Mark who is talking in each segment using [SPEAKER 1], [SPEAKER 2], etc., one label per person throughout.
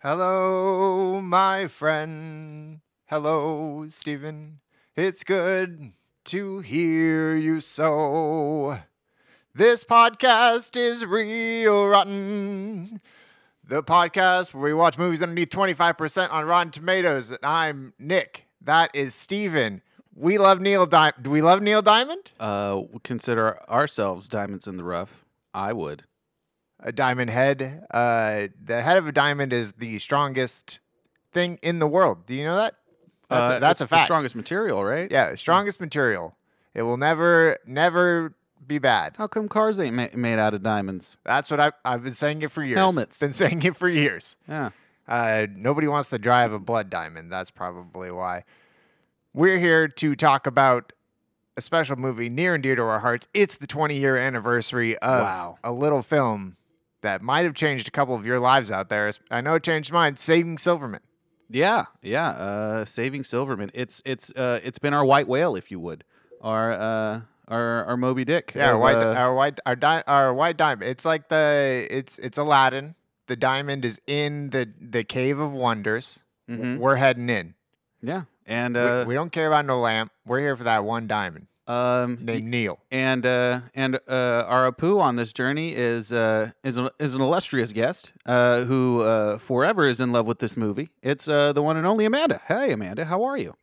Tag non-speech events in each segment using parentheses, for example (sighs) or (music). [SPEAKER 1] Hello, my friend. Hello, Stephen. It's good to hear you so. This podcast is real rotten. The podcast where we watch movies underneath 25% on Rotten Tomatoes. And I'm Nick. That is Steven. We love Neil Diamond. Do we love Neil Diamond?
[SPEAKER 2] Uh, we consider ourselves diamonds in the rough. I would.
[SPEAKER 1] A diamond head. Uh, the head of a diamond is the strongest thing in the world. Do you know that? That's,
[SPEAKER 2] Uh,
[SPEAKER 1] a, that's
[SPEAKER 2] it's
[SPEAKER 1] a fact.
[SPEAKER 2] The strongest material, right?
[SPEAKER 1] Yeah, strongest material. It will never, never be bad.
[SPEAKER 2] How come cars ain't ma- made out of diamonds?
[SPEAKER 1] That's what I've, I've been saying it for years.
[SPEAKER 2] Helmets.
[SPEAKER 1] Been saying it for years.
[SPEAKER 2] Yeah.
[SPEAKER 1] Uh, nobody wants to drive a blood diamond. That's probably why. We're here to talk about a special movie near and dear to our hearts. It's the 20 year anniversary of
[SPEAKER 2] Wow.
[SPEAKER 1] a little film that might have changed a couple of your lives out there. I know it changed mine. Saving Silverman.
[SPEAKER 2] Yeah, yeah. Uh, saving Silverman. It's it's uh, it's been our white whale, if you would, our uh, our our Moby Dick.
[SPEAKER 1] Yeah, our
[SPEAKER 2] of,
[SPEAKER 1] white,
[SPEAKER 2] uh,
[SPEAKER 1] our white, our di- our white diamond. It's like the it's it's Aladdin. The diamond is in the the cave of wonders.
[SPEAKER 2] mhm.
[SPEAKER 1] We're heading in.
[SPEAKER 2] yeah, and
[SPEAKER 1] We-
[SPEAKER 2] uh,
[SPEAKER 1] we, don't care about no lamp. We're here for that one diamond
[SPEAKER 2] um,
[SPEAKER 1] named Neil.
[SPEAKER 2] and uh, and uh, our Apu on this journey is uh, is a, is an illustrious guest uh, who uh, forever is in love with this movie. It's uh, the one and only Amanda. Hey, Amanda, how are you?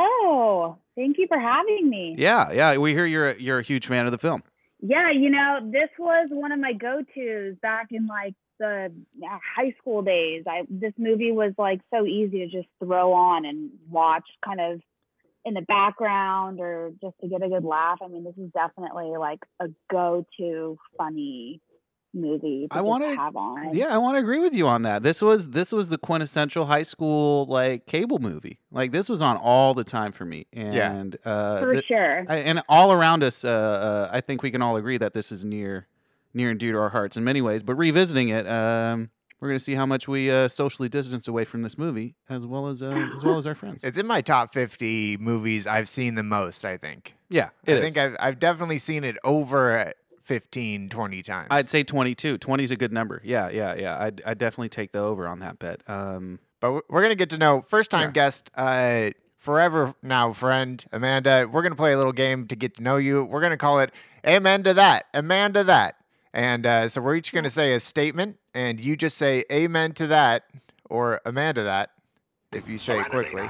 [SPEAKER 3] Hello. Thank you for having me.
[SPEAKER 2] Yeah, yeah. We hear you're a, you're a huge fan of the film.
[SPEAKER 3] Yeah, you know, this was one of my go-tos back in like the uh, high school days. I this movie was like so easy to just throw on and watch kind of in the background or just to get a good laugh. I mean, this is definitely like a go-to funny movie
[SPEAKER 2] I
[SPEAKER 3] to just
[SPEAKER 2] wanna-
[SPEAKER 3] have on.
[SPEAKER 2] Yeah, I want to agree with you on that. This was this was the quintessential high school like cable movie. Like this was on all the time for me.
[SPEAKER 1] Yeah.
[SPEAKER 2] And uh,
[SPEAKER 3] for
[SPEAKER 2] thi-
[SPEAKER 3] sure.
[SPEAKER 2] I- and all around us, uh, uh, I think we can all agree that this is near near and dear to our hearts in many ways. But revisiting it, um, we're gonna see how much we uh, socially distance away from this movie, as well as uh, as well as our friends.
[SPEAKER 1] It's in my top fifty movies I've seen the most. I think.
[SPEAKER 2] yeah,
[SPEAKER 1] I
[SPEAKER 2] it is.
[SPEAKER 1] think I've I've definitely seen it over 15, 20 times.
[SPEAKER 2] I'd say 22. 20 is a good number. Yeah, yeah, yeah. I'd, I'd definitely take the over on that bet. Um,
[SPEAKER 1] But we- we're gonna get to know first time
[SPEAKER 2] Yeah.
[SPEAKER 1] guest, uh, forever now friend Amanda. We're gonna play a little game to get to know you. We're gonna call it Amanda that, Amanda that, and uh, so we're each gonna say a statement, and you just say Amen to that or Amanda that if you say it quickly.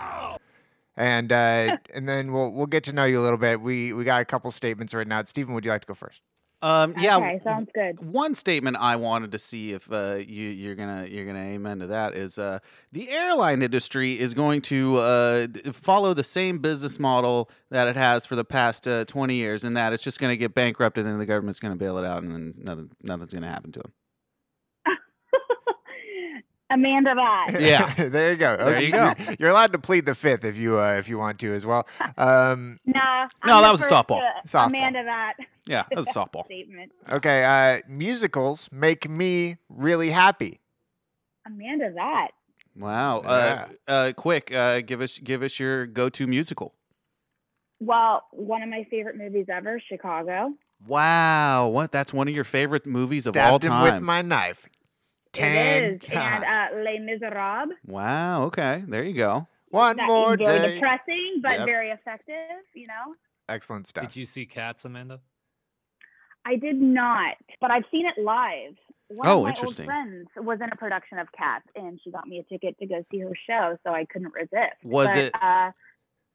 [SPEAKER 1] And
[SPEAKER 3] (laughs)
[SPEAKER 1] uh, and then we'll we'll get to know you a little bit. We we got a couple statements right now. Stephen, would you like to go first?
[SPEAKER 2] um, yeah.
[SPEAKER 3] Okay, sounds good. (laughs)
[SPEAKER 2] one statement I wanted to see if uh, you, you're gonna you're gonna amen to that is uh, the airline industry is going to uh, d- follow the same business model that it has for the past uh, 20 years, and that it's just gonna get bankrupted and the government's gonna bail it out, and then nothing nothing's gonna happen to them. (laughs)
[SPEAKER 3] Amanda that.
[SPEAKER 1] (laughs)
[SPEAKER 2] Yeah.
[SPEAKER 1] there you go.
[SPEAKER 2] There
[SPEAKER 1] Okay,
[SPEAKER 2] you go.
[SPEAKER 1] You're, (laughs) you're allowed to plead the fifth if you uh, if you want to as well. Um,
[SPEAKER 3] Nah,
[SPEAKER 2] No,
[SPEAKER 3] I'm
[SPEAKER 2] that
[SPEAKER 3] the
[SPEAKER 2] was a
[SPEAKER 3] first
[SPEAKER 2] softball.
[SPEAKER 3] to
[SPEAKER 1] Softball.
[SPEAKER 3] Amanda that (laughs)
[SPEAKER 2] Yeah, that's softball.
[SPEAKER 3] statement.
[SPEAKER 1] Okay, uh, musicals make me really happy.
[SPEAKER 3] Amanda that.
[SPEAKER 2] Wow. Uh, uh, quick, uh, give us give us your go-to musical.
[SPEAKER 3] Well, one of my favorite movies ever, Chicago.
[SPEAKER 2] Wow, what? That's one of your favorite movies of all
[SPEAKER 1] Stabbed him with
[SPEAKER 2] time.
[SPEAKER 1] my knife. Ten
[SPEAKER 3] it is.
[SPEAKER 1] times.
[SPEAKER 3] And uh, Les Miserables.
[SPEAKER 2] wow. Okay, there you go.
[SPEAKER 1] One
[SPEAKER 3] That
[SPEAKER 1] more
[SPEAKER 3] is very
[SPEAKER 1] day.
[SPEAKER 3] depressing, but
[SPEAKER 1] Yep.
[SPEAKER 3] very effective, you know?
[SPEAKER 1] Excellent stuff.
[SPEAKER 4] Did you see Cats, Amanda?
[SPEAKER 3] I did not, but I've seen it live. One
[SPEAKER 2] Oh,
[SPEAKER 3] of my
[SPEAKER 2] interesting.
[SPEAKER 3] old friends was in a production of Cats, and she got me a ticket to go see her show, so I couldn't resist.
[SPEAKER 2] Was
[SPEAKER 3] But,
[SPEAKER 2] it-
[SPEAKER 3] Uh,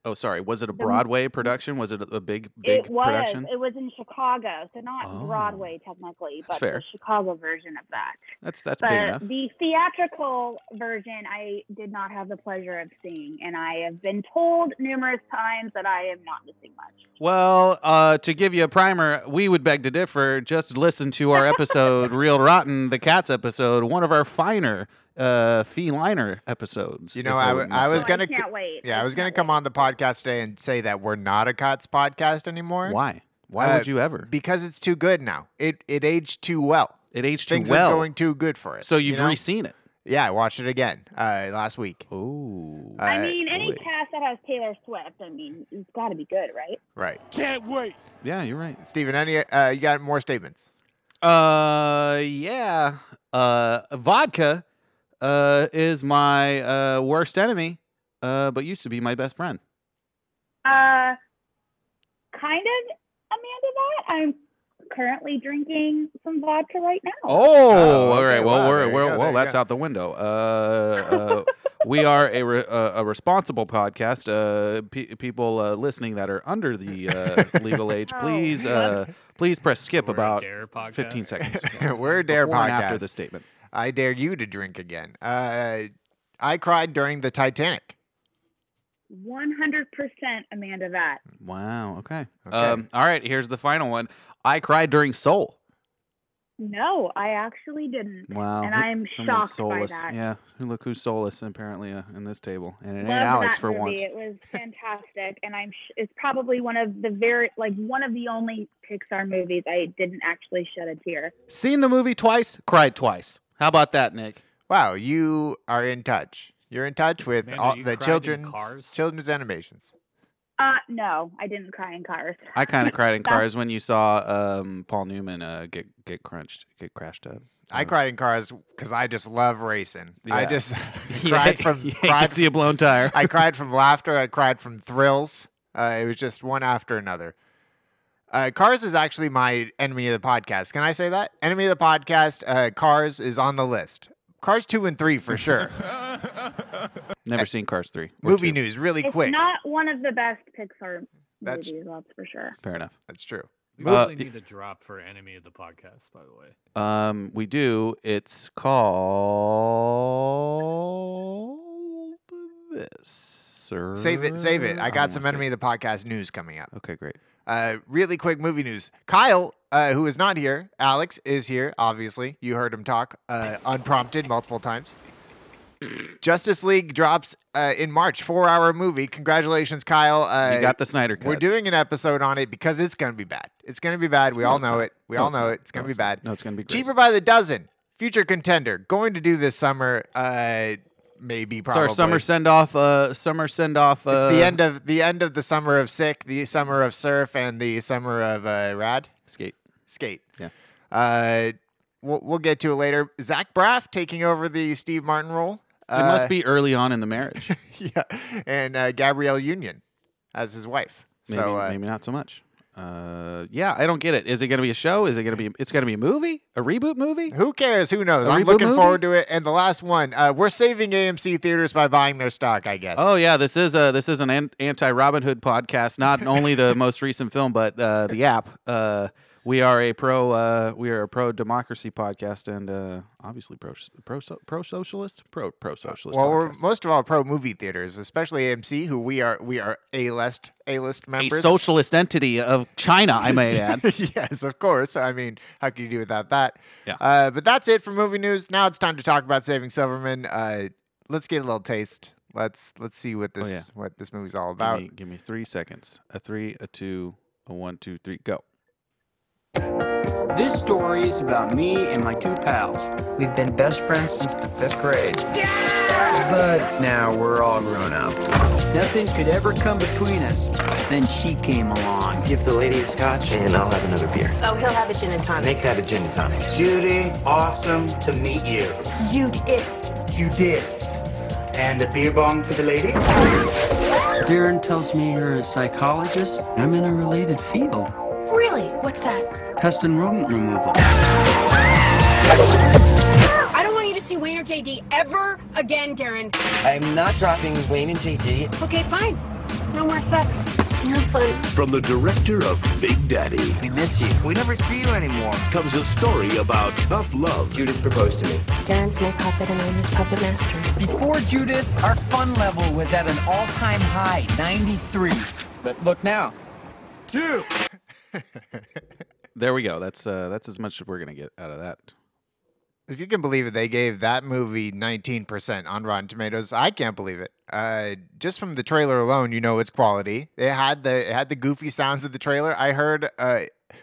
[SPEAKER 2] Oh, sorry. Was it a
[SPEAKER 3] The m-
[SPEAKER 2] Broadway production? Was it a a big, big
[SPEAKER 3] Um, it was.
[SPEAKER 2] production?
[SPEAKER 3] It was in Chicago, so not
[SPEAKER 2] Oh.
[SPEAKER 3] Broadway technically,
[SPEAKER 2] That's
[SPEAKER 3] but
[SPEAKER 2] fair.
[SPEAKER 3] the Chicago version of that.
[SPEAKER 2] That's that's big enough.
[SPEAKER 3] but the theatrical version I did not have the pleasure of seeing, and I have been told numerous times that I am not missing much.
[SPEAKER 2] Well, uh, to give you a primer, we would beg to differ. Just listen to our
[SPEAKER 3] (laughs)
[SPEAKER 2] episode, Real Rotten, the Cats episode, one of our finer, uh, feliner episodes.
[SPEAKER 1] You know,
[SPEAKER 2] if
[SPEAKER 1] I
[SPEAKER 2] wouldn't
[SPEAKER 1] wa- I
[SPEAKER 2] miss
[SPEAKER 1] was
[SPEAKER 3] So
[SPEAKER 2] it.
[SPEAKER 1] gonna
[SPEAKER 3] I can't wait.
[SPEAKER 1] Yeah, I was going to
[SPEAKER 3] can't
[SPEAKER 1] come
[SPEAKER 3] wait.
[SPEAKER 1] on the podcast today and say that we're not a Cots podcast anymore.
[SPEAKER 2] Why? Why
[SPEAKER 1] Uh,
[SPEAKER 2] would you ever?
[SPEAKER 1] Because it's too good now. It it aged too well.
[SPEAKER 2] It aged too
[SPEAKER 1] Things
[SPEAKER 2] well.
[SPEAKER 1] are going too good for it.
[SPEAKER 2] so you've
[SPEAKER 1] you know?
[SPEAKER 2] re-seen it.
[SPEAKER 1] Yeah, I watched it again uh, last week.
[SPEAKER 2] Oh.
[SPEAKER 1] Uh,
[SPEAKER 3] I mean, any
[SPEAKER 2] wait.
[SPEAKER 3] cast that has Taylor Swift, I mean, it's got to be good, right?
[SPEAKER 1] Right.
[SPEAKER 2] yeah, you're right.
[SPEAKER 1] Stephen, any uh, you got more statements?
[SPEAKER 2] Uh, yeah. Uh, vodka. uh, is my uh, worst enemy, uh, but used to be my best friend.
[SPEAKER 3] Uh, kind of, Amanda. That I'm currently drinking some vodka right now.
[SPEAKER 2] Oh,
[SPEAKER 1] Oh,
[SPEAKER 2] all
[SPEAKER 1] okay.
[SPEAKER 2] right. Well,
[SPEAKER 1] Wow, there
[SPEAKER 2] we're,
[SPEAKER 1] you
[SPEAKER 2] we're
[SPEAKER 1] go, there
[SPEAKER 2] well,
[SPEAKER 1] you
[SPEAKER 2] that's
[SPEAKER 1] go.
[SPEAKER 2] out the window. Uh, uh, we are a, re- uh, a, a responsible podcast. Uh, pe- people uh, listening that are under
[SPEAKER 1] (laughs)
[SPEAKER 2] the uh, legal age,
[SPEAKER 3] Oh,
[SPEAKER 2] please, uh,
[SPEAKER 3] that's-
[SPEAKER 2] please press skip
[SPEAKER 4] We're a
[SPEAKER 2] about
[SPEAKER 4] Dare podcast. (laughs)
[SPEAKER 2] 15 seconds.
[SPEAKER 1] We're a Dare
[SPEAKER 2] Before and after
[SPEAKER 1] podcast.
[SPEAKER 2] the statement.
[SPEAKER 1] I dare you to drink again. Uh, I cried during the Titanic.
[SPEAKER 3] One hundred percent, Amanda. That
[SPEAKER 2] Wow. Okay.
[SPEAKER 1] Okay.
[SPEAKER 2] Um, all right. Here's the final one. I cried during Soul.
[SPEAKER 3] no, I actually didn't.
[SPEAKER 2] Wow.
[SPEAKER 3] And
[SPEAKER 2] who-
[SPEAKER 3] I'm
[SPEAKER 2] someone's
[SPEAKER 3] shocked by
[SPEAKER 2] soulless.
[SPEAKER 3] that.
[SPEAKER 2] Yeah. Who- Look who's soulless apparently uh, in this table, and it ain't
[SPEAKER 3] Love
[SPEAKER 2] Alex
[SPEAKER 3] that
[SPEAKER 2] for
[SPEAKER 3] movie.
[SPEAKER 2] once.
[SPEAKER 3] It was fantastic, and I'm. Sh- it's probably one of the very like one of the only Pixar movies I didn't actually shed a tear.
[SPEAKER 2] Seen the movie twice, cried twice. How about that, Nick?
[SPEAKER 1] Wow, you are in touch. You're in touch with
[SPEAKER 4] Amanda,
[SPEAKER 1] all
[SPEAKER 4] you
[SPEAKER 1] the
[SPEAKER 4] cried in
[SPEAKER 1] children's
[SPEAKER 4] Cars?
[SPEAKER 1] children's animations.
[SPEAKER 3] Uh, no, I didn't cry in Cars. (laughs)
[SPEAKER 2] I kind of cried in
[SPEAKER 3] That's-
[SPEAKER 2] cars when you saw um, Paul Newman uh, get get crunched, get crashed
[SPEAKER 1] I
[SPEAKER 2] up.
[SPEAKER 4] Oh.
[SPEAKER 1] (laughs)
[SPEAKER 2] That was-
[SPEAKER 1] cried in cars because I just love racing. I
[SPEAKER 2] Yeah.
[SPEAKER 1] just
[SPEAKER 4] (laughs)
[SPEAKER 1] (laughs)
[SPEAKER 2] You
[SPEAKER 1] cried (laughs)
[SPEAKER 2] hate-
[SPEAKER 1] from
[SPEAKER 2] you hate
[SPEAKER 1] cried,
[SPEAKER 2] to see a blown tire.
[SPEAKER 1] I cried from laughter. I cried from thrills. Uh, it was just one after another. Uh, Cars is actually my enemy of the podcast. Can I say that? Enemy of the podcast. Uh, Cars is on the list. Cars two and three for sure.
[SPEAKER 2] Never seen Cars three. or
[SPEAKER 1] Movie
[SPEAKER 2] two.
[SPEAKER 1] news, really
[SPEAKER 3] It's
[SPEAKER 1] quick.
[SPEAKER 3] not one of the best Pixar
[SPEAKER 1] That's-
[SPEAKER 3] movies, that's for sure.
[SPEAKER 2] Fair enough.
[SPEAKER 1] That's true.
[SPEAKER 4] We
[SPEAKER 2] Uh,
[SPEAKER 4] really
[SPEAKER 2] y-
[SPEAKER 4] need a drop for enemy of the podcast, by the way.
[SPEAKER 2] Um, we do. It's called this. Or...
[SPEAKER 1] Save it, save it. I got
[SPEAKER 2] don't
[SPEAKER 1] some
[SPEAKER 2] wanna
[SPEAKER 1] enemy of the podcast news coming up.
[SPEAKER 2] say- Okay, great.
[SPEAKER 1] Uh, really quick movie news. Kyle, uh, who is not here, Alex is here. Obviously, you heard him talk uh, unprompted multiple times. Justice League drops uh, in March, four-hour movie. Congratulations, Kyle. Uh,
[SPEAKER 2] you got the Snyder cut.
[SPEAKER 1] we're doing an episode on it because it's going to be bad. It's going to be bad. We all
[SPEAKER 2] it's
[SPEAKER 1] know
[SPEAKER 2] not.
[SPEAKER 1] it. We
[SPEAKER 2] No,
[SPEAKER 1] all
[SPEAKER 2] it's
[SPEAKER 1] know
[SPEAKER 2] not.
[SPEAKER 1] it. It's going
[SPEAKER 2] No,
[SPEAKER 1] to be bad.
[SPEAKER 2] No, it's gonna be great.
[SPEAKER 1] Cheaper by the dozen. Future contender. Going to do this summer. Uh, maybe
[SPEAKER 2] It's
[SPEAKER 1] probably.
[SPEAKER 2] our summer send off. Uh, summer send off. Uh,
[SPEAKER 1] It's the end of the end of the summer of sick, the summer of surf, and the summer of uh, rad
[SPEAKER 2] skate.
[SPEAKER 1] skate.
[SPEAKER 2] Yeah.
[SPEAKER 1] Uh, we'll, we'll get to it later. Zach Braff taking over the Steve Martin role. Uh,
[SPEAKER 2] It must be early on in the marriage.
[SPEAKER 1] (laughs) Yeah, and uh, Gabrielle Union as his wife.
[SPEAKER 2] Maybe,
[SPEAKER 1] so uh,
[SPEAKER 2] maybe not so much. Uh, yeah, I don't get it. Is it going to be a show? Is it going to be? It's going to be a movie, a reboot movie.
[SPEAKER 1] who cares? Who knows?
[SPEAKER 2] A
[SPEAKER 1] I'm
[SPEAKER 2] reboot
[SPEAKER 1] looking
[SPEAKER 2] movie?
[SPEAKER 1] forward to it. And the last one, uh, we're saving AMC theaters by buying their stock, I guess.
[SPEAKER 2] Oh yeah, this is a this is an an- anti Robin Hood podcast. Not
[SPEAKER 1] (laughs)
[SPEAKER 2] only the most recent film, but uh, the app. Uh, we are a pro. Uh, we are a pro democracy podcast, and uh, obviously pro pro pro socialist, pro pro socialist.
[SPEAKER 1] Well, we're most of all pro movie theaters, especially AMC, who we are we are A list A list
[SPEAKER 2] a
[SPEAKER 1] members.
[SPEAKER 2] socialist entity of China,
[SPEAKER 1] (laughs)
[SPEAKER 2] I may add.
[SPEAKER 1] yes, of course. I mean, how could you do without that?
[SPEAKER 2] Yeah.
[SPEAKER 1] Uh, but that's it for movie news. Now it's time to talk about Saving Silverman. Uh, let's get a little taste. Let's let's see what this
[SPEAKER 2] Oh, yeah.
[SPEAKER 1] what this movie's all
[SPEAKER 2] Give
[SPEAKER 1] about.
[SPEAKER 2] me, give me three seconds. A three, a two, a one, two, three, go.
[SPEAKER 5] This story is about me and my two pals. We've been best friends since the fifth grade. But now we're all grown up. Nothing could ever come between us. Then she came along. Give the lady a scotch, and I'll have another beer.
[SPEAKER 6] Oh, he'll have a gin and tonic.
[SPEAKER 5] Make that a gin and tonic.
[SPEAKER 7] Judy, awesome to meet you.
[SPEAKER 6] Jude, it.
[SPEAKER 7] Judith. And a beer bong for the lady?
[SPEAKER 5] Darren tells me you're a psychologist. I'm in a related field.
[SPEAKER 6] Really? What's that?
[SPEAKER 5] Pest and rodent removal.
[SPEAKER 6] I don't want you to see Wayne or JD ever again, Darren.
[SPEAKER 8] I'm not dropping Wayne and JD.
[SPEAKER 6] Okay, fine. No more sex. No fun.
[SPEAKER 9] From the director of Big Daddy
[SPEAKER 8] We miss you. We never see you anymore.
[SPEAKER 9] comes a story about tough love
[SPEAKER 8] Judith proposed to me.
[SPEAKER 6] Darren's my puppet, and I'm his puppet master.
[SPEAKER 5] Before Judith, our fun level was at an all-time high, 93. But look now. Two.
[SPEAKER 2] There we go. That's uh, that's as much as we're gonna get out of that.
[SPEAKER 1] If you can believe it, they gave that movie 19% on Rotten Tomatoes. I can't believe it. Uh, just from the trailer alone, you know it's quality. It had the it had the goofy sounds of the trailer. I heard uh,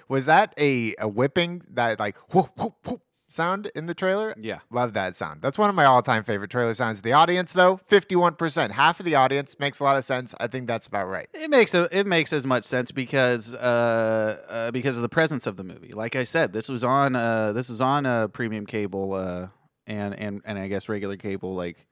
[SPEAKER 1] was that a, a whipping that like whoop whoop whoop sound in the trailer?
[SPEAKER 2] Yeah.
[SPEAKER 1] Love that sound. That's one of my all-time favorite trailer sounds. The audience though, 51%. Half of the audience makes a lot of sense. I think that's about right.
[SPEAKER 2] It makes a, it makes as much sense because uh, uh, because of the presence of the movie. Like I said, this was on uh, this was on uh, premium cable uh, and and and I guess regular cable like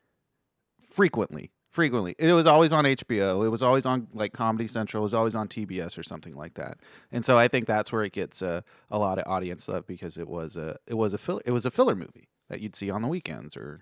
[SPEAKER 2] frequently. Frequently, it was always on HBO. It was always on like Comedy Central. It was always on TBS or something like that. And so I think that's where it gets a, a lot of audience love because it was a it was a fill, it was a filler movie that you'd see on the weekends or.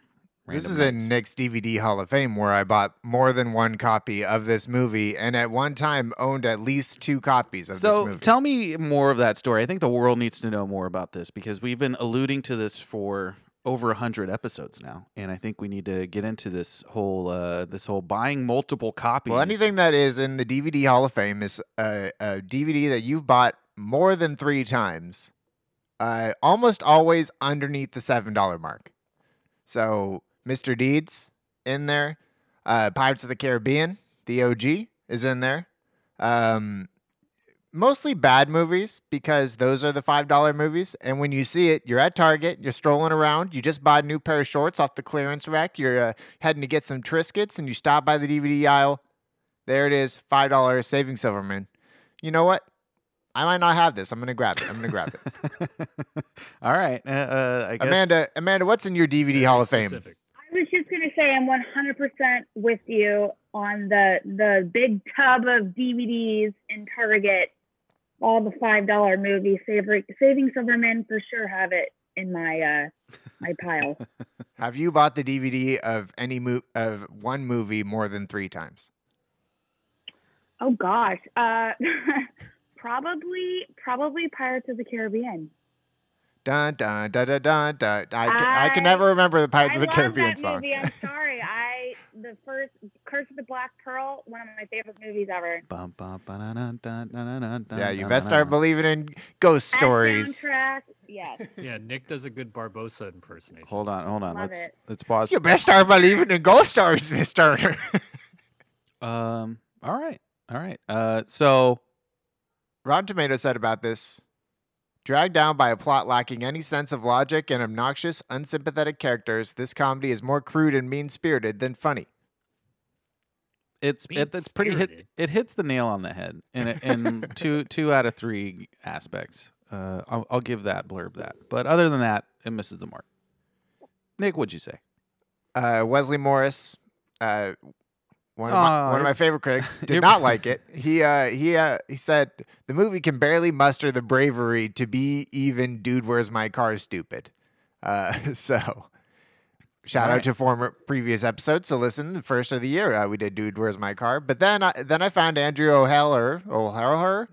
[SPEAKER 1] This
[SPEAKER 2] random
[SPEAKER 1] is in
[SPEAKER 2] nights.
[SPEAKER 1] Nick's DVD Hall of Fame where I bought more than one copy of this movie and at one time owned at least two copies of this
[SPEAKER 2] So
[SPEAKER 1] movie.
[SPEAKER 2] tell me more of that story. I think the world needs to know more about this because we've been alluding to this for over a hundred episodes now, and I think we need to get into this whole uh, this whole buying multiple copies.
[SPEAKER 1] well, anything that is in the DVD Hall of Fame is a, a DVD that you've bought more than three times, uh, almost always underneath the $7 mark. So Mr. Deeds in there, uh, Pirates of the Caribbean, the OG is in there. Um, mostly bad movies because those are the $5 movies. And when you see it, you're at Target, you're strolling around, you just bought a new pair of shorts off the clearance rack, you're uh, heading to get some Triscuits, and you stop by the DVD aisle. There it is, $5 Saving Silverman. You know what? I might not have this. I'm going to grab it. I'm going to grab it.
[SPEAKER 2] (laughs) All right, uh, uh, (laughs) I guess
[SPEAKER 1] Amanda, Amanda, what's in your DVD Hall of Fame?
[SPEAKER 4] Specific.
[SPEAKER 3] I was just gonna say I'm 100% with you on the the big tub of DVDs in Target, all the five dollar movies. Saving Saving Silverman for sure have it in my uh my pile.
[SPEAKER 1] Have you bought the DVD of any mo- of one movie more than three times?
[SPEAKER 3] oh gosh, uh, (laughs) probably probably Pirates of the Caribbean.
[SPEAKER 1] Dun dun dun dun dun. dun. I, can, I, can
[SPEAKER 3] I-
[SPEAKER 1] never remember the Pirates
[SPEAKER 3] I
[SPEAKER 1] of the
[SPEAKER 3] love
[SPEAKER 1] Caribbean
[SPEAKER 3] that
[SPEAKER 1] song.
[SPEAKER 3] movie. I'm sorry. I the first Curse of the Black Pearl, one of my favorite movies ever.
[SPEAKER 2] Bum, bum, ba-da-dun, dun, dun, dun, dun,
[SPEAKER 1] (laughs)
[SPEAKER 2] dun,
[SPEAKER 1] yeah, you
[SPEAKER 2] dun,
[SPEAKER 1] best
[SPEAKER 2] dun,
[SPEAKER 1] start
[SPEAKER 2] dun.
[SPEAKER 1] believing in ghost
[SPEAKER 3] That
[SPEAKER 1] stories.
[SPEAKER 3] Soundtrack,
[SPEAKER 4] (laughs)
[SPEAKER 3] yes.
[SPEAKER 4] Yeah, Nick does a good Barbosa impersonation.
[SPEAKER 2] Hold on, hold on.
[SPEAKER 3] Love
[SPEAKER 2] let's
[SPEAKER 3] it.
[SPEAKER 2] let's pause.
[SPEAKER 1] You best start believing in ghost stories, (laughs) Miss Turner.
[SPEAKER 2] Um. All right. All right. Uh. So
[SPEAKER 1] Rotten Tomatoes said about this Dragged down by a plot lacking any sense of logic and obnoxious, unsympathetic characters, this comedy is more crude and mean spirited than funny.
[SPEAKER 2] it's it, it's pretty hit,
[SPEAKER 4] Mean-spirited.
[SPEAKER 2] it hits the nail on the head in in two two out of three aspects. Uh, I'll, I'll give that blurb that, but other than that, it misses the mark. Nick, what'd you say?
[SPEAKER 1] Uh, Wesley Morris, uh, one, of
[SPEAKER 2] Aw,
[SPEAKER 1] my, one
[SPEAKER 2] you're-
[SPEAKER 1] of my favorite
[SPEAKER 2] (laughs)
[SPEAKER 1] critics,
[SPEAKER 2] you're-
[SPEAKER 1] did not like it. He uh, he uh, he said the movie can barely muster the bravery to be even "Dude, Where's My Car" stupid. Uh, (laughs) so, shout out
[SPEAKER 2] Alright.
[SPEAKER 1] to former previous episodes. So listen, the first of the year uh, we did "Dude, Where's My Car," but then I, then I found Andrew O'Heller O'Heller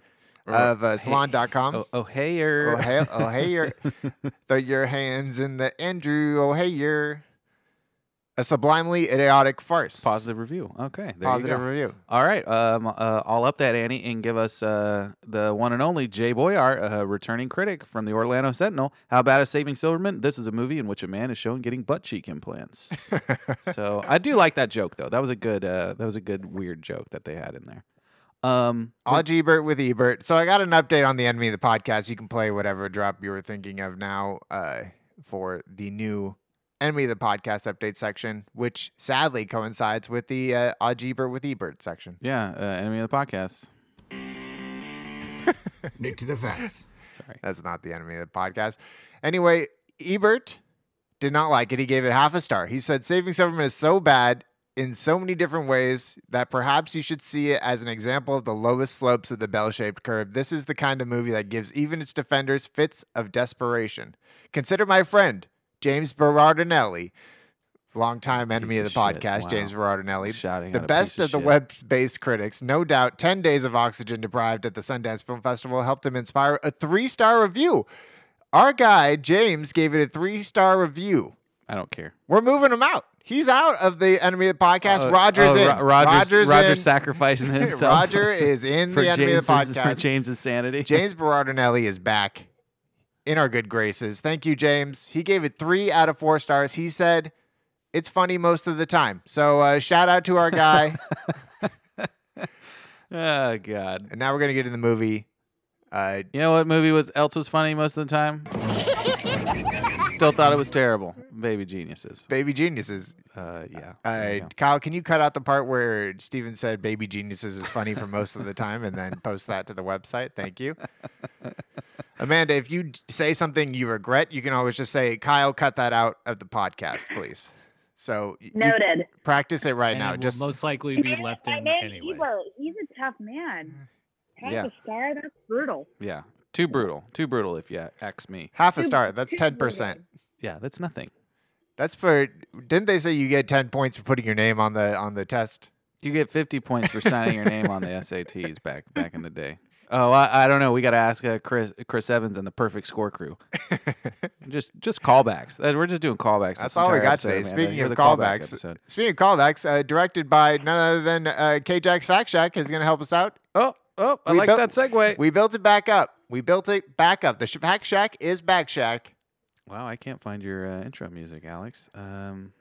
[SPEAKER 1] of uh, Salon.com.
[SPEAKER 2] Oh, oh hey, er. (laughs)
[SPEAKER 1] O'Hare, O'Hare. oh, Throw your hands in the Andrew O'Hare. A sublimely idiotic farce.
[SPEAKER 2] positive review. Okay, there
[SPEAKER 1] Positive
[SPEAKER 2] You go.
[SPEAKER 1] review.
[SPEAKER 2] All right, um, uh, I'll up that Annie and give us uh, the one and only Jay Boyar, a returning critic from the Orlando Sentinel. How about a Saving Silverman? This is a movie in which a man is shown getting butt cheek
[SPEAKER 1] (laughs)
[SPEAKER 2] implants. so I do like that joke though. That was a good uh, that was a good weird joke that they had in there. Um,
[SPEAKER 1] Odd Ebert with Ebert. So I got an update on the enemy of the podcast. You can play whatever drop you were thinking of now uh, for the new enemy of the podcast update section, which sadly coincides with the uh, Odd Ebert with Ebert section.
[SPEAKER 2] yeah, uh, enemy of the podcast.
[SPEAKER 7] Nick to the
[SPEAKER 2] (laughs)
[SPEAKER 7] facts.
[SPEAKER 1] That's not the enemy of the podcast. Anyway, Ebert did not like it. He gave it half a star. He said Saving Silverman is so bad in so many different ways that perhaps you should see it as an example of the lowest slopes of the bell-shaped curve. This is the kind of movie that gives even its defenders fits of desperation. Consider my friend James Berardinelli, longtime enemy
[SPEAKER 2] Piece
[SPEAKER 1] of the
[SPEAKER 2] of shit.
[SPEAKER 1] podcast,
[SPEAKER 2] Wow.
[SPEAKER 1] James Berardinelli,
[SPEAKER 2] Shouting
[SPEAKER 1] the
[SPEAKER 2] out a
[SPEAKER 1] best
[SPEAKER 2] piece of
[SPEAKER 1] of, the
[SPEAKER 2] shit.
[SPEAKER 1] web-based critics, no doubt. Ten days of oxygen deprived at the Sundance Film Festival helped him inspire a three-star review. Our guy James gave it a three-star review.
[SPEAKER 2] I don't care.
[SPEAKER 1] We're moving him out. He's out of the enemy of the podcast.
[SPEAKER 2] Oh,
[SPEAKER 1] Rogers
[SPEAKER 2] oh,
[SPEAKER 1] in.
[SPEAKER 2] Ro- Rogers,
[SPEAKER 1] Rogers
[SPEAKER 2] Rogers
[SPEAKER 1] in. (laughs)
[SPEAKER 2] sacrificing himself. (laughs)
[SPEAKER 1] Roger is in
[SPEAKER 2] for
[SPEAKER 1] the enemy of the
[SPEAKER 2] James's- (laughs) for
[SPEAKER 1] podcast.
[SPEAKER 2] James's sanity.
[SPEAKER 1] James Berardinelli is back in our good graces. Thank you, James. He gave it three out of four stars. He said it's funny most of the time. So uh, shout out to our
[SPEAKER 2] (laughs)
[SPEAKER 1] guy.
[SPEAKER 2] (laughs) oh God.
[SPEAKER 1] and now we're gonna get in the movie. Uh,
[SPEAKER 2] You know what movie was else was funny most of the time? Still thought it was terrible. Baby Geniuses.
[SPEAKER 1] Baby Geniuses.
[SPEAKER 2] Uh, yeah. there
[SPEAKER 1] Uh,
[SPEAKER 2] you go.
[SPEAKER 1] Kyle, can you cut out the part where Steven said
[SPEAKER 2] (laughs)
[SPEAKER 1] Baby Geniuses is funny for most of the time and then post that to the website? Thank you. Amanda, if you d- say something you regret, you can always just say, Kyle, cut that out of the podcast, please. So y- you
[SPEAKER 3] Noted.
[SPEAKER 1] practice it right
[SPEAKER 4] and
[SPEAKER 1] now.
[SPEAKER 4] it will
[SPEAKER 1] Just
[SPEAKER 4] most likely be left
[SPEAKER 3] My
[SPEAKER 4] in
[SPEAKER 3] man
[SPEAKER 4] anyway.
[SPEAKER 3] Evo, he's a tough man. Half
[SPEAKER 2] Yeah.
[SPEAKER 3] a star, that's brutal.
[SPEAKER 2] Yeah. Too brutal. Too brutal if you ask me.
[SPEAKER 1] half a
[SPEAKER 3] Two-
[SPEAKER 1] star. That's
[SPEAKER 3] two
[SPEAKER 1] 10%.
[SPEAKER 3] million.
[SPEAKER 2] Yeah, that's nothing.
[SPEAKER 1] That's for, didn't they say you get 10 points for putting your name on the on the test?
[SPEAKER 2] You get 50 points for signing your name on (laughs) the SATs back back in the day. Oh, I, I don't know. We got to ask uh, Chris Chris Evans and the Perfect Score (laughs) Crew. just just callbacks. Uh, We're just doing callbacks.
[SPEAKER 1] That's
[SPEAKER 2] this
[SPEAKER 1] all we
[SPEAKER 2] entire
[SPEAKER 1] got
[SPEAKER 2] episode,
[SPEAKER 1] today.
[SPEAKER 2] Amanda.
[SPEAKER 1] Speaking
[SPEAKER 2] You're
[SPEAKER 1] of
[SPEAKER 2] the callback
[SPEAKER 1] callbacks,
[SPEAKER 2] episode.
[SPEAKER 1] speaking of callbacks, uh, directed by none other than uh, K Jack's Fact Shack is going to help us out.
[SPEAKER 2] Oh, oh, I
[SPEAKER 1] We
[SPEAKER 2] like
[SPEAKER 1] built-
[SPEAKER 2] that segue.
[SPEAKER 1] We built it back up. We built it back up. The Sh- Fact Shack is Back Shack.
[SPEAKER 2] wow, I can't find your uh, intro music, Alex. Um,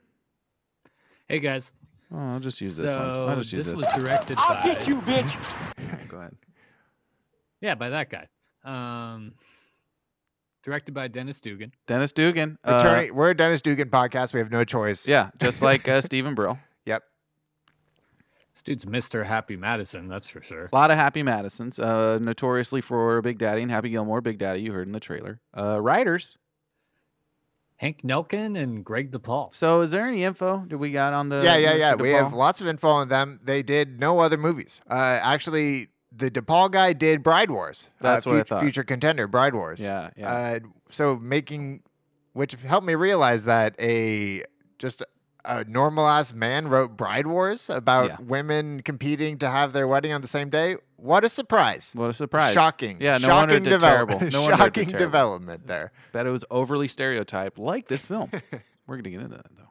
[SPEAKER 4] Hey guys,
[SPEAKER 2] oh, I'll just use
[SPEAKER 4] so
[SPEAKER 2] this one. I'll just use
[SPEAKER 4] this
[SPEAKER 2] this.
[SPEAKER 4] was directed by
[SPEAKER 2] Okay, Go ahead.
[SPEAKER 4] yeah by that guy, um, directed by Dennis Dugan.
[SPEAKER 2] Dennis Dugan. uh,
[SPEAKER 1] Attorney, we're a Dennis Dugan podcast. We have no choice.
[SPEAKER 2] yeah, just like uh, Stephen Brill. (laughs)
[SPEAKER 1] Yep.
[SPEAKER 4] This dude's Mister Happy Madison, that's for sure.
[SPEAKER 2] A lot of Happy Madisons, uh, notoriously for Big Daddy and Happy Gilmore. Big Daddy, you heard in the trailer. Uh, writers.
[SPEAKER 4] Hank Nelkin and Greg DePaul.
[SPEAKER 2] So, is there any info that we got on the?
[SPEAKER 1] yeah, yeah,
[SPEAKER 2] Mr.
[SPEAKER 1] yeah. We have
[SPEAKER 2] DePaul?
[SPEAKER 1] lots of info on them. They did no other movies. Uh, actually, the DePaul guy did Bride Wars.
[SPEAKER 2] That's
[SPEAKER 1] uh,
[SPEAKER 2] what I
[SPEAKER 1] fut-
[SPEAKER 2] thought.
[SPEAKER 1] Future contender, Bride Wars.
[SPEAKER 2] Yeah, yeah.
[SPEAKER 1] Uh, so making, which helped me realize that a just a normal ass man wrote Bride Wars about
[SPEAKER 2] Yeah.
[SPEAKER 1] women competing to have their wedding on the same day. What a surprise!
[SPEAKER 2] what a surprise!
[SPEAKER 1] Shocking.
[SPEAKER 2] Yeah, no
[SPEAKER 1] Shocking
[SPEAKER 2] wonder it did
[SPEAKER 1] develop-
[SPEAKER 2] terrible.
[SPEAKER 1] (laughs)
[SPEAKER 2] No wonder it did
[SPEAKER 1] Shocking
[SPEAKER 2] terrible.
[SPEAKER 1] development there.
[SPEAKER 2] That it was overly stereotyped, like
[SPEAKER 1] (laughs)
[SPEAKER 2] this film. We're gonna get into that though.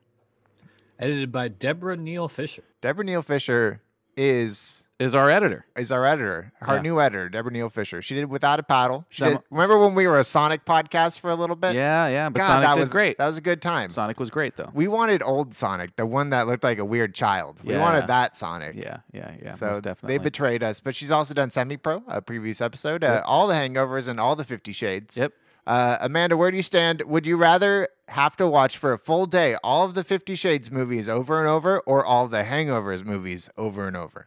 [SPEAKER 4] Edited by Deborah Neal Fisher.
[SPEAKER 1] Deborah Neal Fisher is
[SPEAKER 2] Is our editor?
[SPEAKER 1] is our editor, our
[SPEAKER 2] Yeah.
[SPEAKER 1] new editor, Deborah Neal Fisher. She did Without a Paddle. She
[SPEAKER 2] Some-
[SPEAKER 1] did, remember when we were a Sonic podcast for a little bit?
[SPEAKER 2] yeah, yeah. But
[SPEAKER 1] God,
[SPEAKER 2] Sonic
[SPEAKER 1] that
[SPEAKER 2] did
[SPEAKER 1] was
[SPEAKER 2] great.
[SPEAKER 1] That was a good time.
[SPEAKER 2] Sonic was great though.
[SPEAKER 1] We wanted old Sonic, the one that looked like a weird child. We
[SPEAKER 2] Yeah.
[SPEAKER 1] wanted that Sonic.
[SPEAKER 2] Yeah, yeah, yeah.
[SPEAKER 1] So
[SPEAKER 2] most definitely.
[SPEAKER 1] they betrayed us, but she's also done Semi Pro, a previous episode, uh, all the Hangovers and all the Fifty Shades.
[SPEAKER 2] Yep.
[SPEAKER 1] Uh, Amanda, where do you stand? Would you rather have to watch for a full day all of the Fifty Shades movies over and over, or all the Hangovers movies over and over?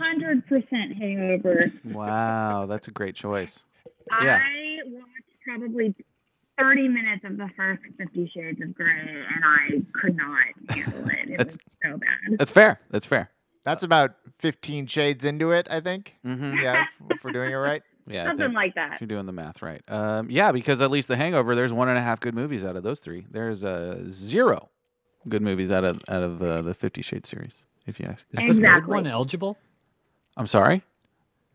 [SPEAKER 3] 100% hangover.
[SPEAKER 2] wow, that's a great choice. Yeah.
[SPEAKER 3] I watched probably 30 minutes of the first 50 Shades of Grey and I could not handle it. It
[SPEAKER 2] That's-
[SPEAKER 3] was so bad.
[SPEAKER 2] That's fair. That's fair.
[SPEAKER 1] That's about fifteen shades into it, I think.
[SPEAKER 2] Uh, Mm-hmm.
[SPEAKER 1] Yeah, if- if we're doing it
[SPEAKER 2] (laughs)
[SPEAKER 1] right.
[SPEAKER 2] Yeah. I
[SPEAKER 3] Something
[SPEAKER 2] think-
[SPEAKER 3] like that.
[SPEAKER 2] If you're doing the math right. Um, yeah, because at least The Hangover, there's one and a half good movies out of those three. There's uh, zero good movies out of out of uh, the Fifty Shades series, if you ask.
[SPEAKER 4] Is this third
[SPEAKER 3] Exactly.
[SPEAKER 4] one eligible?
[SPEAKER 2] I'm sorry.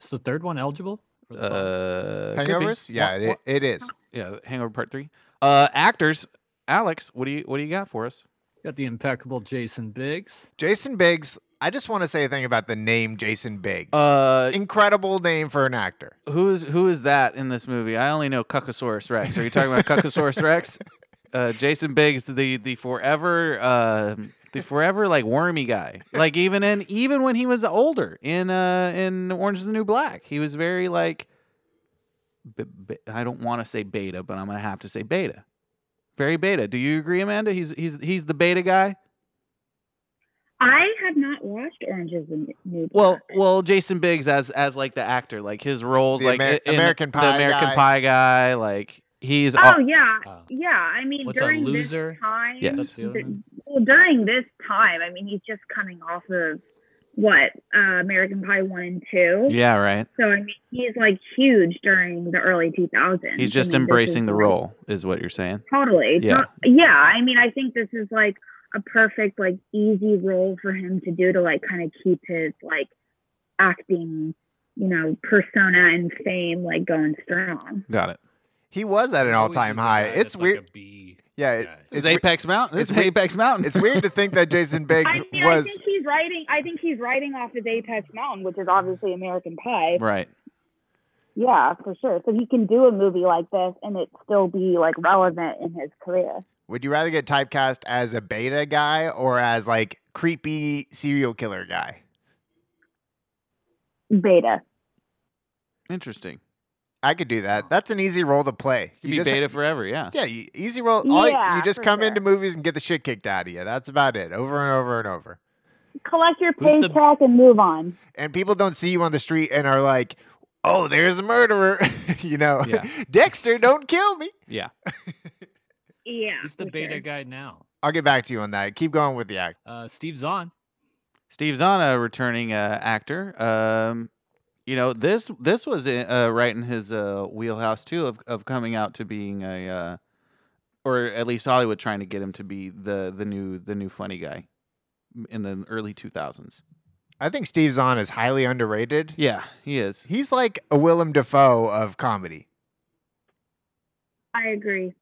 [SPEAKER 4] Is the third one eligible? for the poll?
[SPEAKER 2] Uh, could be.
[SPEAKER 1] Hangovers? Yeah,
[SPEAKER 2] Wha-
[SPEAKER 1] it, it is.
[SPEAKER 2] wha- yeah. Hangover Part Three. Uh, actors. Alex, what do you what do you got for us?
[SPEAKER 4] Got the impeccable Jason Biggs.
[SPEAKER 1] Jason Biggs. I just want to say a thing about the name Jason Biggs.
[SPEAKER 2] Uh,
[SPEAKER 1] Incredible name for an actor.
[SPEAKER 2] who is who is that in this movie? I only know Cuckosaurus Rex. Are you talking about Cuckosaurus
[SPEAKER 1] (laughs)
[SPEAKER 2] Rex? Uh, Jason Biggs, the the forever uh, the forever like wormy guy. Like even in even when he was older in uh in Orange is the New Black, he was very like b- b- I don't want to say beta, but I'm gonna have to say beta. Very beta. Do you agree, Amanda? He's he's he's the beta guy.
[SPEAKER 3] I have not watched Orange is the New Black.
[SPEAKER 2] Well, well, Jason Biggs as as like the actor, like his roles,
[SPEAKER 1] The
[SPEAKER 2] like
[SPEAKER 1] Amer-
[SPEAKER 2] in
[SPEAKER 1] American Pie
[SPEAKER 2] the American
[SPEAKER 1] guy.
[SPEAKER 2] Pie guy, like he's all-
[SPEAKER 3] oh, yeah.
[SPEAKER 4] Oh.
[SPEAKER 3] Yeah. I mean,
[SPEAKER 4] What's a
[SPEAKER 3] during
[SPEAKER 4] loser?
[SPEAKER 3] this time.
[SPEAKER 2] uh, Yes.
[SPEAKER 4] That's the other
[SPEAKER 3] th-
[SPEAKER 4] one.
[SPEAKER 3] well, during this time, I mean, he's just coming off of what? Uh, American Pie 1 and 2.
[SPEAKER 2] Yeah, right.
[SPEAKER 3] So, I mean, he's like huge during the early 2000s.
[SPEAKER 2] He's
[SPEAKER 3] I
[SPEAKER 2] just
[SPEAKER 3] mean, this
[SPEAKER 2] embracing
[SPEAKER 3] is,
[SPEAKER 2] the
[SPEAKER 3] like,
[SPEAKER 2] role, is what you're saying.
[SPEAKER 3] Totally.
[SPEAKER 2] Yeah.
[SPEAKER 3] Yeah. yeah. I mean, I think this is like a perfect, like, easy role for him to do to, like, kind of keep his, like, acting, you know, persona and fame, like, going strong.
[SPEAKER 2] Got it.
[SPEAKER 1] He was at an
[SPEAKER 4] Always
[SPEAKER 1] all-time
[SPEAKER 4] is a guy
[SPEAKER 1] high.
[SPEAKER 4] that's
[SPEAKER 1] It's
[SPEAKER 4] like
[SPEAKER 1] weird.
[SPEAKER 4] a B.
[SPEAKER 1] yeah, it-
[SPEAKER 4] guy.
[SPEAKER 2] It's,
[SPEAKER 1] it's, wee-
[SPEAKER 2] Apex Mountain. It's,
[SPEAKER 1] it's we-
[SPEAKER 2] Apex Mountain.
[SPEAKER 1] it's
[SPEAKER 2] (laughs)
[SPEAKER 1] weird to think that Jason Biggs
[SPEAKER 3] (laughs) I mean, I
[SPEAKER 1] was.
[SPEAKER 3] think he's writing. I think he's writing off his Apex Mountain, which is obviously American Pie.
[SPEAKER 2] right.
[SPEAKER 3] Yeah, for sure. So he can do a movie like this and it still be like relevant in his career.
[SPEAKER 1] Would you rather get typecast as a beta guy or as like creepy serial killer guy?
[SPEAKER 3] Beta.
[SPEAKER 2] Interesting.
[SPEAKER 1] I could do that. That's an easy role to play.
[SPEAKER 2] You be
[SPEAKER 1] just,
[SPEAKER 2] beta forever. Yeah.
[SPEAKER 1] Yeah, you, easy role. all you-
[SPEAKER 3] Yeah,
[SPEAKER 1] you just
[SPEAKER 3] for
[SPEAKER 1] come
[SPEAKER 3] sure.
[SPEAKER 1] into movies and get the shit kicked out of you. That's about it, over and over and over.
[SPEAKER 3] Collect your
[SPEAKER 4] Who's the-
[SPEAKER 3] paycheck and move on.
[SPEAKER 1] And people don't see you on the street and are like, oh, there's a murderer. (laughs) you know,
[SPEAKER 2] Yeah.
[SPEAKER 1] (laughs) Dexter, don't kill me.
[SPEAKER 2] Yeah.
[SPEAKER 3] Yeah.
[SPEAKER 4] Who's the
[SPEAKER 3] for
[SPEAKER 4] beta
[SPEAKER 3] sure.
[SPEAKER 4] guy now?
[SPEAKER 1] I'll get back to you on that. Keep going with the act.
[SPEAKER 4] Uh, Steve Zahn.
[SPEAKER 2] Steve Zahn, a returning uh, actor. Um, you know this this was in, uh, right in his uh, wheelhouse too of, of coming out to being a, uh, or at least Hollywood trying to get him to be the the new the new funny guy in the early two thousands.
[SPEAKER 1] I think Steve Zahn is highly underrated.
[SPEAKER 2] Yeah, he is.
[SPEAKER 1] He's like a Willem Dafoe of comedy.
[SPEAKER 3] I agree.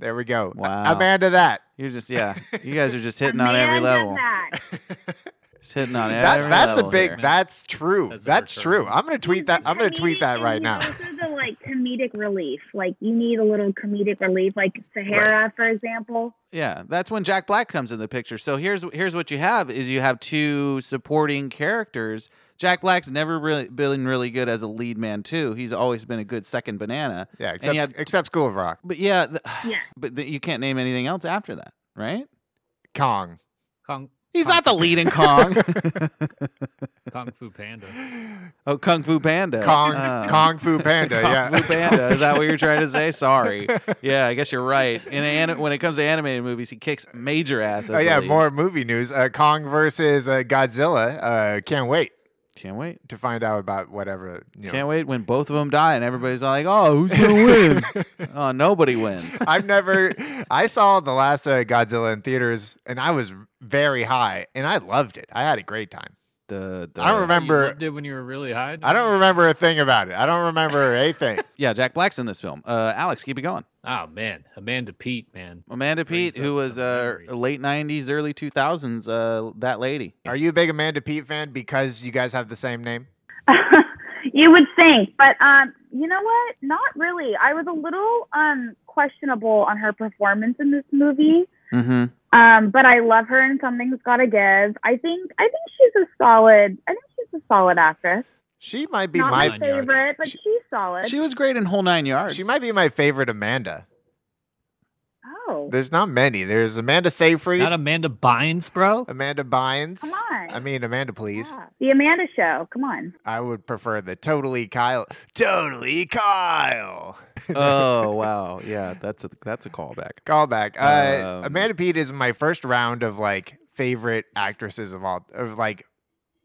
[SPEAKER 1] There we go.
[SPEAKER 2] Wow.
[SPEAKER 1] Amanda, that.
[SPEAKER 2] You're just yeah. You guys are just hitting on every
[SPEAKER 3] Amanda
[SPEAKER 2] level.
[SPEAKER 3] That.
[SPEAKER 2] Just hitting on
[SPEAKER 1] That-
[SPEAKER 2] every
[SPEAKER 1] that's a
[SPEAKER 2] level
[SPEAKER 1] big.
[SPEAKER 2] here.
[SPEAKER 1] That's true.
[SPEAKER 4] That's
[SPEAKER 1] That's,
[SPEAKER 4] a return.
[SPEAKER 1] true. I'm gonna tweet that. I'm gonna tweet that right
[SPEAKER 2] (laughs)
[SPEAKER 1] now.
[SPEAKER 3] Those are the like comedic relief. Like you need a little comedic relief, like Sahara, for example. (laughs)
[SPEAKER 2] Yeah, that's when Jack Black comes in the picture. So here's here's what you have is you have two supporting characters. Jack Black's never really been really good as a lead man too. He's always been a good second banana.
[SPEAKER 1] Yeah,
[SPEAKER 2] And you
[SPEAKER 1] except
[SPEAKER 2] have-
[SPEAKER 1] except School of Rock,
[SPEAKER 2] but yeah, th-
[SPEAKER 3] Yeah.
[SPEAKER 2] (sighs) but th- you can't name anything else after that, right?
[SPEAKER 1] Kong.
[SPEAKER 4] Kung,
[SPEAKER 2] He's not the lead in Kong.
[SPEAKER 1] (laughs)
[SPEAKER 2] (laughs)
[SPEAKER 4] Kung Fu Panda.
[SPEAKER 2] oh, Kung Fu Panda.
[SPEAKER 1] Kong,
[SPEAKER 2] Oh.
[SPEAKER 1] Kong Fu
[SPEAKER 2] (laughs)
[SPEAKER 1] Panda.
[SPEAKER 2] Kung
[SPEAKER 1] yeah.
[SPEAKER 2] Fu Panda. Is that what you're trying to say? Sorry. Yeah, I guess you're right. In an, when it comes to animated movies, he kicks major ass.
[SPEAKER 1] (laughs)
[SPEAKER 2] as
[SPEAKER 1] Oh
[SPEAKER 2] the
[SPEAKER 1] yeah,
[SPEAKER 2] lead.
[SPEAKER 1] more movie news. Uh, Kong versus uh, Godzilla. Uh, can't wait
[SPEAKER 2] Can't wait.
[SPEAKER 1] to find out about whatever. You know.
[SPEAKER 2] Can't wait when both of them die and everybody's all like, "Oh,
[SPEAKER 1] (laughs)
[SPEAKER 2] who's gonna win?" oh, nobody wins.
[SPEAKER 1] I've never. I saw the last uh, Godzilla in theaters, and I was very high, and I loved it. I had a great time.
[SPEAKER 2] The, the
[SPEAKER 1] I don't
[SPEAKER 4] You
[SPEAKER 1] remember.
[SPEAKER 4] loved it when you were really high.
[SPEAKER 1] I don't remember a thing about it. I don't remember a thing.
[SPEAKER 2] yeah, Jack Black's in this film. Uh, Alex, keep it going.
[SPEAKER 4] Oh man, Amanda Pete, man.
[SPEAKER 2] Amanda
[SPEAKER 4] Brings
[SPEAKER 2] Pete, who
[SPEAKER 4] up
[SPEAKER 2] was
[SPEAKER 4] some
[SPEAKER 2] uh,
[SPEAKER 4] memories.
[SPEAKER 2] late '90s, early 2000s, uh, that lady.
[SPEAKER 1] Are you a big Amanda Pete fan because you guys have the same name?
[SPEAKER 3] you would think, but um, you know what? Not really. I was a little um questionable on her performance in this movie.
[SPEAKER 2] Mm-hmm.
[SPEAKER 3] Um, but I love her, and something's got to give. I think. I think she's a solid. I think she's a solid actress.
[SPEAKER 1] She might be
[SPEAKER 3] Not
[SPEAKER 1] my.
[SPEAKER 3] my,
[SPEAKER 4] Nine yards.
[SPEAKER 3] favorite, but
[SPEAKER 1] She-
[SPEAKER 3] she's solid.
[SPEAKER 2] She was great in Whole Nine Yards.
[SPEAKER 1] She might be my favorite Amanda.
[SPEAKER 3] oh,
[SPEAKER 1] There's not many. There's Amanda Seyfried,
[SPEAKER 4] Not Amanda Bynes, bro.
[SPEAKER 1] Amanda Bynes.
[SPEAKER 3] Come on.
[SPEAKER 1] I mean, Amanda, please.
[SPEAKER 3] yeah. the Amanda Show. Come on.
[SPEAKER 1] I would prefer the totally Kyle. Totally Kyle.
[SPEAKER 2] oh wow, yeah, that's a that's a callback.
[SPEAKER 1] Callback. Uh,
[SPEAKER 2] Um,
[SPEAKER 1] Amanda Pete is my first round of like favorite actresses of all. Of like,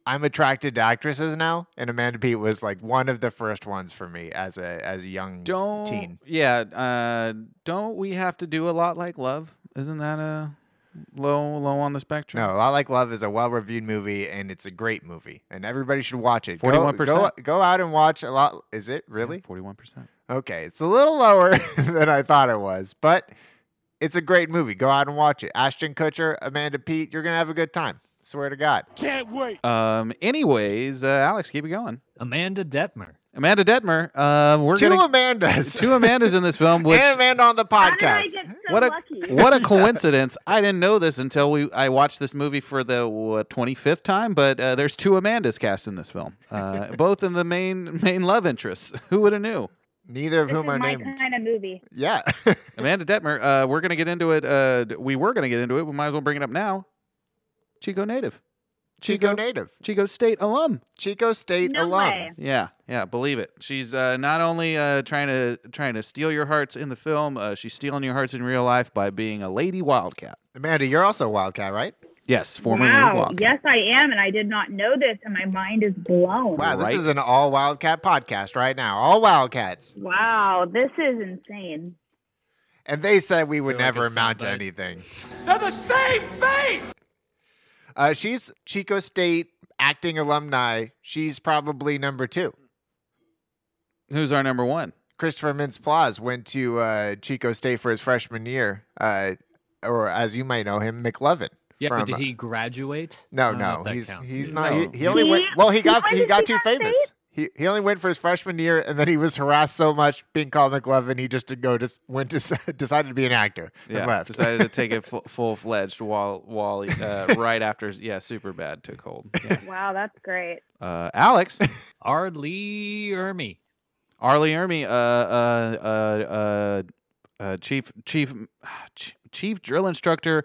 [SPEAKER 1] I'm attracted to actresses now, and Amanda Pete was like one of the first ones for me as a as a young
[SPEAKER 2] Don't
[SPEAKER 1] teen.
[SPEAKER 2] yeah, uh, don't we have to do a lot like Love? Isn't that a low low on the spectrum?
[SPEAKER 1] No, A Lot Like Love is a well reviewed movie and it's a great movie. And everybody should watch it. Go-
[SPEAKER 2] 41%.
[SPEAKER 1] Go, go out and watch a lot. Is it really?
[SPEAKER 2] forty one percent.
[SPEAKER 1] Okay. It's a little lower (laughs) than I thought it was, but it's a great movie. Go out and watch it. Ashton Kutcher, Amanda Pete, you're going to have a good time. Swear to God.
[SPEAKER 2] Um. Anyways, uh, Alex, keep it going.
[SPEAKER 4] Amanda Detmer.
[SPEAKER 2] Amanda Detmer. Um. We're
[SPEAKER 1] 2
[SPEAKER 2] gonna
[SPEAKER 1] (laughs) Amandas.
[SPEAKER 2] (laughs) two Amandas in this film. Which
[SPEAKER 1] and Amanda on the
[SPEAKER 3] How did I
[SPEAKER 1] podcast.
[SPEAKER 3] get so
[SPEAKER 2] what a
[SPEAKER 3] lucky?
[SPEAKER 2] what
[SPEAKER 1] (laughs)
[SPEAKER 2] a coincidence! I didn't know this until we I watched this movie for the twenty fifth time. But uh, there's two Amandas cast in this film,
[SPEAKER 1] (laughs)
[SPEAKER 2] uh, both in the main main love interests. (laughs) Who would have knew?
[SPEAKER 1] Neither of
[SPEAKER 3] This is
[SPEAKER 1] whom are
[SPEAKER 3] my
[SPEAKER 1] named.
[SPEAKER 3] kind of movie.
[SPEAKER 1] Yeah. (laughs)
[SPEAKER 2] Amanda Detmer. Uh, we're gonna get into it. Uh, d- we were gonna get into it. We might as well bring it up now. Chico native,
[SPEAKER 1] Chico native.
[SPEAKER 2] Chico State alum.
[SPEAKER 1] Chico State
[SPEAKER 3] No
[SPEAKER 1] alum.
[SPEAKER 3] way.
[SPEAKER 2] Yeah, yeah, believe it. She's uh, not only uh, trying to trying to steal your hearts in the film, uh, she's stealing your hearts in real life by being a lady wildcat.
[SPEAKER 1] Amanda, you're also a Wildcat, right?
[SPEAKER 2] Yes, former lady
[SPEAKER 3] Wow.
[SPEAKER 2] wildcat.
[SPEAKER 3] Yes, I am, and I did not know this, and my mind is blown.
[SPEAKER 1] Wow, this
[SPEAKER 2] Right.
[SPEAKER 1] is an all Wildcat podcast right now. All Wildcats.
[SPEAKER 3] Wow, this is insane.
[SPEAKER 1] And they said we would
[SPEAKER 4] Feel like
[SPEAKER 1] never
[SPEAKER 4] a
[SPEAKER 1] amount to
[SPEAKER 4] soundbite.
[SPEAKER 1] anything. They're the same face. Uh, she's Chico State acting alumni. She's probably number two.
[SPEAKER 2] Who's our number one?
[SPEAKER 1] Christopher Mintz-Plasse went to uh, Chico State for his freshman year, uh, or as you might know him, McLovin.
[SPEAKER 4] Yeah,
[SPEAKER 1] from, uh,
[SPEAKER 4] but did he graduate? I
[SPEAKER 1] No,
[SPEAKER 4] don't know
[SPEAKER 1] no,
[SPEAKER 4] if that
[SPEAKER 1] he's
[SPEAKER 4] counts.
[SPEAKER 1] he's
[SPEAKER 4] Yeah.
[SPEAKER 1] not.
[SPEAKER 2] No.
[SPEAKER 1] He, he only
[SPEAKER 3] He-
[SPEAKER 1] went. Well, he
[SPEAKER 3] he
[SPEAKER 1] got
[SPEAKER 3] went
[SPEAKER 1] he
[SPEAKER 3] to
[SPEAKER 1] got too
[SPEAKER 3] Chico
[SPEAKER 1] famous.
[SPEAKER 3] State?
[SPEAKER 1] He he only went for his freshman year, and then he was harassed so much being called McLovin, he just to go to went (laughs) to decided to be an actor
[SPEAKER 2] Yeah,
[SPEAKER 1] and left.
[SPEAKER 2] decided to take (laughs) it full fledged while while uh, right after yeah, super bad took hold. Yeah.
[SPEAKER 3] Wow, that's great.
[SPEAKER 2] Uh, (laughs) Alex,
[SPEAKER 4] Arlie Ermy.
[SPEAKER 2] Arlie Ermy, uh, uh, uh, uh, uh, chief chief chief drill instructor,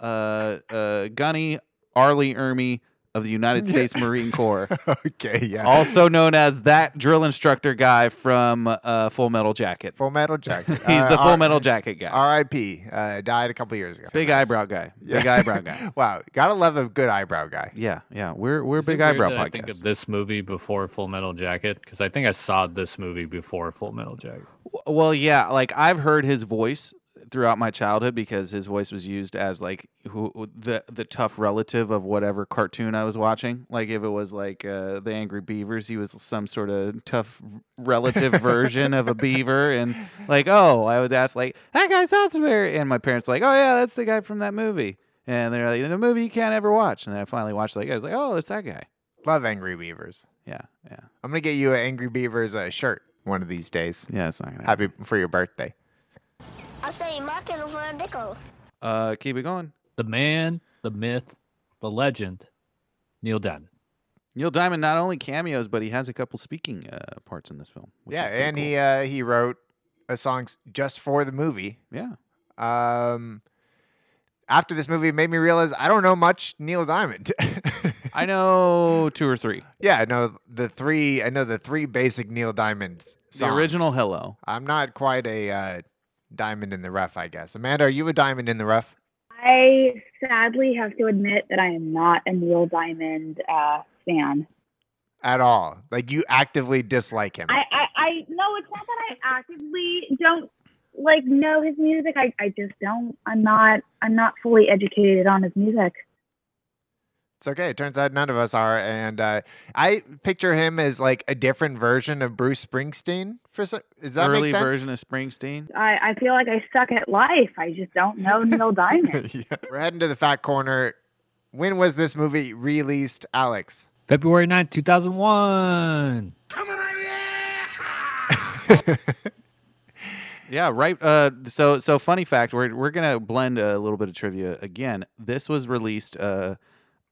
[SPEAKER 2] uh, uh, Gunny Arlie Ermy, of the (laughs) United States Marine Corps,
[SPEAKER 1] (laughs) okay, yeah.
[SPEAKER 2] also known as that drill instructor guy from uh, Full Metal Jacket.
[SPEAKER 1] Full Metal Jacket.
[SPEAKER 2] (laughs) He's
[SPEAKER 1] Uh,
[SPEAKER 2] the Full
[SPEAKER 1] R-
[SPEAKER 2] Metal Jacket guy.
[SPEAKER 1] R.I.P. Uh, died a couple years ago.
[SPEAKER 2] Big eyebrow guy.
[SPEAKER 1] Yeah.
[SPEAKER 2] Big
[SPEAKER 1] (laughs)
[SPEAKER 2] eyebrow guy.
[SPEAKER 1] wow, gotta love a good eyebrow guy.
[SPEAKER 2] Yeah, yeah. We're we're
[SPEAKER 4] Is
[SPEAKER 2] big
[SPEAKER 4] it weird
[SPEAKER 2] eyebrow
[SPEAKER 4] that I think
[SPEAKER 2] podcast.
[SPEAKER 4] of this movie before Full Metal Jacket because I think I saw this movie before Full Metal Jacket.
[SPEAKER 2] W- Well, yeah, like I've heard his voice throughout my childhood because his voice was used as like who the the tough relative of whatever cartoon I was watching. Like if it was like uh, the Angry Beavers, he was some sort of tough relative version of a beaver and like, "Oh, I would ask like, that guy sounds familiar." And my parents were like, "Oh yeah, that's the guy from that movie." And they're like, "The movie you can't ever watch." And then I finally watched like I was like, "Oh, it's that guy."
[SPEAKER 1] Love Angry Beavers.
[SPEAKER 2] Yeah, yeah.
[SPEAKER 1] I'm gonna get you an Angry Beavers uh, shirt one of these days.
[SPEAKER 2] Yeah, it's not going to happen.
[SPEAKER 1] Happy for your birthday.
[SPEAKER 10] I'll say market for a nickel.
[SPEAKER 2] Uh, keep it going.
[SPEAKER 4] The man, the myth, the legend, Neil Diamond.
[SPEAKER 2] Neil Diamond not only cameos, but he has a couple speaking uh, parts in this film. Which
[SPEAKER 1] yeah,
[SPEAKER 2] is pretty
[SPEAKER 1] and
[SPEAKER 2] cool.
[SPEAKER 1] he uh, he wrote a song s- just for the movie.
[SPEAKER 2] yeah,
[SPEAKER 1] Um, after this movie, it made me realize I don't know much Neil Diamond. (laughs)
[SPEAKER 2] I know two or three.
[SPEAKER 1] yeah, I know the three. I know the three basic Neil Diamond songs.
[SPEAKER 2] The original Hello.
[SPEAKER 1] I'm not quite a uh, diamond in the rough, I guess. Amanda, are you a diamond in the rough?
[SPEAKER 3] I sadly have to admit that I am not a Neil Diamond uh, fan.
[SPEAKER 1] At all? Like you actively dislike him?
[SPEAKER 3] I, I, I no, it's not that I actively don't like know his music. I, I just don't. I'm not. I'm not fully educated on his music.
[SPEAKER 1] It's okay. It turns out none of us are, and uh, I picture him as like a different version of Bruce Springsteen. For so- does that
[SPEAKER 2] Early
[SPEAKER 1] make sense?
[SPEAKER 2] version of Springsteen.
[SPEAKER 3] I, I feel like I suck at life. I just don't know Neil Diamond.
[SPEAKER 1] Yeah. We're heading to the fact corner. When was this movie released, Alex?
[SPEAKER 4] February 9th, 2001.
[SPEAKER 2] Yeah, right. Uh, so so funny fact. We're we're gonna blend a little bit of trivia again. This was released uh,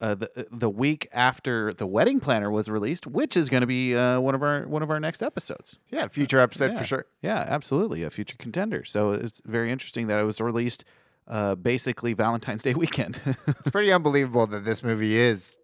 [SPEAKER 2] uh the the week after the Wedding Planner was released, which is gonna be uh, one of our one of our next episodes.
[SPEAKER 1] yeah, future episode
[SPEAKER 2] Uh, Yeah.
[SPEAKER 1] for sure.
[SPEAKER 2] Yeah, absolutely, a future contender. So it's very interesting that it was released uh, basically Valentine's Day weekend. (laughs)
[SPEAKER 1] It's pretty unbelievable that this movie is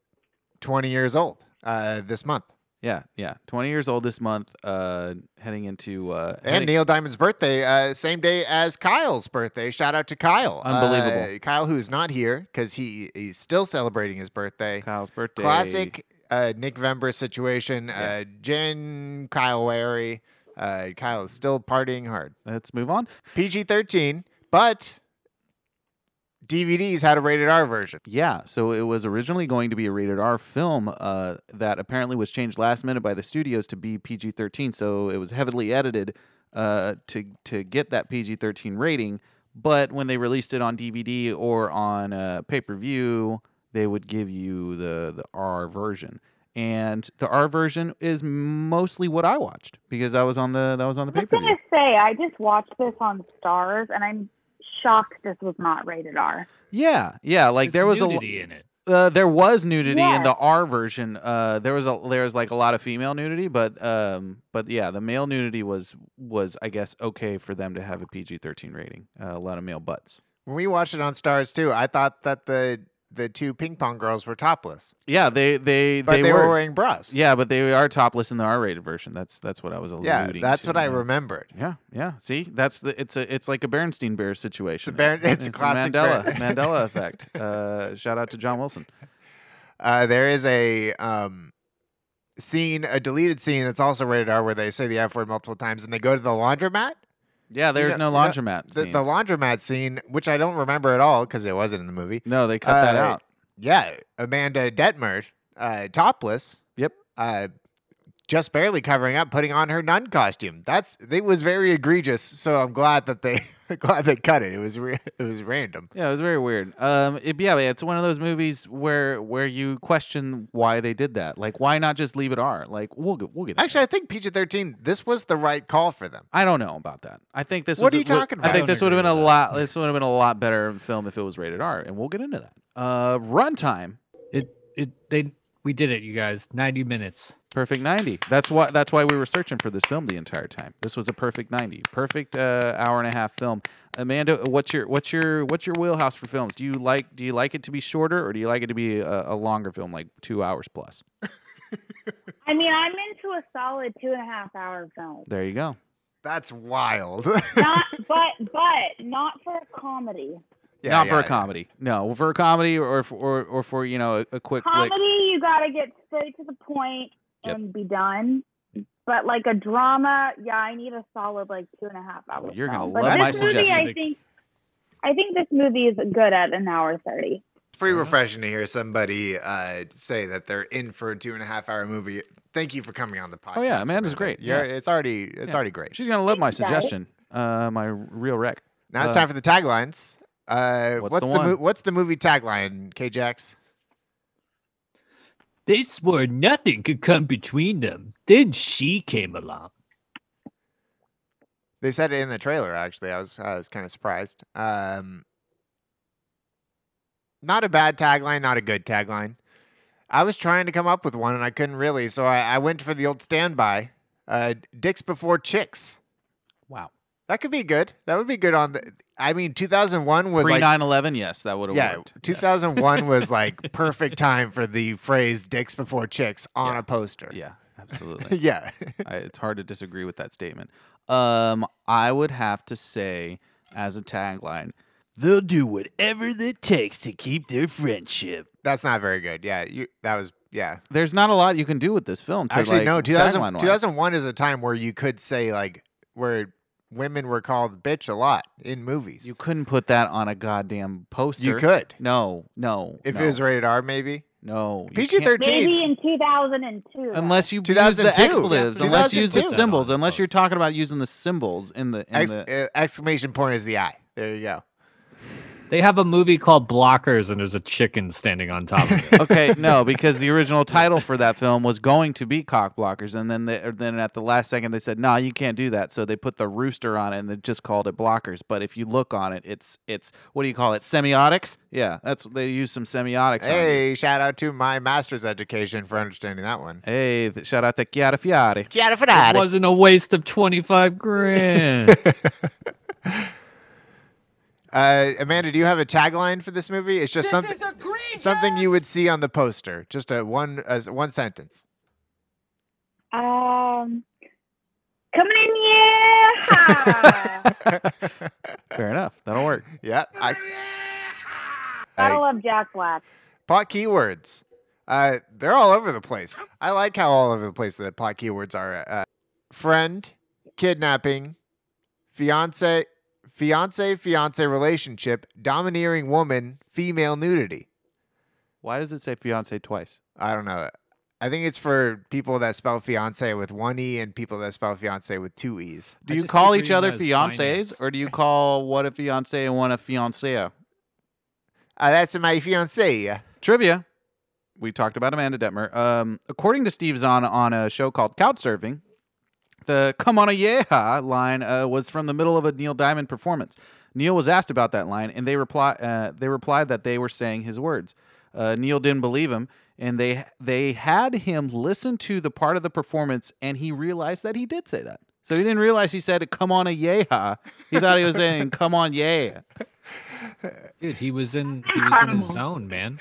[SPEAKER 1] 20 years old uh, this month,
[SPEAKER 2] yeah, yeah, twenty years old this month, uh, heading into uh,
[SPEAKER 1] and
[SPEAKER 2] heading-
[SPEAKER 1] Neil Diamond's birthday, uh, same day as Kyle's birthday. Shout out to Kyle!
[SPEAKER 2] Unbelievable.
[SPEAKER 1] Uh, Kyle, who's not here because he he's still celebrating his birthday.
[SPEAKER 2] Kyle's birthday.
[SPEAKER 1] Classic uh, Nick Vember situation. Uh, Jen Kyle Wary. Uh, Kyle is still partying hard.
[SPEAKER 2] Let's move on.
[SPEAKER 1] PG 13, but DVDs had a rated R version.
[SPEAKER 2] Yeah, so it was originally going to be a rated R film uh, that apparently was changed last minute by the studios to be PG 13. So it was heavily edited uh, to, to get that PG 13 rating. But when they released it on DVD or on uh, pay per view, they would give you the, the R version. And the R version is mostly what I watched because I was on the that was on the
[SPEAKER 3] I
[SPEAKER 2] pay
[SPEAKER 3] was
[SPEAKER 2] per view.
[SPEAKER 3] gonna say I just watched this on Stars, and I'm shocked this was not rated R.
[SPEAKER 2] Yeah, yeah. Like
[SPEAKER 4] There's
[SPEAKER 2] there was a lo-
[SPEAKER 4] nudity in it.
[SPEAKER 2] Uh, there was nudity in
[SPEAKER 3] Yeah.
[SPEAKER 2] the R version. Uh, there was a there was like a lot of female nudity, but um, but yeah, the male nudity was was I guess okay for them to have a PG thirteen rating. Uh, a lot of male butts.
[SPEAKER 1] When we watched it on Stars too, I thought that the the two ping pong girls were topless,
[SPEAKER 2] Yeah, they they
[SPEAKER 1] but they, were. wearing bras.
[SPEAKER 2] yeah, but they are topless in the R rated version. That's that's what I was alluding.
[SPEAKER 1] Yeah, that's
[SPEAKER 2] to,
[SPEAKER 1] what I
[SPEAKER 2] yeah.
[SPEAKER 1] remembered.
[SPEAKER 2] Yeah, yeah. See, that's the it's a it's like a Berenstein Bear situation.
[SPEAKER 1] Beren- it's a classic
[SPEAKER 2] Mandela
[SPEAKER 1] Beren-
[SPEAKER 2] (laughs) Mandela effect. Uh, shout out to
[SPEAKER 1] (laughs)
[SPEAKER 2] John Wilson.
[SPEAKER 1] Uh, there is a um, scene, a deleted scene that's also rated R, where they say the F word multiple times, and they go to the laundromat.
[SPEAKER 2] Yeah, there's
[SPEAKER 1] know-
[SPEAKER 2] no
[SPEAKER 1] you know,
[SPEAKER 2] laundromat.
[SPEAKER 1] The,
[SPEAKER 2] scene.
[SPEAKER 1] the laundromat scene, which I don't remember at all because it wasn't in the movie.
[SPEAKER 2] no, they cut that
[SPEAKER 1] uh,
[SPEAKER 2] out.
[SPEAKER 1] Yeah, Amanda Detmer, uh, topless.
[SPEAKER 2] Yep.
[SPEAKER 1] Uh, just barely covering up, putting on her nun costume. That's it was very egregious. So I'm glad that they (laughs) glad they cut it. It was re- it was random.
[SPEAKER 2] Yeah, it was very weird. Um, it, yeah, it's one of those movies where where you question why they did that. Like, why not just leave it R? Like, we'll get we'll get. it.
[SPEAKER 1] Actually, I think PG-13. This was the right call for them.
[SPEAKER 2] I don't know about that. I think this.
[SPEAKER 1] What
[SPEAKER 2] was
[SPEAKER 1] are
[SPEAKER 2] a-
[SPEAKER 1] you
[SPEAKER 2] w-
[SPEAKER 1] talking
[SPEAKER 2] I
[SPEAKER 1] about?
[SPEAKER 2] think
[SPEAKER 4] I
[SPEAKER 2] this would
[SPEAKER 4] don't
[SPEAKER 2] have been a
[SPEAKER 4] agree with
[SPEAKER 2] lot. This would have been a lot better film if it was rated R, and we'll get into that. Uh, runtime.
[SPEAKER 4] It it they We did it, you guys. 90 minutes.
[SPEAKER 2] Perfect 90. That's why that's why we were searching for this film the entire time. This was a perfect 90. Perfect uh, hour and a half film. Amanda, what's your what's your what's your wheelhouse for films? Do you like do you like it to be shorter or do you like it to be a, a longer film like 2 hours plus?
[SPEAKER 3] I mean, I'm into a solid two and a half hour film,
[SPEAKER 2] There you go.
[SPEAKER 1] That's wild. (laughs)
[SPEAKER 2] (laughs)
[SPEAKER 3] not but but not for a comedy.
[SPEAKER 1] Yeah,
[SPEAKER 2] Not for
[SPEAKER 1] yeah,
[SPEAKER 2] a comedy. No, for a comedy or for, or or for, you know, a, a quick
[SPEAKER 3] Comedy,
[SPEAKER 2] flick.
[SPEAKER 3] you gotta get straight to the point
[SPEAKER 2] Yep.
[SPEAKER 3] and be done. But like a drama, yeah, I need a solid like two and a half hours.
[SPEAKER 2] You're gonna
[SPEAKER 3] But
[SPEAKER 2] love my
[SPEAKER 3] this movie,
[SPEAKER 2] suggestion.
[SPEAKER 3] I think, I think this movie is good at an hour thirty.
[SPEAKER 1] It's
[SPEAKER 2] Uh-huh.
[SPEAKER 1] pretty refreshing to hear somebody uh, say that they're in for a two and a half hour movie. Thank you for coming on the podcast.
[SPEAKER 2] Oh yeah, Amanda's great.
[SPEAKER 1] You're,
[SPEAKER 2] Yeah.
[SPEAKER 1] It's already it's already great.
[SPEAKER 2] She's going to love my
[SPEAKER 3] you, guys.
[SPEAKER 2] suggestion. Uh my real rec.
[SPEAKER 1] Now it's
[SPEAKER 2] Uh,
[SPEAKER 1] time for the taglines. Uh,
[SPEAKER 2] What's
[SPEAKER 1] what's,
[SPEAKER 2] the
[SPEAKER 1] the, mo-
[SPEAKER 2] one?
[SPEAKER 1] what's the movie tagline, K Jax?
[SPEAKER 4] They swore nothing could come between them. Then she came along.
[SPEAKER 1] They said it in the trailer. Actually, I was I was kind of surprised. Um, not a bad tagline, not a good tagline. I was trying to come up with one and I couldn't really, so I, I went for the old standby. Uh, dicks before chicks.
[SPEAKER 2] Wow.
[SPEAKER 1] That could be good. That would be good on the. I mean, 2001 was
[SPEAKER 2] Pre
[SPEAKER 1] like
[SPEAKER 2] 9/11, yes, that would have
[SPEAKER 1] yeah,
[SPEAKER 2] worked. Yes.
[SPEAKER 1] 2001 was
[SPEAKER 2] (laughs)
[SPEAKER 1] like perfect time for the phrase "dicks before chicks" on
[SPEAKER 2] Yeah.
[SPEAKER 1] a poster.
[SPEAKER 2] Yeah,
[SPEAKER 1] (laughs)
[SPEAKER 2] absolutely.
[SPEAKER 1] yeah.
[SPEAKER 2] I, it's hard to disagree with that statement. Um, I would have to say as a tagline, they'll do whatever it takes to keep their friendship.
[SPEAKER 1] That's not very good. Yeah, you. That was yeah.
[SPEAKER 2] There's not a lot you can do with this film. To
[SPEAKER 1] Actually,
[SPEAKER 2] like,
[SPEAKER 1] no. 2000,
[SPEAKER 2] tagline-wise.
[SPEAKER 1] 2001 is a time where you could say like where women were called bitch a lot in movies. You,
[SPEAKER 2] You couldn't put that on a goddamn poster.
[SPEAKER 1] could
[SPEAKER 2] No, no.
[SPEAKER 1] if
[SPEAKER 2] no,
[SPEAKER 1] it was rated R, maybe
[SPEAKER 2] no you
[SPEAKER 1] PG
[SPEAKER 2] can't-
[SPEAKER 3] Maybe
[SPEAKER 1] thirteen.
[SPEAKER 3] in two thousand and two.
[SPEAKER 2] Unless you use the
[SPEAKER 1] 2002.
[SPEAKER 2] expletives, unless you use the
[SPEAKER 1] 2002.
[SPEAKER 2] symbols, unless you're talking about using the symbols in the in
[SPEAKER 1] Ex-
[SPEAKER 2] the
[SPEAKER 1] uh, exclamation point is the eye. There you go.
[SPEAKER 4] They have a movie called Blockers, and there's a chicken standing on top
[SPEAKER 2] (laughs)
[SPEAKER 4] of it.
[SPEAKER 2] okay, no, because the original title for that film was going to be Cock Blockers, and then they, or then at the last second they said, "No, nah, you can't do that." So they put the rooster on it and they just called it Blockers. But if you look on it, it's it's what do you call it? Semiotics? Yeah, that's they use some semiotics. on it.
[SPEAKER 1] Hey, shout out to my master's education for understanding that one.
[SPEAKER 2] hey, th- shout out to Chiara Fiori.
[SPEAKER 1] Chiara
[SPEAKER 4] it
[SPEAKER 1] Ferrari.
[SPEAKER 4] wasn't a waste of 25
[SPEAKER 2] (laughs)
[SPEAKER 4] grand.
[SPEAKER 1] Uh, Amanda, do you have a tagline for this movie? It's just something something you would see on the poster. Just a one as one sentence.
[SPEAKER 3] um, coming in
[SPEAKER 2] (laughs)
[SPEAKER 3] yeah,
[SPEAKER 2] Fair enough, that'll work.
[SPEAKER 1] Yeah. I,
[SPEAKER 3] I
[SPEAKER 1] I-
[SPEAKER 3] love Jack Black.
[SPEAKER 1] plot keywords. Uh, they're all over the place. I like how all over the place the plot keywords are. Uh, friend, kidnapping, fiance, fiance, fiance relationship, domineering woman, female nudity.
[SPEAKER 2] Why does it say fiance twice?
[SPEAKER 1] I don't know. I think it's for people that spell fiance with one e and people that spell fiance with two e's.
[SPEAKER 2] Do
[SPEAKER 4] I
[SPEAKER 2] you
[SPEAKER 4] just
[SPEAKER 2] call
[SPEAKER 4] keep
[SPEAKER 2] each
[SPEAKER 4] reading
[SPEAKER 2] other
[SPEAKER 4] that as
[SPEAKER 2] fiancés,
[SPEAKER 4] finance.
[SPEAKER 2] or do you call one a fiance and one a fiancée?
[SPEAKER 1] Uh, that's my
[SPEAKER 2] (laughs)
[SPEAKER 1] fiance. (laughs)
[SPEAKER 2] Trivia. We talked about Amanda Detmer. Um, according to Steve Zahn on a show called Couch Surfing, the come on a yeah line uh, was from the middle of a Neil Diamond performance. Neil was asked about that line, and they, reply, uh, they replied that they were saying his words. Uh, Neil didn't believe him, and they, they had him listen to the part of the performance, and he realized that he did say that. So he didn't realize he said "come on a yeah." He thought he was saying "come on yeah."
[SPEAKER 4] Dude, he was in he was in his zone, man.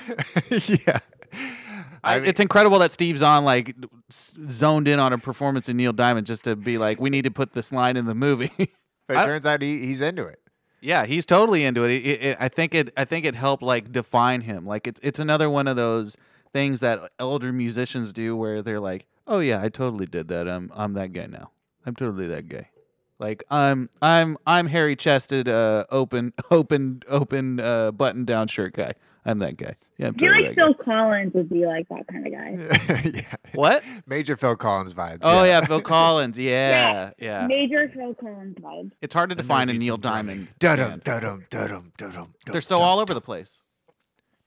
[SPEAKER 1] yeah.
[SPEAKER 2] I, it's incredible that Steve Zahn like s- zoned in on a performance in Neil Diamond just to be like, we need to put this line in the movie. (laughs)
[SPEAKER 1] But
[SPEAKER 2] I-
[SPEAKER 1] it turns out he, he's into it. (laughs)
[SPEAKER 2] yeah, he's totally into it. It- it- it- I think it. I think it helped like define him. Like it's it's another one of those things that elder musicians do where they're like, oh yeah, I totally did that. I'm I'm that guy now. I'm totally that guy. Like I'm I'm I'm hairy chested, uh, open (laughs) open open uh, button down shirt guy. I'm that guy. Yeah, I'm
[SPEAKER 3] I feel
[SPEAKER 2] totally that
[SPEAKER 3] like
[SPEAKER 2] guy.
[SPEAKER 3] Phil Collins would be like that kind of guy.
[SPEAKER 1] yeah.
[SPEAKER 2] What?
[SPEAKER 1] Major Phil Collins vibes.
[SPEAKER 2] Oh yeah, Phil Collins. Yeah,
[SPEAKER 3] Yeah.
[SPEAKER 2] yeah.
[SPEAKER 3] Major Phil Collins vibes.
[SPEAKER 2] It's hard to
[SPEAKER 4] There may
[SPEAKER 2] define a
[SPEAKER 4] be
[SPEAKER 2] Neil
[SPEAKER 4] some drumming.
[SPEAKER 2] Diamond.
[SPEAKER 1] Dudum,
[SPEAKER 2] band.
[SPEAKER 1] dudum, dudum, dudum.
[SPEAKER 2] They're so all over the place.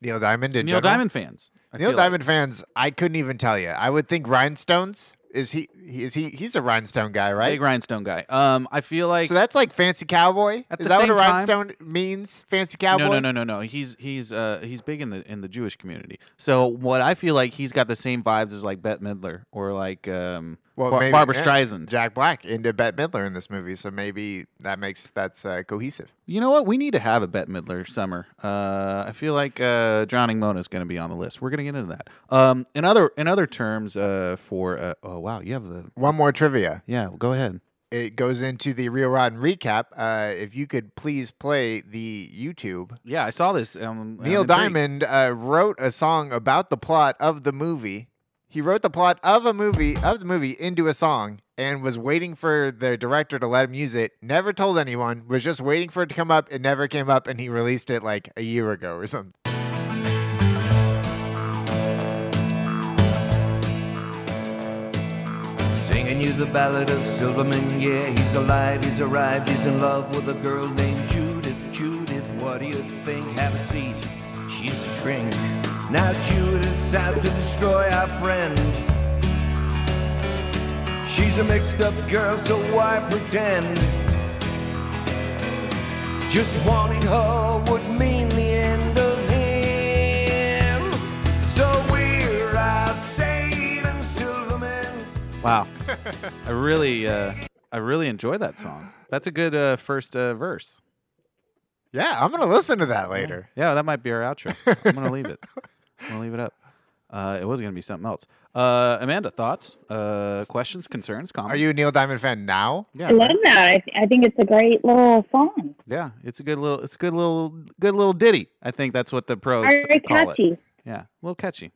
[SPEAKER 1] Neil Diamond in
[SPEAKER 2] Neil
[SPEAKER 1] general?
[SPEAKER 2] Diamond fans. I
[SPEAKER 1] Neil
[SPEAKER 2] feel like.
[SPEAKER 1] Diamond fans, I couldn't even tell you. I would think rhinestones, Is he, he is he he's a rhinestone guy, right?
[SPEAKER 2] Big rhinestone guy. Um, I feel like
[SPEAKER 1] so that's like fancy cowboy.
[SPEAKER 2] At
[SPEAKER 1] Is
[SPEAKER 2] the
[SPEAKER 1] that what a
[SPEAKER 2] same time-
[SPEAKER 1] rhinestone means? Fancy cowboy?
[SPEAKER 2] No, no, no, no, no. He's he's uh he's big in the in the Jewish community. So what I feel like he's got the same vibes as like Bette Midler or like um
[SPEAKER 1] Well,
[SPEAKER 2] Bar-
[SPEAKER 1] maybe-
[SPEAKER 2] Barbara
[SPEAKER 1] yeah,
[SPEAKER 2] Streisand.
[SPEAKER 1] Jack Black into Bette Midler in this movie, so maybe that makes that's uh, cohesive.
[SPEAKER 2] You know what? We need to have a Bette Midler summer. Uh, I feel like uh, Drowning Mona is going to be on the list. We're going to get into that. Um, in other in other terms, uh, for uh, oh wow, you have the
[SPEAKER 1] One more trivia.
[SPEAKER 2] yeah. Go ahead.
[SPEAKER 1] It goes into the Real Rotten recap. Uh, if you could please play the YouTube.
[SPEAKER 2] Yeah, I saw this. Um, I'm
[SPEAKER 1] Neil
[SPEAKER 2] intrigued.
[SPEAKER 1] Diamond uh, wrote a song about the plot of the movie. He wrote the plot of a movie of the movie into a song and was waiting for the director to let him use it. Never told anyone. Was just waiting for it to come up. It never came up, and he released it like a year ago or something.
[SPEAKER 11] Singing you the ballad of Silverman, yeah, he's alive, he's arrived, he's in love with a girl named Judith. Judith, what do you think? Have a seat, she's a shrink. Now Judith's out to destroy our friend. She's a mixed up girl, so why pretend? Just wanting her would mean the end of him. So we're out saving Silverman.
[SPEAKER 1] (laughs)
[SPEAKER 2] Wow, I really uh, I really enjoy that song. That's a good uh, first uh, verse.
[SPEAKER 1] Yeah, I'm gonna listen to that later.
[SPEAKER 2] Yeah, that might be our outro. I'm gonna leave it. I'm gonna leave it up. Uh, it was gonna be something else. Uh, Amanda, thoughts, uh, questions, concerns, comments.
[SPEAKER 1] Are you a Neil Diamond fan now?
[SPEAKER 2] Yeah,
[SPEAKER 3] I love that. I, th- I think it's a great little song.
[SPEAKER 2] yeah. It's a good little. It's a good little. Good little ditty. I think that's what the pros
[SPEAKER 3] Very
[SPEAKER 2] call
[SPEAKER 3] catchy.
[SPEAKER 2] it. Yeah, a little catchy.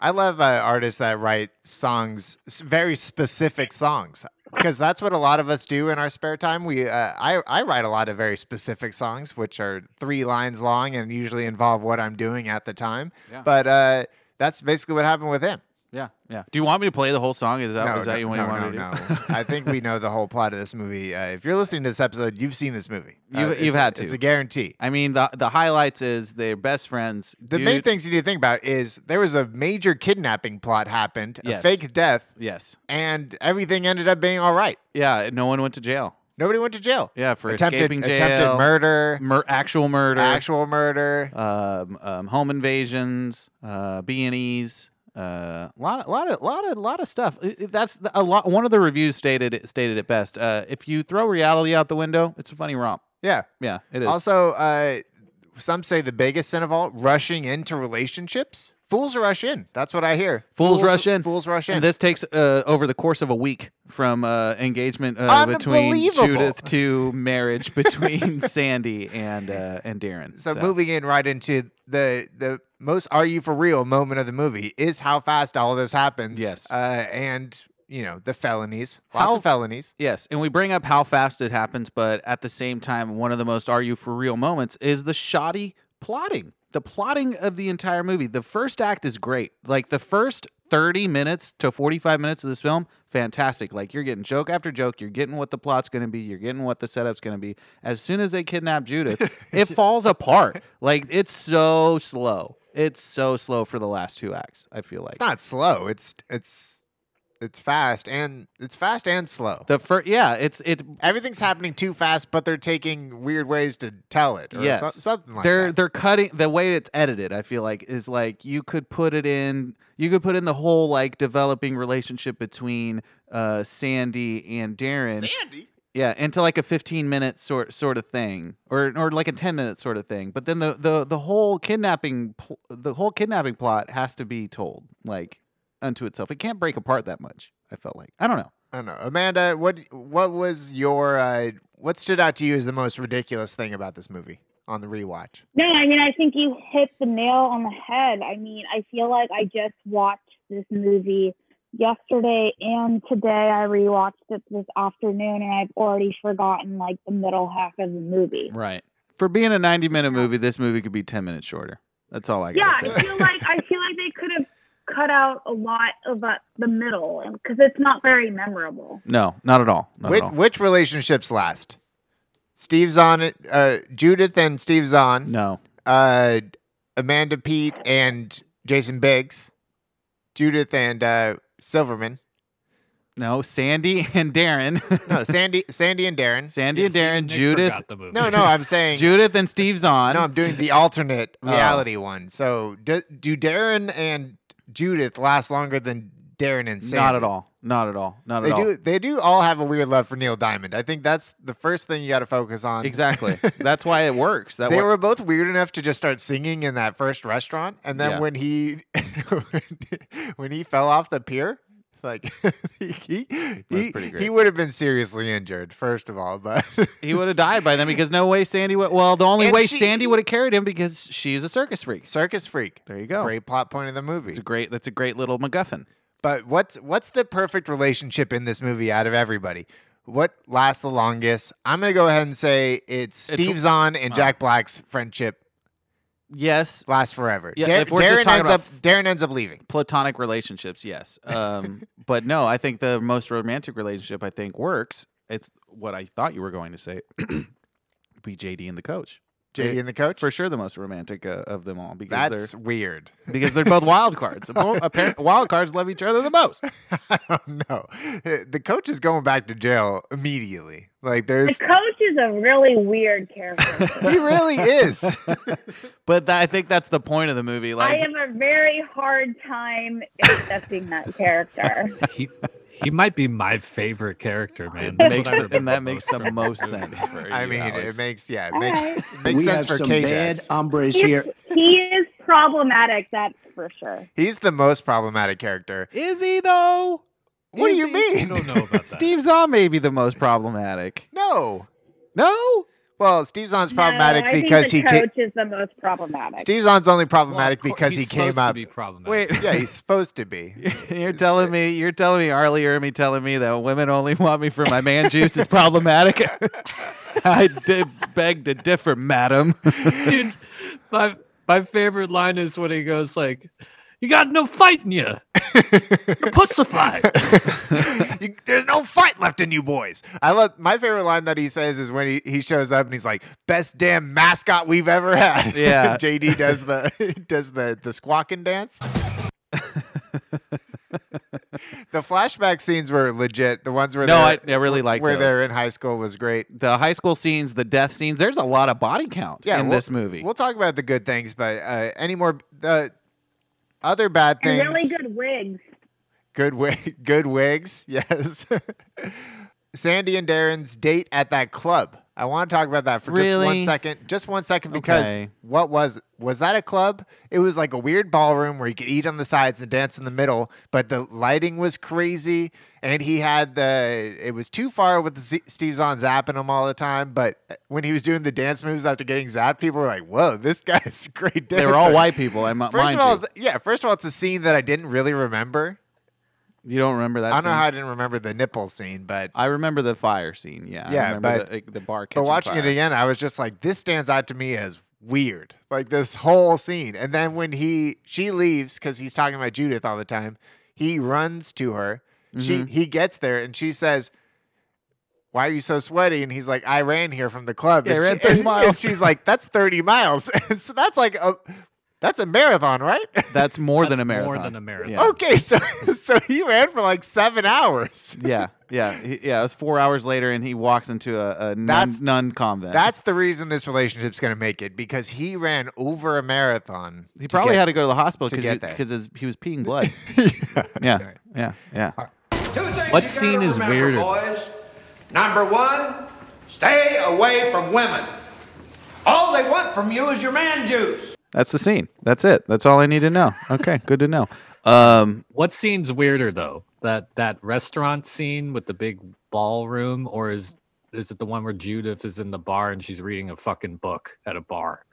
[SPEAKER 1] I love uh, artists that write songs, s- very specific songs, because that's what a lot of us do in our spare time. We, uh, I, I write a lot of very specific songs, which are three lines long and usually involve what I'm doing at the time.
[SPEAKER 2] Yeah.
[SPEAKER 1] But uh, that's basically what happened with him.
[SPEAKER 2] Yeah, yeah. Do you want me to play the whole song? Is that
[SPEAKER 1] no,
[SPEAKER 2] Oh, is that
[SPEAKER 1] no,
[SPEAKER 2] what
[SPEAKER 1] no,
[SPEAKER 2] you want
[SPEAKER 1] no,
[SPEAKER 2] me (laughs) to do?
[SPEAKER 1] no. I think we know the whole plot of this movie. Uh, if you're listening to this episode, you've seen this movie. Uh,
[SPEAKER 2] You've-
[SPEAKER 1] it's
[SPEAKER 2] you've
[SPEAKER 1] a-
[SPEAKER 2] had to.
[SPEAKER 1] It's a guarantee.
[SPEAKER 2] I mean, the the highlights is they're best friends.
[SPEAKER 1] The
[SPEAKER 2] Dude-
[SPEAKER 1] main things you need to think about is there was a major kidnapping plot happened, a
[SPEAKER 2] Yes.
[SPEAKER 1] fake death,
[SPEAKER 2] Yes.
[SPEAKER 1] and everything ended up being all right.
[SPEAKER 2] Yeah. No one went to jail.
[SPEAKER 1] Nobody went to jail.
[SPEAKER 2] Yeah, for
[SPEAKER 1] attempted,
[SPEAKER 2] escaping jail,
[SPEAKER 1] attempted murder,
[SPEAKER 2] mur- actual murder,
[SPEAKER 1] actual murder.
[SPEAKER 2] um, um, home invasions, uh, B and E's, a lot, lot of, lot of, lot of stuff. I- I- That's the- a lot. One of the reviews stated it stated it best. Uh, if you throw reality out the window, it's a funny romp.
[SPEAKER 1] Yeah.
[SPEAKER 2] Yeah, it is.
[SPEAKER 1] Also, uh, some say the biggest sin of all: rushing into relationships. Fools rush in. That's what I hear.
[SPEAKER 2] Fools, rush in.
[SPEAKER 1] Fools rush in.
[SPEAKER 2] And this takes uh, over the course of a week from uh, engagement uh, between
[SPEAKER 1] Unbelievable.
[SPEAKER 2] Judith to marriage between (laughs) Sandy and uh, and Darren.
[SPEAKER 1] so, moving in right into the the most "Are you for real?" moment of the movie is how fast all this happens.
[SPEAKER 2] Yes.
[SPEAKER 1] Uh, and you know the felonies, lots
[SPEAKER 2] How-
[SPEAKER 1] of felonies.
[SPEAKER 2] Yes, and we bring up how fast it happens, but at the same time, one of the most are you for real moments is the shoddy plotting. The plotting of the entire movie. The first act is great. Like the first 30 minutes to 45 minutes of this film, fantastic. Like you're getting joke after joke, you're getting what the plot's going to be, you're getting what the setup's going to be. As soon as they kidnap Judith, it falls apart. Like it's so slow. It's so slow for the last two acts, I feel like.
[SPEAKER 1] It's not slow. It's it's it's fast and it's fast and slow.
[SPEAKER 2] the first yeah, it's it
[SPEAKER 1] Everything's happening too fast, but they're taking weird ways to tell it, or
[SPEAKER 2] yes.
[SPEAKER 1] so- something like
[SPEAKER 2] they're
[SPEAKER 1] that.
[SPEAKER 2] they're cutting the way it's edited. I feel like is like you could put it in. You could put in the whole like developing relationship between uh, Sandy and Darren.
[SPEAKER 1] Sandy.
[SPEAKER 2] Yeah, into like a fifteen minute sort sort of thing, or or like a ten minute sort of thing. But then the the the whole kidnapping pl- the whole kidnapping plot has to be told like unto itself. It can't break apart that much. I felt like I don't know.
[SPEAKER 1] I don't know, Amanda. What what was your uh, what stood out to you as the most ridiculous thing about this movie on the rewatch?
[SPEAKER 3] No, I mean, I think you hit the nail on the head. I mean, I feel like I just watched this movie yesterday and today. I rewatched it this afternoon and I've already forgotten like the middle half of the movie.
[SPEAKER 2] Right. For being a ninety minute movie, this movie could be ten minutes shorter. That's all I
[SPEAKER 3] yeah,
[SPEAKER 2] got.
[SPEAKER 3] I feel like I feel like they could have cut out a lot of uh, the middle because it's not very memorable.
[SPEAKER 2] No, not at all. Not
[SPEAKER 1] Which,
[SPEAKER 2] at all.
[SPEAKER 1] which relationships last? Steve's on it. Uh, Judith and Steve's on.
[SPEAKER 2] No.
[SPEAKER 1] Uh, Amanda, Pete, and Jason Biggs. Judith and uh, Silverman.
[SPEAKER 2] No, Sandy (laughs) and Darren. (laughs)
[SPEAKER 1] no, Sandy, Sandy and Darren.
[SPEAKER 2] Sandy and Darren. Judith.
[SPEAKER 1] No, no, I'm saying
[SPEAKER 2] Judith and Steve's on.
[SPEAKER 1] No, I'm doing the
[SPEAKER 2] (laughs)
[SPEAKER 1] alternate
[SPEAKER 2] Oh.
[SPEAKER 1] reality one. So do, do Darren and Judith last longer than Darren and Sandy?
[SPEAKER 2] Not at all. Not at all. Not
[SPEAKER 1] They
[SPEAKER 2] at all.
[SPEAKER 1] do. They do all have a weird love for Neil Diamond. I think that's the first thing you got to focus on. (laughs)
[SPEAKER 2] Exactly. That's why it works. That
[SPEAKER 1] they
[SPEAKER 2] wor-
[SPEAKER 1] were both weird enough to just start singing in that first restaurant, and then
[SPEAKER 2] Yeah.
[SPEAKER 1] when he (laughs) when he fell off the pier, like (laughs) he he,
[SPEAKER 2] That's
[SPEAKER 1] he,
[SPEAKER 2] pretty great.
[SPEAKER 1] he would have been seriously injured first of all, but
[SPEAKER 2] he would
[SPEAKER 1] (laughs)
[SPEAKER 2] have died by then because no way Sandy would. Well, the only
[SPEAKER 1] And
[SPEAKER 2] way
[SPEAKER 1] she-
[SPEAKER 2] Sandy would have carried him because she's a circus freak.
[SPEAKER 1] circus freak.
[SPEAKER 2] There you go.
[SPEAKER 1] Great plot point of the movie.
[SPEAKER 2] It's a great. That's a great little MacGuffin.
[SPEAKER 1] But what's what's the perfect relationship in this movie out of everybody? What lasts the longest? I'm gonna go ahead and say it's
[SPEAKER 2] It's- uh,
[SPEAKER 1] Steve Zahn and Jack Black's friendship
[SPEAKER 2] Yes,
[SPEAKER 1] lasts forever.
[SPEAKER 2] Yeah,
[SPEAKER 1] Dar-
[SPEAKER 2] if we're just
[SPEAKER 1] Darren
[SPEAKER 2] talking
[SPEAKER 1] ends
[SPEAKER 2] about
[SPEAKER 1] up Darren ends up leaving.
[SPEAKER 2] platonic relationships. Yes,
[SPEAKER 1] (laughs)
[SPEAKER 2] um, but no. I think the most romantic relationship I think works. It's what I thought you were going to say. (clears throat) be JD and the coach.
[SPEAKER 1] JD and the coach.
[SPEAKER 2] For sure, the most romantic uh, of them all because
[SPEAKER 1] That's
[SPEAKER 2] they're
[SPEAKER 1] weird.
[SPEAKER 2] (laughs)
[SPEAKER 1] (laughs)
[SPEAKER 2] because they're both wild cards. Appo- appar- wild cards love each other the most.
[SPEAKER 1] I don't know. Uh, The coach is going back to jail immediately. Like
[SPEAKER 3] (laughs) The
[SPEAKER 1] there's
[SPEAKER 3] coach is a really weird
[SPEAKER 1] (laughs)
[SPEAKER 3] character.
[SPEAKER 1] he really is.
[SPEAKER 2] But that, I think that's the point of the movie. Like
[SPEAKER 3] I have a very hard time accepting that
[SPEAKER 1] (laughs)
[SPEAKER 3] character.
[SPEAKER 4] He, he might be my favorite character, man.
[SPEAKER 2] It
[SPEAKER 4] That's
[SPEAKER 2] makes
[SPEAKER 4] what I
[SPEAKER 2] the, and that
[SPEAKER 4] remember
[SPEAKER 2] makes
[SPEAKER 4] most
[SPEAKER 2] the
[SPEAKER 4] from
[SPEAKER 2] most
[SPEAKER 4] this movie.
[SPEAKER 2] sense. For
[SPEAKER 1] I
[SPEAKER 2] you,
[SPEAKER 1] mean,
[SPEAKER 2] Alex.
[SPEAKER 1] it makes yeah, it
[SPEAKER 3] All
[SPEAKER 1] makes
[SPEAKER 3] right.
[SPEAKER 1] makes
[SPEAKER 12] we
[SPEAKER 1] sense
[SPEAKER 12] have
[SPEAKER 1] for
[SPEAKER 12] some bad
[SPEAKER 1] K-Jax.
[SPEAKER 12] hombres
[SPEAKER 3] He
[SPEAKER 12] here.
[SPEAKER 3] is, he is problematic, that's for sure.
[SPEAKER 1] He's the most problematic character.
[SPEAKER 2] Is he though?
[SPEAKER 1] What do
[SPEAKER 2] Is
[SPEAKER 1] you
[SPEAKER 2] he?
[SPEAKER 1] mean?
[SPEAKER 4] I don't know about that.
[SPEAKER 2] (laughs) Steve Zahn may be the most problematic.
[SPEAKER 1] No.
[SPEAKER 2] No,
[SPEAKER 1] Well, Steve Zahn's problematic
[SPEAKER 3] no, I
[SPEAKER 1] because he
[SPEAKER 3] think the
[SPEAKER 1] ca-
[SPEAKER 3] coach is the most problematic.
[SPEAKER 1] Steve Zahn's only
[SPEAKER 4] Well, of
[SPEAKER 1] problematic
[SPEAKER 4] course,
[SPEAKER 1] because he
[SPEAKER 4] he's
[SPEAKER 1] came
[SPEAKER 4] supposed to
[SPEAKER 1] up.
[SPEAKER 4] be problematic.
[SPEAKER 2] wait.
[SPEAKER 1] (laughs)
[SPEAKER 2] (laughs)
[SPEAKER 1] yeah, he's supposed to be.
[SPEAKER 2] You're telling me, you're telling me, Arlie Ermy telling me that women only want me for my man
[SPEAKER 1] (laughs)
[SPEAKER 2] juice is problematic. (laughs) I did beg to differ, madam.
[SPEAKER 1] (laughs)
[SPEAKER 4] Dude, my my favorite line is when he goes like, "You got no fight
[SPEAKER 1] (laughs)
[SPEAKER 4] in you. You're pussified."
[SPEAKER 1] You- there's no fight left in you boys. I love my favorite line that he says is when he, he shows up and he's like, "Best damn mascot we've ever had." (laughs)
[SPEAKER 2] (laughs) Yeah.
[SPEAKER 1] JD does the (laughs) does the the squawking
[SPEAKER 2] (laughs)
[SPEAKER 1] dance. the flashback scenes were legit. The ones where
[SPEAKER 2] No, I,
[SPEAKER 1] they're,
[SPEAKER 2] I really like
[SPEAKER 1] where
[SPEAKER 2] those.
[SPEAKER 1] they're in high school was great.
[SPEAKER 2] the high school scenes, the death scenes. There's a lot of body count
[SPEAKER 1] Yeah,
[SPEAKER 2] in
[SPEAKER 1] we'll-
[SPEAKER 2] this movie.
[SPEAKER 1] We'll talk about the good things, but uh, any more uh, other bad
[SPEAKER 3] and
[SPEAKER 1] things?
[SPEAKER 3] really good wigs.
[SPEAKER 1] Good wig, (laughs) good wigs. Yes. Sandy and Darren's date at that club. I want to talk about that for just one
[SPEAKER 2] Really?
[SPEAKER 1] second. Just one second, because
[SPEAKER 2] Okay.
[SPEAKER 1] what was was that a club? It was like a weird ballroom where you could eat on the sides and dance in the middle, but the lighting was crazy, and he had the it was too far with the Z- Steve Zahn zapping him all the time. But when he was doing the dance moves after getting zapped, people were like, "Whoa, this (laughs) guy's a great dancer."
[SPEAKER 2] they were all white people. I mi-
[SPEAKER 1] First
[SPEAKER 2] mind
[SPEAKER 1] of all,
[SPEAKER 2] you.
[SPEAKER 1] it's- yeah. First of all, it's a scene that I didn't really remember.
[SPEAKER 2] You don't remember that?
[SPEAKER 1] I don't know
[SPEAKER 2] scene?
[SPEAKER 1] how I didn't remember the nipple scene, but
[SPEAKER 2] I remember the fire scene. Yeah.
[SPEAKER 1] Yeah,
[SPEAKER 2] I remember
[SPEAKER 1] but-
[SPEAKER 2] the, like, the bar.
[SPEAKER 1] but
[SPEAKER 2] kitchen
[SPEAKER 1] watching
[SPEAKER 2] fire.
[SPEAKER 1] it again, I was just like, this stands out to me as weird. Like this whole scene, and then when he she leaves because he's talking about Judith all the time, he runs to her.
[SPEAKER 2] Mm-hmm.
[SPEAKER 1] She he gets there and she says. Why are you so sweaty? And he's like, I ran here from the club.
[SPEAKER 2] Yeah, I
[SPEAKER 1] and
[SPEAKER 2] ran
[SPEAKER 1] she- (laughs)
[SPEAKER 2] 30
[SPEAKER 1] and
[SPEAKER 2] miles.
[SPEAKER 1] she's like, that's 30 miles. (laughs) so that's like a that's a marathon, right?
[SPEAKER 2] that's more
[SPEAKER 4] That's
[SPEAKER 2] than a marathon.
[SPEAKER 4] More than a marathon.
[SPEAKER 2] Yeah.
[SPEAKER 1] (laughs) Okay, so so he ran for like seven hours.
[SPEAKER 2] yeah, yeah, he- yeah. It was four hours later, and he walks into a, a nun,
[SPEAKER 1] That's-
[SPEAKER 2] nun convent.
[SPEAKER 1] That's the reason this relationship's going to make it because he ran over a marathon.
[SPEAKER 2] he probably had to go to the hospital
[SPEAKER 1] to
[SPEAKER 2] because
[SPEAKER 1] get there.
[SPEAKER 2] because he was
[SPEAKER 1] (laughs)
[SPEAKER 2] peeing blood. yeah, yeah, yeah.
[SPEAKER 4] What scene is weirder?
[SPEAKER 13] Boys. Number one, stay away from women. All they want from you is your man juice.
[SPEAKER 2] That's the scene. That's it. That's all I need to know. Okay, good to know. Um,
[SPEAKER 4] What scene's weirder though? That that restaurant scene with the big ballroom, or is is it the one where Judith is in the bar and she's reading a fucking book at a bar?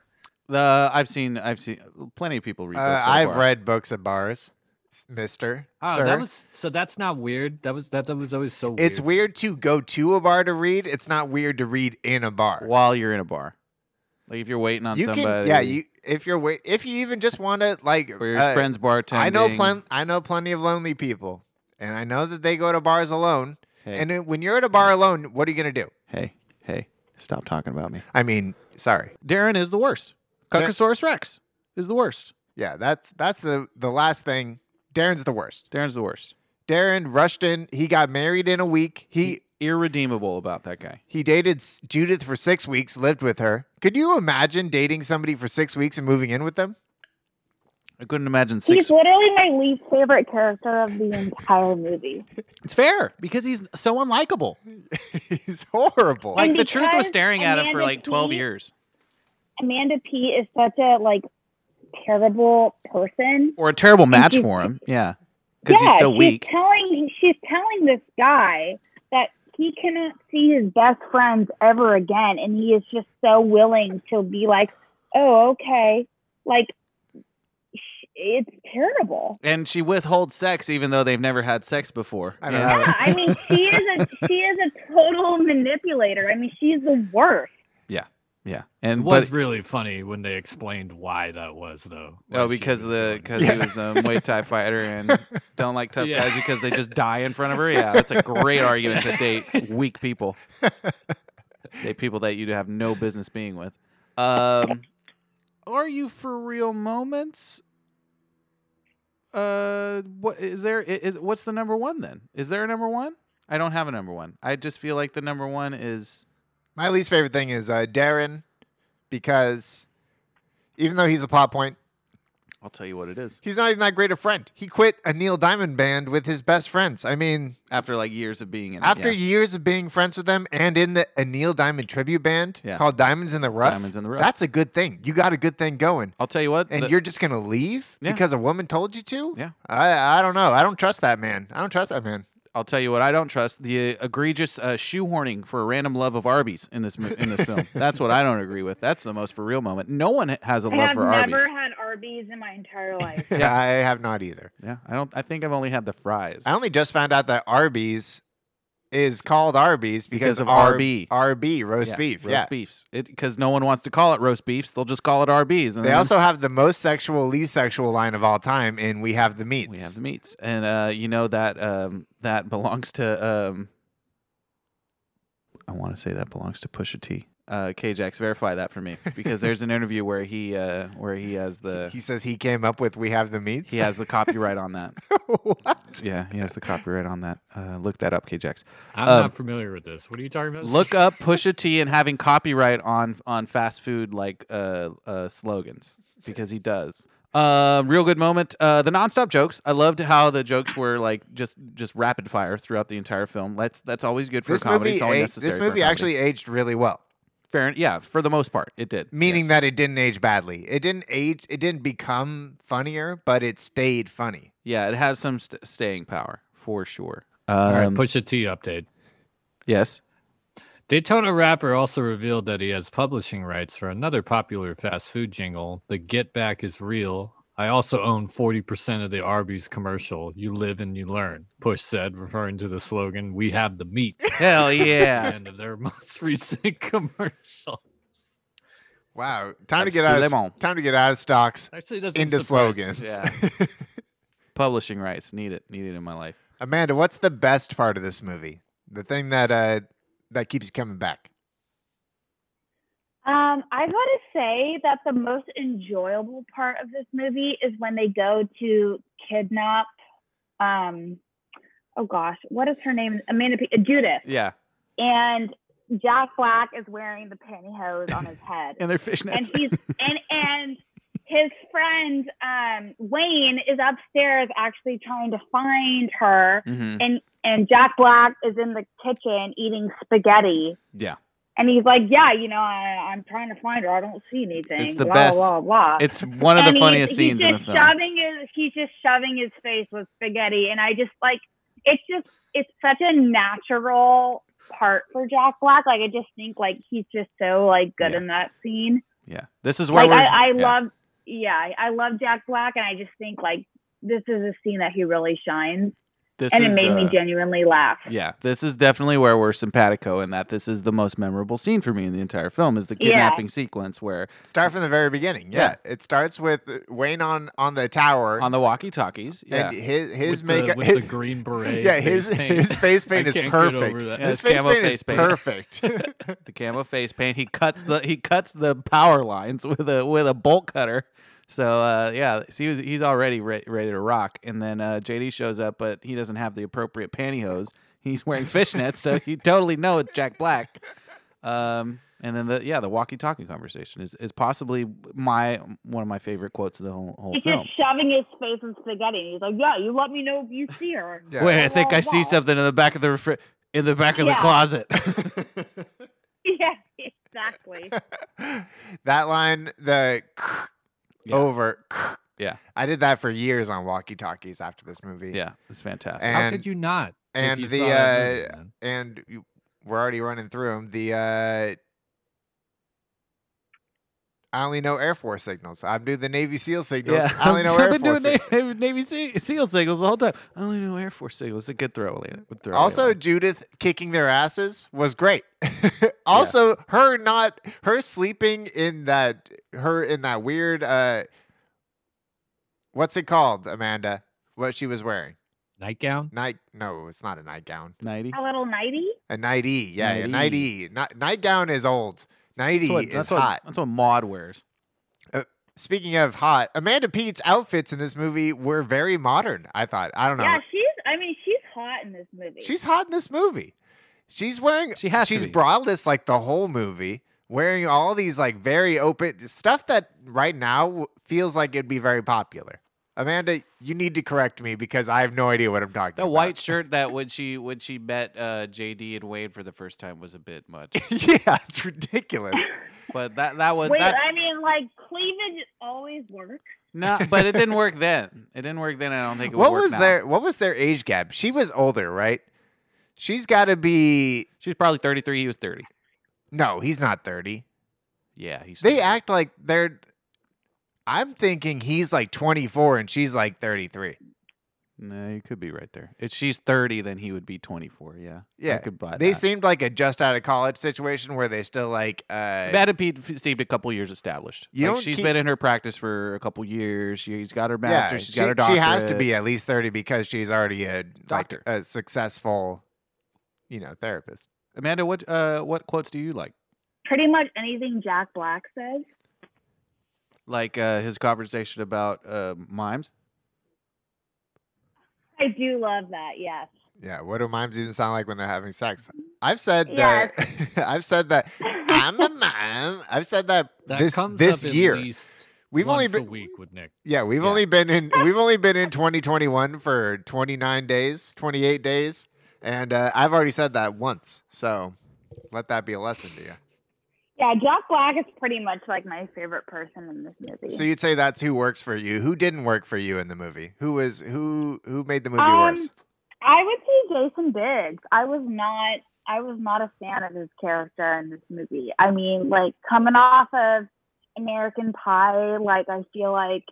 [SPEAKER 2] the I've seen I've seen plenty of people read.
[SPEAKER 1] Uh,
[SPEAKER 2] books so
[SPEAKER 1] I've
[SPEAKER 2] far.
[SPEAKER 1] read books at bars, s- Mister.
[SPEAKER 4] Oh,
[SPEAKER 2] Ah,
[SPEAKER 1] sir.
[SPEAKER 4] that was so. That's not weird. That was that, that was always so.
[SPEAKER 1] it's weird to go to a bar to read. It's not weird to read in a bar.
[SPEAKER 2] while you're in a bar, like if you're waiting on
[SPEAKER 1] you
[SPEAKER 2] somebody.
[SPEAKER 1] can, yeah. You if you're wait, if you even just want to like,
[SPEAKER 2] or your
[SPEAKER 1] uh,
[SPEAKER 2] friends bartending.
[SPEAKER 1] I know plen- I know plenty of lonely people, and I know that they go to bars alone.
[SPEAKER 2] Hey.
[SPEAKER 1] And then when you're at a bar alone, what are you gonna do?
[SPEAKER 2] Hey, hey, stop talking about me.
[SPEAKER 1] I mean, sorry.
[SPEAKER 2] Darren is the worst. Cuckosaurus Rex is the worst.
[SPEAKER 1] Yeah, that's that's the the last thing. Darren's the worst.
[SPEAKER 2] Darren's the worst.
[SPEAKER 1] Darren Rushton, he got married in a week. He
[SPEAKER 2] irredeemable about that guy.
[SPEAKER 1] He dated S- Judith for six weeks, lived with her. Could you imagine dating somebody for six weeks and moving in with them? (laughs)
[SPEAKER 2] I couldn't imagine
[SPEAKER 3] He's literally my least favorite character of the entire movie.
[SPEAKER 2] It's fair because he's so unlikable.
[SPEAKER 1] he's horrible.
[SPEAKER 12] Like
[SPEAKER 3] And
[SPEAKER 12] the truth was
[SPEAKER 3] because
[SPEAKER 12] staring at him for
[SPEAKER 3] Amanda
[SPEAKER 12] like twelve
[SPEAKER 3] Key-
[SPEAKER 12] years.
[SPEAKER 3] Amanda P is such a like terrible person.
[SPEAKER 2] Or a terrible match
[SPEAKER 3] she's-
[SPEAKER 2] for
[SPEAKER 3] (laughs)
[SPEAKER 2] him. Yeah. Because
[SPEAKER 3] yeah,
[SPEAKER 2] he's so
[SPEAKER 3] she's (laughs)
[SPEAKER 2] weak.
[SPEAKER 3] Telling she's telling this guy that he cannot see his best friends ever again, and he is just so willing to be like, "Oh, okay," like sh- it's terrible.
[SPEAKER 2] And she withholds sex even though they've never had sex before. I
[SPEAKER 1] don't
[SPEAKER 3] Yeah, I mean, she is
[SPEAKER 2] (laughs)
[SPEAKER 3] a she is a total manipulator. I mean, she's the worst.
[SPEAKER 2] yeah.
[SPEAKER 4] It
[SPEAKER 2] And
[SPEAKER 4] was
[SPEAKER 2] but,
[SPEAKER 4] really funny when they explained why that was, though.
[SPEAKER 2] Oh, because of the because he was the Muay (laughs) Thai fighter and don't like tough
[SPEAKER 4] Yeah.
[SPEAKER 2] guys because they just die in front of her. Yeah, that's a great argument to date weak people. Date people that you have no business being with. Um, Are you for real moments? Uh, what is there? i- Is what's the number one then? Is there a number one? I don't have a number one. I just feel like the number one is
[SPEAKER 1] My least favorite thing is uh, Darren because even though he's a plot point,
[SPEAKER 2] I'll tell you what it is.
[SPEAKER 1] he's not even that great a friend. He quit a Neil Diamond band with his best friends. I mean,
[SPEAKER 2] After like years of being in it,
[SPEAKER 1] after
[SPEAKER 2] yeah.
[SPEAKER 1] years of being friends with them and in the a Neil Diamond tribute band
[SPEAKER 2] Yeah.
[SPEAKER 1] called Diamonds in the Rough,
[SPEAKER 2] Diamonds in the Rough.
[SPEAKER 1] that's a good thing. You got a good thing going.
[SPEAKER 2] I'll tell you what,
[SPEAKER 1] And
[SPEAKER 2] the-
[SPEAKER 1] you're just going to leave
[SPEAKER 2] Yeah.
[SPEAKER 1] because a woman told you to?
[SPEAKER 2] Yeah.
[SPEAKER 1] I, I don't know. I don't trust that man. I don't trust that man.
[SPEAKER 2] I'll tell you what I don't trust the egregious uh, shoehorning for a random love of Arby's in this mo- in
[SPEAKER 1] (laughs)
[SPEAKER 2] this film. That's what I don't agree with. That's the most for real moment. No one ha- has a
[SPEAKER 3] I
[SPEAKER 2] love
[SPEAKER 3] have
[SPEAKER 2] for
[SPEAKER 3] never
[SPEAKER 2] Arby's.
[SPEAKER 3] had Arby's in my entire life.
[SPEAKER 1] Yeah, (laughs) I have not either.
[SPEAKER 2] Yeah, I don't. I think I've only had the fries.
[SPEAKER 1] I only just found out that Arby's is called Arby's because,
[SPEAKER 2] Because of
[SPEAKER 1] R-
[SPEAKER 2] RB.
[SPEAKER 1] RB roast
[SPEAKER 2] Yeah,
[SPEAKER 1] beef.
[SPEAKER 2] roast
[SPEAKER 1] yeah.
[SPEAKER 2] beefs. Because no one wants to call it roast beefs. They'll just call it Arby's. And
[SPEAKER 1] They
[SPEAKER 2] then-
[SPEAKER 1] also have the most sexual, least sexual line of all time, and we have the meats.
[SPEAKER 2] we have the meats, and uh, you know that um, that belongs to. Um, I want to say that belongs to Pusha T. Uh, KJax, verify that for me because there's an interview where he uh, where he
[SPEAKER 1] (laughs)
[SPEAKER 2] has the
[SPEAKER 1] He says he came up with "We have the meats." (laughs)
[SPEAKER 2] He has the copyright on that.
[SPEAKER 1] what?
[SPEAKER 2] Yeah, he has the copyright on that. Uh, look that up, KJax.
[SPEAKER 4] I'm
[SPEAKER 2] Um,
[SPEAKER 4] not familiar with this. What are you talking about?
[SPEAKER 2] look up Pusha T and having copyright on on fast food like uh, uh, slogans because he does. Um, real good moment. Uh, the nonstop jokes. I loved how the jokes were like just just rapid fire throughout the entire film. That's that's always good for
[SPEAKER 1] This
[SPEAKER 2] a comedy.
[SPEAKER 1] movie,
[SPEAKER 2] it's always
[SPEAKER 1] a-
[SPEAKER 2] necessary.
[SPEAKER 1] this
[SPEAKER 2] for a
[SPEAKER 1] movie
[SPEAKER 2] comedy.
[SPEAKER 1] actually aged really well,
[SPEAKER 2] fair. Yeah, for the most part, it did.
[SPEAKER 1] meaning
[SPEAKER 2] yes.
[SPEAKER 1] that it didn't age badly. It didn't age. It didn't become funnier, but it stayed funny.
[SPEAKER 2] yeah, it has some st- staying power for sure.
[SPEAKER 4] All right,
[SPEAKER 2] Um,
[SPEAKER 4] push a T update. (laughs)
[SPEAKER 2] Yes.
[SPEAKER 4] Daytona rapper also revealed that he has publishing rights for another popular fast food jingle, "The Get Back Is Real." I also own 40% of the Arby's commercial. You live and you learn, Push said, referring to the slogan, We have the meat.
[SPEAKER 2] Hell yeah.
[SPEAKER 4] and of their (laughs) most recent commercial.
[SPEAKER 1] Wow, time to
[SPEAKER 2] Like
[SPEAKER 1] get out. Of,
[SPEAKER 2] Suleiman.
[SPEAKER 1] s- time to get out of stocks.
[SPEAKER 4] Actually, it doesn't
[SPEAKER 1] into
[SPEAKER 4] surprise me.
[SPEAKER 1] slogans.
[SPEAKER 2] Yeah. Publishing rights. Need it. Need it in my life.
[SPEAKER 1] (laughs) Amanda, what's the best part of this movie? The thing that uh that keeps you coming back.
[SPEAKER 3] Um, I gotta say that the most enjoyable part of this movie is when they go to kidnap. Um, oh gosh, what is her name? Amanda P- Judith,
[SPEAKER 2] Yeah.
[SPEAKER 3] and Jack Black is wearing the pantyhose on his
[SPEAKER 2] (laughs)
[SPEAKER 3] head,
[SPEAKER 2] And their fishnets.
[SPEAKER 3] and he's and and his friend um, Wayne is upstairs actually trying to find her,
[SPEAKER 2] Mhm.
[SPEAKER 3] and and Jack Black is in the kitchen eating spaghetti.
[SPEAKER 2] Yeah.
[SPEAKER 3] And he's like, yeah, you know, I, I'm trying to find her. I don't see anything.
[SPEAKER 2] It's the
[SPEAKER 3] blah,
[SPEAKER 2] best.
[SPEAKER 3] Blah, blah.
[SPEAKER 2] It's one of
[SPEAKER 3] And
[SPEAKER 2] the
[SPEAKER 3] he's-
[SPEAKER 2] funniest
[SPEAKER 3] he's
[SPEAKER 2] scenes in the
[SPEAKER 3] just
[SPEAKER 2] film.
[SPEAKER 3] Shoving his, he's just shoving his face with spaghetti, and I just like it's just it's such a natural part for Jack Black. Like I just think like he's just so like good in that scene.
[SPEAKER 2] Yeah. This is where
[SPEAKER 3] like
[SPEAKER 2] we're,
[SPEAKER 3] I, I
[SPEAKER 2] yeah.
[SPEAKER 3] love, yeah, I love Jack Black, and I just think like this is a scene that he really shines,
[SPEAKER 2] This
[SPEAKER 3] and
[SPEAKER 2] is,
[SPEAKER 3] it made me
[SPEAKER 2] uh,
[SPEAKER 3] genuinely laugh.
[SPEAKER 2] Yeah, this is definitely where we're simpatico in that this is the most memorable scene for me in the entire film is the
[SPEAKER 1] Yeah.
[SPEAKER 2] kidnapping sequence where
[SPEAKER 1] Start from the very beginning. Yeah. It starts with Wayne on on the tower
[SPEAKER 2] on the walkie-talkies, yeah.
[SPEAKER 1] and his his
[SPEAKER 4] With the-
[SPEAKER 1] makeup
[SPEAKER 4] with
[SPEAKER 1] his- (laughs)
[SPEAKER 4] the green beret
[SPEAKER 1] Yeah,
[SPEAKER 4] face
[SPEAKER 1] his
[SPEAKER 4] paint.
[SPEAKER 1] his face
[SPEAKER 4] (laughs) I
[SPEAKER 1] paint is
[SPEAKER 4] can't get over
[SPEAKER 1] perfect.
[SPEAKER 4] that.
[SPEAKER 2] Yeah,
[SPEAKER 1] His
[SPEAKER 2] the
[SPEAKER 1] face
[SPEAKER 2] camo
[SPEAKER 1] paint
[SPEAKER 2] face
[SPEAKER 1] is
[SPEAKER 2] paint.
[SPEAKER 1] perfect.
[SPEAKER 2] the camo face paint, he cuts the he cuts the power lines with a with a bolt cutter So uh, yeah, so he was, he's already re- ready to rock, and then uh, JD shows up, but he doesn't have the appropriate pantyhose. He's wearing fishnets, so you totally know it's Jack Black. Um, and then the yeah, the walkie-talkie conversation is, is possibly my one of my favorite quotes of the whole, whole
[SPEAKER 3] He's
[SPEAKER 2] film.
[SPEAKER 3] (laughs) just shoving his face in spaghetti. He's like, "Yeah, you let me know if you see her."
[SPEAKER 2] Wait, I think
[SPEAKER 3] Blah,
[SPEAKER 2] I see
[SPEAKER 3] blah.
[SPEAKER 2] something in the back of the refri- in the back of
[SPEAKER 3] Yeah.
[SPEAKER 2] the closet. (laughs)
[SPEAKER 1] (laughs)
[SPEAKER 3] (laughs) Yeah, exactly.
[SPEAKER 1] (laughs) That line, the over.
[SPEAKER 2] Yeah.
[SPEAKER 1] I did that for years on walkie talkies after this movie.
[SPEAKER 2] Yeah, it's fantastic.
[SPEAKER 4] How could you not? if
[SPEAKER 1] And
[SPEAKER 4] you
[SPEAKER 1] the
[SPEAKER 4] saw that movie,
[SPEAKER 1] uh, and you, we're already running through them. The uh, I only know Air Force signals. I do the Navy SEAL signals. I
[SPEAKER 2] (laughs)
[SPEAKER 1] only know
[SPEAKER 2] I've
[SPEAKER 1] Air
[SPEAKER 2] been
[SPEAKER 1] Force.
[SPEAKER 2] doing
[SPEAKER 1] sig-
[SPEAKER 2] Navy, (laughs) Navy Se- SEAL signals the whole time. I only know Air Force signals. It's a good throw. Elliot. Good throw
[SPEAKER 1] also, Judith kicking their asses was great. (laughs) also, her not her sleeping in that her in that weird uh, what's it called, Amanda? What she was wearing?
[SPEAKER 4] Nightgown?
[SPEAKER 1] Night? No, it's not a nightgown.
[SPEAKER 2] Nighty.
[SPEAKER 3] A little nighty.
[SPEAKER 1] A nighty, yeah, a
[SPEAKER 2] Nightie.
[SPEAKER 1] nighty. Night nightgown is old. Nighty
[SPEAKER 2] That's what-
[SPEAKER 1] is
[SPEAKER 2] that's what-
[SPEAKER 1] hot.
[SPEAKER 2] that's what Maud wears.
[SPEAKER 1] Uh, speaking of hot, Amanda Pete's outfits in this movie were very modern. I thought. I don't know.
[SPEAKER 3] Yeah, she's. I mean, she's hot in this movie.
[SPEAKER 1] She's hot in this movie. She's wearing. She
[SPEAKER 2] has to
[SPEAKER 1] She's
[SPEAKER 2] be.
[SPEAKER 1] braless like the whole movie, wearing all these like very open stuff that right now w- feels like it'd be very popular. Amanda, you need to correct me because I have no idea what I'm talking
[SPEAKER 12] The
[SPEAKER 1] about. (laughs)
[SPEAKER 12] white shirt that when she when she met uh, JD and Wade for the first time was a bit
[SPEAKER 1] (laughs)
[SPEAKER 12] much,
[SPEAKER 1] yeah, it's ridiculous.
[SPEAKER 12] but that that was
[SPEAKER 3] Wait,
[SPEAKER 12] that's
[SPEAKER 2] (laughs)
[SPEAKER 3] I mean, like cleavage always works.
[SPEAKER 12] no, but it didn't work then. It didn't work then. I don't think (laughs) it would
[SPEAKER 1] what
[SPEAKER 12] work
[SPEAKER 1] was
[SPEAKER 12] now.
[SPEAKER 1] their What was their age gap? She was older, right? She's got to be.
[SPEAKER 12] She's probably 33. He was 30.
[SPEAKER 1] No, he's not 30.
[SPEAKER 12] Yeah, he's
[SPEAKER 1] They act like they're. I'm thinking he's like 24 and she's like 33.
[SPEAKER 2] No, you could be right there. If she's 30, then he would be 24. Yeah.
[SPEAKER 1] Yeah,
[SPEAKER 2] I could buy
[SPEAKER 1] they
[SPEAKER 2] that.
[SPEAKER 1] seemed like a just out of college situation where they still like. uh
[SPEAKER 2] Amanda Pete f- seemed a couple years established.
[SPEAKER 1] You
[SPEAKER 2] like
[SPEAKER 1] don't
[SPEAKER 2] she's
[SPEAKER 1] keep-
[SPEAKER 2] been in her practice for a couple years. She's got her
[SPEAKER 1] Yeah,
[SPEAKER 2] master. she's
[SPEAKER 1] she,
[SPEAKER 2] got her doctorate.
[SPEAKER 1] she has to be at least 30 because she's already a doctor, a successful, you know, therapist.
[SPEAKER 2] Amanda, what uh, what quotes do you like?
[SPEAKER 3] Pretty much anything Jack Black says.
[SPEAKER 2] Like uh, his conversation about uh, mimes.
[SPEAKER 3] I do love that. Yes.
[SPEAKER 1] Yeah, what do mimes even sound like when they're having sex? I've said
[SPEAKER 3] Yes.
[SPEAKER 1] that. (laughs) I've said that. I'm a mime. I've said that,
[SPEAKER 4] That
[SPEAKER 1] this
[SPEAKER 4] comes
[SPEAKER 1] this
[SPEAKER 4] up at
[SPEAKER 1] year.
[SPEAKER 4] least
[SPEAKER 1] We've only
[SPEAKER 4] once
[SPEAKER 1] been
[SPEAKER 4] a week with Nick.
[SPEAKER 1] Yeah, we've only been in we've only been in 2021 for 29 days, 28 days, and uh, I've already said that once. So let that be a lesson to you.
[SPEAKER 3] Yeah, Jack Black is pretty much like my favorite person in this movie.
[SPEAKER 1] So you'd say that's who works for you. Who didn't work for you in the movie? Who was who who made the movie
[SPEAKER 3] Um,
[SPEAKER 1] worse?
[SPEAKER 3] I would say Jason Biggs. I was not I was not a fan of his character in this movie. I mean, like coming off of American Pie, like I feel like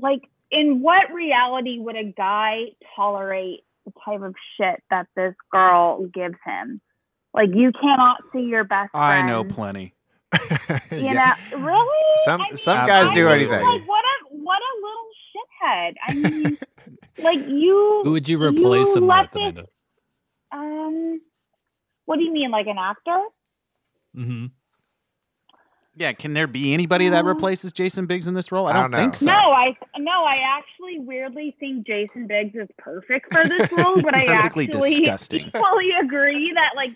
[SPEAKER 3] like in what reality would a guy tolerate the type of shit that this girl gives him? Like you cannot see your best
[SPEAKER 2] I
[SPEAKER 3] friend.
[SPEAKER 2] know plenty.
[SPEAKER 3] You
[SPEAKER 2] (laughs)
[SPEAKER 1] Yeah.
[SPEAKER 3] know, really?
[SPEAKER 1] Some
[SPEAKER 3] I mean,
[SPEAKER 1] some
[SPEAKER 2] I
[SPEAKER 1] guys
[SPEAKER 2] was
[SPEAKER 1] do
[SPEAKER 2] like,
[SPEAKER 1] anything.
[SPEAKER 3] like what a what a little shithead.
[SPEAKER 2] (laughs)
[SPEAKER 3] I mean, like you.
[SPEAKER 4] Who would you replace him
[SPEAKER 3] left
[SPEAKER 4] with,
[SPEAKER 3] it-
[SPEAKER 4] Amanda?
[SPEAKER 3] Um, what do you mean, like an actor?
[SPEAKER 4] Mm-hmm.
[SPEAKER 2] Yeah, can there be anybody that
[SPEAKER 3] Um,
[SPEAKER 2] replaces Jason Biggs in this role? I
[SPEAKER 1] I
[SPEAKER 2] don't,
[SPEAKER 1] don't
[SPEAKER 2] think
[SPEAKER 1] know.
[SPEAKER 2] so.
[SPEAKER 3] No, I no, I actually weirdly think Jason Biggs is perfect for
[SPEAKER 2] (laughs)
[SPEAKER 3] this role, but I
[SPEAKER 2] Perfectly
[SPEAKER 3] actually
[SPEAKER 2] disgusting.
[SPEAKER 3] (laughs) fully agree that like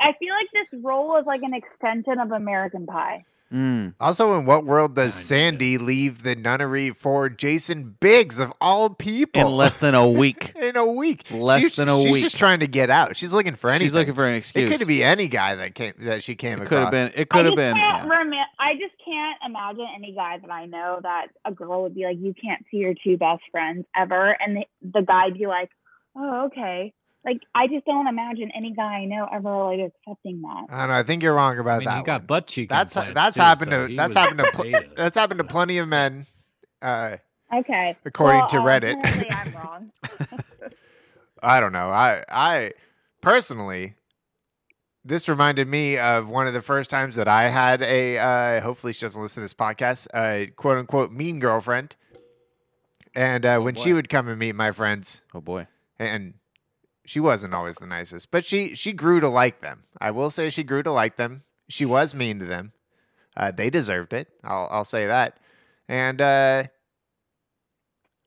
[SPEAKER 3] I feel like this role is like an extension of American Pie.
[SPEAKER 2] Mm.
[SPEAKER 1] Also, in what world does Sandy leave the nunnery for Jason Biggs of all people?
[SPEAKER 2] In less than a week.
[SPEAKER 1] in a week.
[SPEAKER 2] Less
[SPEAKER 1] She's-
[SPEAKER 2] than a
[SPEAKER 1] she's
[SPEAKER 2] week.
[SPEAKER 1] just trying to get out. She's looking for anything.
[SPEAKER 2] (laughs) She's looking for an excuse.
[SPEAKER 1] It could be any guy that came that she came
[SPEAKER 2] It could
[SPEAKER 1] across.
[SPEAKER 2] have been. It could
[SPEAKER 3] I
[SPEAKER 2] have
[SPEAKER 3] just
[SPEAKER 2] been. yeah.
[SPEAKER 3] Can't remi- I just can't imagine any guy that I know that a girl would be like, "You can't see your two best friends ever," and the, the guy be like, "Oh, okay." Like I just don't imagine any guy I know ever like accepting that.
[SPEAKER 1] I don't know. I think you're wrong about
[SPEAKER 4] I mean,
[SPEAKER 1] Uh, that.
[SPEAKER 4] he got
[SPEAKER 1] one.
[SPEAKER 4] butt cheek.
[SPEAKER 1] that's that's
[SPEAKER 4] implants, too,
[SPEAKER 1] happened
[SPEAKER 4] so
[SPEAKER 1] to
[SPEAKER 4] he
[SPEAKER 1] that's
[SPEAKER 4] was
[SPEAKER 1] happened to pl-
[SPEAKER 4] beta.
[SPEAKER 1] (laughs) that's happened to plenty of men, uh,
[SPEAKER 3] Okay.
[SPEAKER 1] according
[SPEAKER 3] Well,
[SPEAKER 1] to
[SPEAKER 3] uh,
[SPEAKER 1] Reddit.
[SPEAKER 3] apparently
[SPEAKER 1] (laughs)
[SPEAKER 3] I'm wrong.
[SPEAKER 1] I don't know. I I personally this reminded me of one of the first times that I had a uh, hopefully she doesn't listen to this podcast, uh, quote unquote mean girlfriend. And uh, when she
[SPEAKER 2] boy.
[SPEAKER 1] would come and meet my friends,
[SPEAKER 2] Oh boy.
[SPEAKER 1] and she wasn't always the nicest, but she she grew to like them. I will say she grew to like them. She was mean to them. Uh, they deserved it. I'll I'll say that. and uh,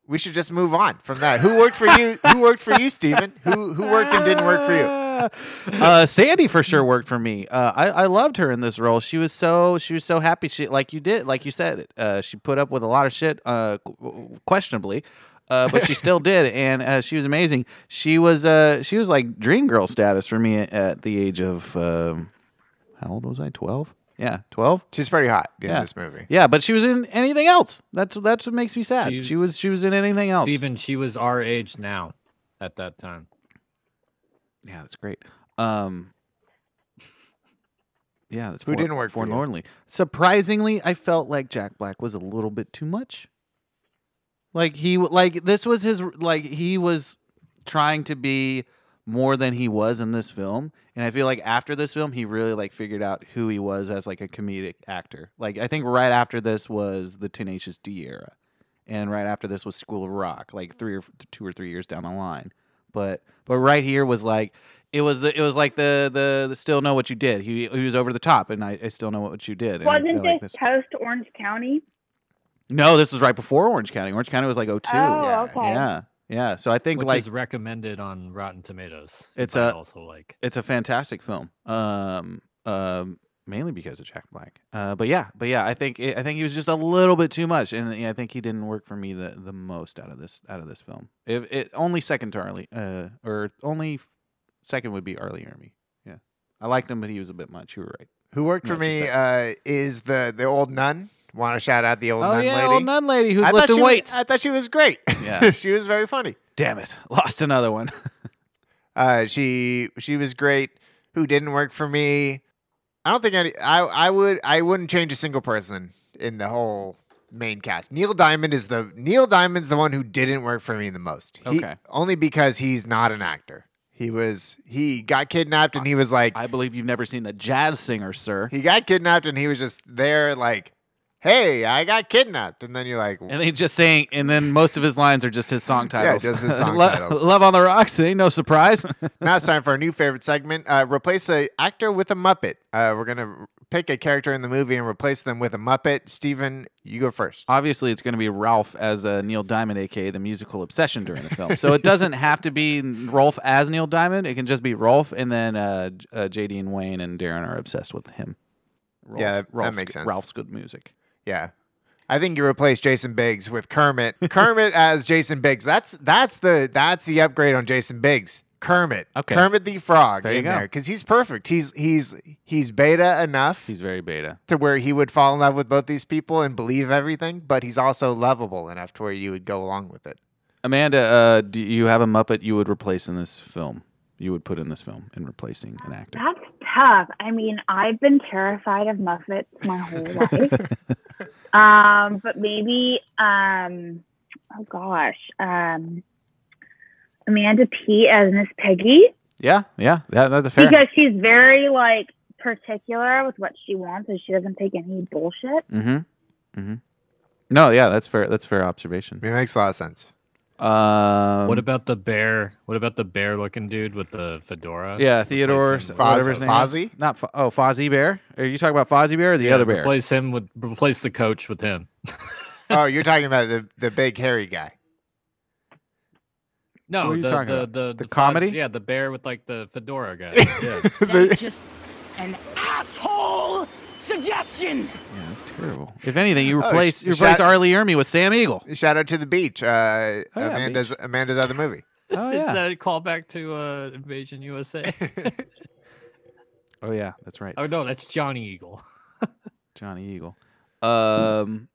[SPEAKER 1] we should just move on from that. Who worked for you? Who worked
[SPEAKER 2] (laughs)
[SPEAKER 1] for you, Steven? Who who worked and didn't work for you?
[SPEAKER 2] uh, Sandy for sure worked for me. Uh, I, I loved her in this role. She was so she was so happy. She like you did like you said. Uh, she put up with a lot of shit, uh, qu- questionably, uh, but she still did, and uh, she was amazing. She was uh, she was like dream girl status for me at, at the age of um, how old was I? Twelve. Yeah, twelve.
[SPEAKER 1] She's pretty hot in this movie.
[SPEAKER 2] Yeah, but she was in anything else. That's that's what makes me sad. She, was she was in anything else.
[SPEAKER 4] Steven, she was our age now at that time.
[SPEAKER 2] Yeah, that's great. Um, yeah, that's
[SPEAKER 1] Who didn't work for you?
[SPEAKER 2] forlornly. Surprisingly, I felt like Jack Black was a little bit too much. Like he w- like this was his like he was trying to be more than he was in this film, and I feel like after this film, he really like figured out who he was as like a comedic actor. Like I think right after this was the Tenacious D era, and right after this was School of Rock. Like three or f- two or three years down the line, but but right here was like it was the it was like the the, the still know what you did. He he was over the top, and I, I still know what you did. and I- I
[SPEAKER 3] Wasn't
[SPEAKER 2] like
[SPEAKER 3] this post Orange County?
[SPEAKER 2] No, this was right before Orange County. Orange County was like 02.
[SPEAKER 3] Oh,
[SPEAKER 2] yeah.
[SPEAKER 3] okay.
[SPEAKER 2] yeah, yeah. So I think
[SPEAKER 4] Which
[SPEAKER 2] like
[SPEAKER 4] is recommended on Rotten Tomatoes.
[SPEAKER 2] it's
[SPEAKER 4] I
[SPEAKER 2] a
[SPEAKER 4] also like
[SPEAKER 2] it's a fantastic film. Um, um, mainly because of Jack Black. Uh, but yeah, but yeah, I think it, I think he was just a little bit too much, and yeah, I think he didn't work for me the, the most out of this out of this film. If it only second to Arlie, uh, or only f- second would be Arlie Army. Yeah, I liked him, but he was a bit much. You were right.
[SPEAKER 1] Who worked for
[SPEAKER 2] No, she's
[SPEAKER 1] me uh, is the the old nun. Want to shout out the old
[SPEAKER 2] Oh
[SPEAKER 1] nun
[SPEAKER 2] yeah,
[SPEAKER 1] lady?
[SPEAKER 2] old nun lady who's
[SPEAKER 1] I thought
[SPEAKER 2] lifting
[SPEAKER 1] she was-
[SPEAKER 2] weights.
[SPEAKER 1] I thought she was great. (laughs)
[SPEAKER 2] Yeah.
[SPEAKER 1] she was very funny.
[SPEAKER 2] Damn it, (laughs) lost another one.
[SPEAKER 1] Uh, she she was great. Who didn't work for me? I don't think any, I I would I wouldn't change a single person in the whole main cast. Neil Diamond is the Neil Diamond's the one who didn't work for me the most. He-
[SPEAKER 2] Okay.
[SPEAKER 1] Only because he's not an actor. He was he got kidnapped and he was like
[SPEAKER 2] I believe you've never seen the jazz singer, sir.
[SPEAKER 1] he got kidnapped and he was just there like, hey, I got kidnapped, and then you're like,
[SPEAKER 2] And they just saying, and then most of his lines are just his song titles.
[SPEAKER 1] just his song
[SPEAKER 2] (laughs) Lo-
[SPEAKER 1] titles.
[SPEAKER 2] Love on the Rocks, ain't no surprise. (laughs)
[SPEAKER 1] now it's time for our new favorite segment. Uh, replace a actor with a Muppet. Uh, we're gonna r- pick a character in the movie and replace them with a Muppet. Steven, you go first.
[SPEAKER 2] Obviously, it's going to be Ralph as uh, Neil Diamond, aka the musical obsession during the film. So
[SPEAKER 1] (laughs)
[SPEAKER 2] it doesn't have to be Rolf as Neil Diamond. It can just be Rolf, and then uh, J- uh, JD and Wayne and Darren are obsessed with him. Rolf,
[SPEAKER 1] Yeah, that- that
[SPEAKER 2] Rolf's
[SPEAKER 1] makes
[SPEAKER 2] good-
[SPEAKER 1] sense.
[SPEAKER 2] Ralph's good music.
[SPEAKER 1] Yeah. I think you replace Jason Biggs with
[SPEAKER 2] (laughs)
[SPEAKER 1] Kermit. Kermit as Jason Biggs. That's that's the that's the upgrade on Jason Biggs. Kermit.
[SPEAKER 2] Okay.
[SPEAKER 1] Kermit the Frog
[SPEAKER 2] There you
[SPEAKER 1] in
[SPEAKER 2] go.
[SPEAKER 1] there because he's perfect. He's he's he's beta enough
[SPEAKER 2] He's very beta.
[SPEAKER 1] to where he would fall in love with both these people and believe everything, but he's also lovable enough to where you would go along with it.
[SPEAKER 2] Amanda, uh, do you have a Muppet you would replace in this film? You would put in this film in replacing an actor.
[SPEAKER 3] That's tough. I mean, I've been terrified of Muppets my whole life.
[SPEAKER 2] (laughs)
[SPEAKER 3] um, but maybe, um, oh gosh, um, Amanda P as Miss Peggy
[SPEAKER 2] Yeah, yeah, that, that's fair.
[SPEAKER 3] because she's very like particular with what she wants and she doesn't take any bullshit.
[SPEAKER 2] Mm-hmm. Mm-hmm. No, yeah, that's fair. That's fair observation.
[SPEAKER 1] It makes a lot of sense.
[SPEAKER 2] Um,
[SPEAKER 4] What about the bear? What about the bear looking dude with the fedora?
[SPEAKER 2] yeah, Theodore? s-
[SPEAKER 4] Replace him with-
[SPEAKER 2] whatever his name is.
[SPEAKER 1] Fozzie?
[SPEAKER 2] Not Fo- oh Fozzie Bear. Are you talking about Fozzie Bear or the
[SPEAKER 4] Yeah,
[SPEAKER 2] other bear?
[SPEAKER 4] Replace him with replace the coach with him.
[SPEAKER 1] oh, you're talking about the the big hairy guy.
[SPEAKER 4] No,
[SPEAKER 2] What are you
[SPEAKER 4] the,
[SPEAKER 2] talking
[SPEAKER 4] the,
[SPEAKER 2] about?
[SPEAKER 4] the
[SPEAKER 2] The
[SPEAKER 4] Fonz-
[SPEAKER 2] comedy?
[SPEAKER 4] yeah, the bear with like the
[SPEAKER 2] (laughs)
[SPEAKER 4] fedora guy. Yeah.
[SPEAKER 1] The-
[SPEAKER 6] just an asshole suggestion.
[SPEAKER 2] Yeah, that's terrible. If anything, you
[SPEAKER 1] Oh,
[SPEAKER 2] replace
[SPEAKER 1] sh-
[SPEAKER 2] you replace
[SPEAKER 1] shot-
[SPEAKER 2] Arlie Ermy with Sam Eagle.
[SPEAKER 1] Shout out to the beach. Uh,
[SPEAKER 2] Oh, yeah,
[SPEAKER 1] Amanda's Amanda's other movie.
[SPEAKER 2] Oh
[SPEAKER 4] Is
[SPEAKER 2] yeah.
[SPEAKER 4] that a callback to uh, Invasion USA?
[SPEAKER 2] (laughs) Oh yeah, that's right.
[SPEAKER 4] oh no, that's Johnny Eagle.
[SPEAKER 2] Johnny Eagle. Um,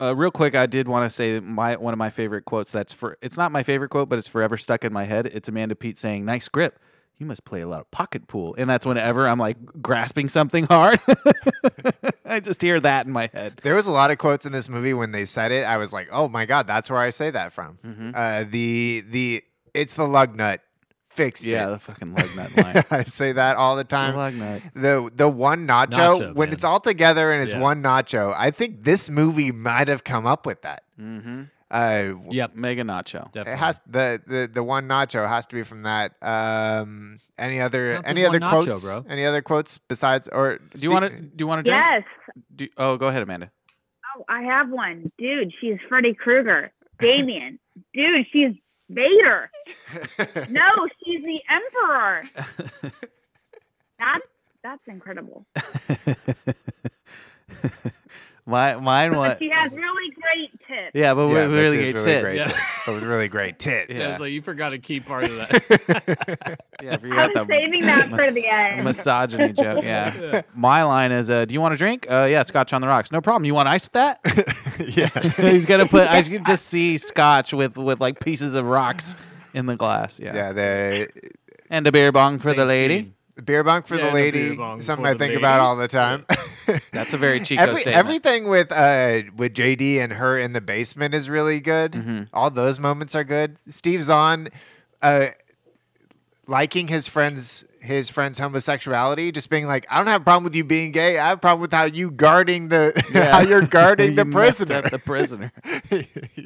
[SPEAKER 2] uh, real quick, I did want to say that my one of my favorite quotes. That's for it's not my favorite quote, but it's forever stuck in my head. It's Amanda Pete saying, "Nice grip. You must play a lot of pocket pool." And that's whenever I'm like grasping something hard. (laughs) I just hear that in my head.
[SPEAKER 1] There was a lot of quotes in this movie when they said it. I was like, oh my god, that's where I say that from.
[SPEAKER 2] Mm-hmm.
[SPEAKER 1] Uh, the the it's the lug nut fixed.
[SPEAKER 2] Yeah, the
[SPEAKER 1] it.
[SPEAKER 2] fucking lug
[SPEAKER 1] (laughs)
[SPEAKER 2] nut line.
[SPEAKER 1] I say that all the time.
[SPEAKER 2] lug nut.
[SPEAKER 1] The the one nacho,
[SPEAKER 4] Nacho,
[SPEAKER 1] when
[SPEAKER 4] man.
[SPEAKER 1] it's all together and it's
[SPEAKER 4] Yeah.
[SPEAKER 1] one nacho. I think this movie might have come up with that.
[SPEAKER 2] Mm-hmm.
[SPEAKER 1] Uh,
[SPEAKER 4] Yep,
[SPEAKER 2] Mega nacho.
[SPEAKER 4] definitely.
[SPEAKER 1] it has the, the the one nacho has to be from that. Um, any other
[SPEAKER 4] Counts as
[SPEAKER 1] any other
[SPEAKER 4] one nacho,
[SPEAKER 1] quotes?
[SPEAKER 4] bro.
[SPEAKER 1] Any other quotes besides or
[SPEAKER 2] Do you want to? Do you want to drink?
[SPEAKER 3] Yes.
[SPEAKER 2] Do, oh, go ahead, Amanda. (laughs)
[SPEAKER 3] Oh, I have one. Dude, she's Freddy Krueger. Damien. Dude, she's Vader. no, she's the Emperor. That's that's incredible.
[SPEAKER 2] My, mine
[SPEAKER 3] But (laughs)
[SPEAKER 2] was.
[SPEAKER 3] she has really great tips.
[SPEAKER 2] Yeah, but
[SPEAKER 1] Yeah,
[SPEAKER 2] with
[SPEAKER 1] but
[SPEAKER 2] really
[SPEAKER 1] she
[SPEAKER 2] great
[SPEAKER 1] has
[SPEAKER 2] tits.
[SPEAKER 1] really great tits.
[SPEAKER 2] (laughs)
[SPEAKER 1] But with really great tits.
[SPEAKER 2] Yeah.
[SPEAKER 4] It's like you forgot a key part
[SPEAKER 2] (laughs)
[SPEAKER 4] of that.
[SPEAKER 2] yeah, I
[SPEAKER 3] I was saving that for the end.
[SPEAKER 2] Misogyny
[SPEAKER 1] (laughs)
[SPEAKER 2] joke, yeah.
[SPEAKER 4] Yeah.
[SPEAKER 2] My line is, uh, "Do you want a drink? Uh, yeah, Scotch on the rocks. No problem. You want ice with that?
[SPEAKER 1] (laughs)
[SPEAKER 2] (laughs)
[SPEAKER 1] yeah.
[SPEAKER 2] He's gonna put. I can just see Scotch with with like pieces of rocks in the glass. Yeah,
[SPEAKER 1] Yeah, the
[SPEAKER 2] and a beer bong for the lady.
[SPEAKER 1] beer bunk for
[SPEAKER 4] Yeah,
[SPEAKER 1] the
[SPEAKER 4] and a
[SPEAKER 1] lady.
[SPEAKER 4] beer bong
[SPEAKER 1] Something
[SPEAKER 4] for
[SPEAKER 1] I
[SPEAKER 4] the
[SPEAKER 1] think about
[SPEAKER 4] lady.
[SPEAKER 1] all the time.
[SPEAKER 2] That's a very Chico
[SPEAKER 1] Every,
[SPEAKER 2] statement.
[SPEAKER 1] everything with uh with JD and her in the basement is really good.
[SPEAKER 2] Mhm.
[SPEAKER 1] All those moments are good. Steve's on uh liking his friends his friend's homosexuality, just being like, I don't have a problem with you being gay. I have a problem with how you guarding the (laughs) how you're guarding
[SPEAKER 2] (laughs) You
[SPEAKER 1] the
[SPEAKER 2] messed
[SPEAKER 1] prisoner.
[SPEAKER 2] up the prisoner.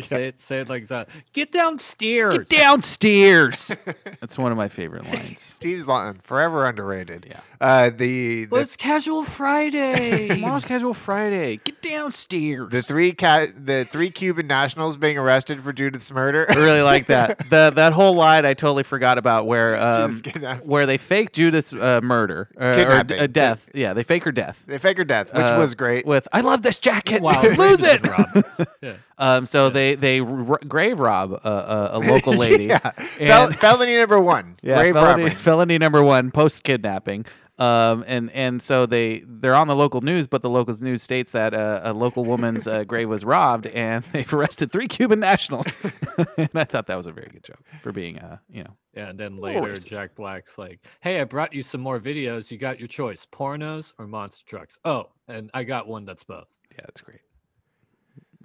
[SPEAKER 4] Say it, say it like that. Get downstairs.
[SPEAKER 2] Get
[SPEAKER 4] (laughs)
[SPEAKER 2] downstairs. That's one of my favorite lines.
[SPEAKER 1] (laughs) Steve's line forever underrated.
[SPEAKER 2] Yeah.
[SPEAKER 1] Uh the, the
[SPEAKER 4] Well, it's Casual Friday.
[SPEAKER 2] Tomorrow's casual Friday. Get downstairs.
[SPEAKER 1] the three cat the three Cuban nationals being arrested for Judith's murder.
[SPEAKER 2] I really like that. the that whole line I totally forgot
[SPEAKER 1] (laughs)
[SPEAKER 2] about where um,
[SPEAKER 1] Judith's kidnapped.
[SPEAKER 2] where they fake Judith's uh, murder uh, or d-
[SPEAKER 1] Kidnapping.
[SPEAKER 2] uh, death. Yeah, they fake her death,
[SPEAKER 1] (laughs) They fake her death, which
[SPEAKER 2] Uh,
[SPEAKER 1] was great.
[SPEAKER 2] With I love this jacket. (laughs)
[SPEAKER 4] Wow,
[SPEAKER 2] lose
[SPEAKER 4] great
[SPEAKER 2] it.
[SPEAKER 4] job, Rob. Yeah.
[SPEAKER 2] Um, so they they r- grave rob a, a,
[SPEAKER 1] (laughs)
[SPEAKER 2] a local lady.
[SPEAKER 1] (laughs) yeah. Fel-
[SPEAKER 2] And-
[SPEAKER 1] felony number one.
[SPEAKER 2] yeah,
[SPEAKER 1] grave
[SPEAKER 2] felony, (laughs)
[SPEAKER 1] robbery.
[SPEAKER 2] felony number one, post kidnapping. Um, and and so they they're on the local news, but the local news states that uh, a local woman's uh, grave was robbed, and (laughs) they've arrested three Cuban nationals. (laughs) and I thought that was a very good joke for being uh, you know
[SPEAKER 4] Yeah, and then later
[SPEAKER 2] Forced.
[SPEAKER 4] Jack Black's like, "Hey, I brought you some more videos. You got your choice: pornos or monster trucks." Oh, and I got one that's both.
[SPEAKER 2] yeah, it's great,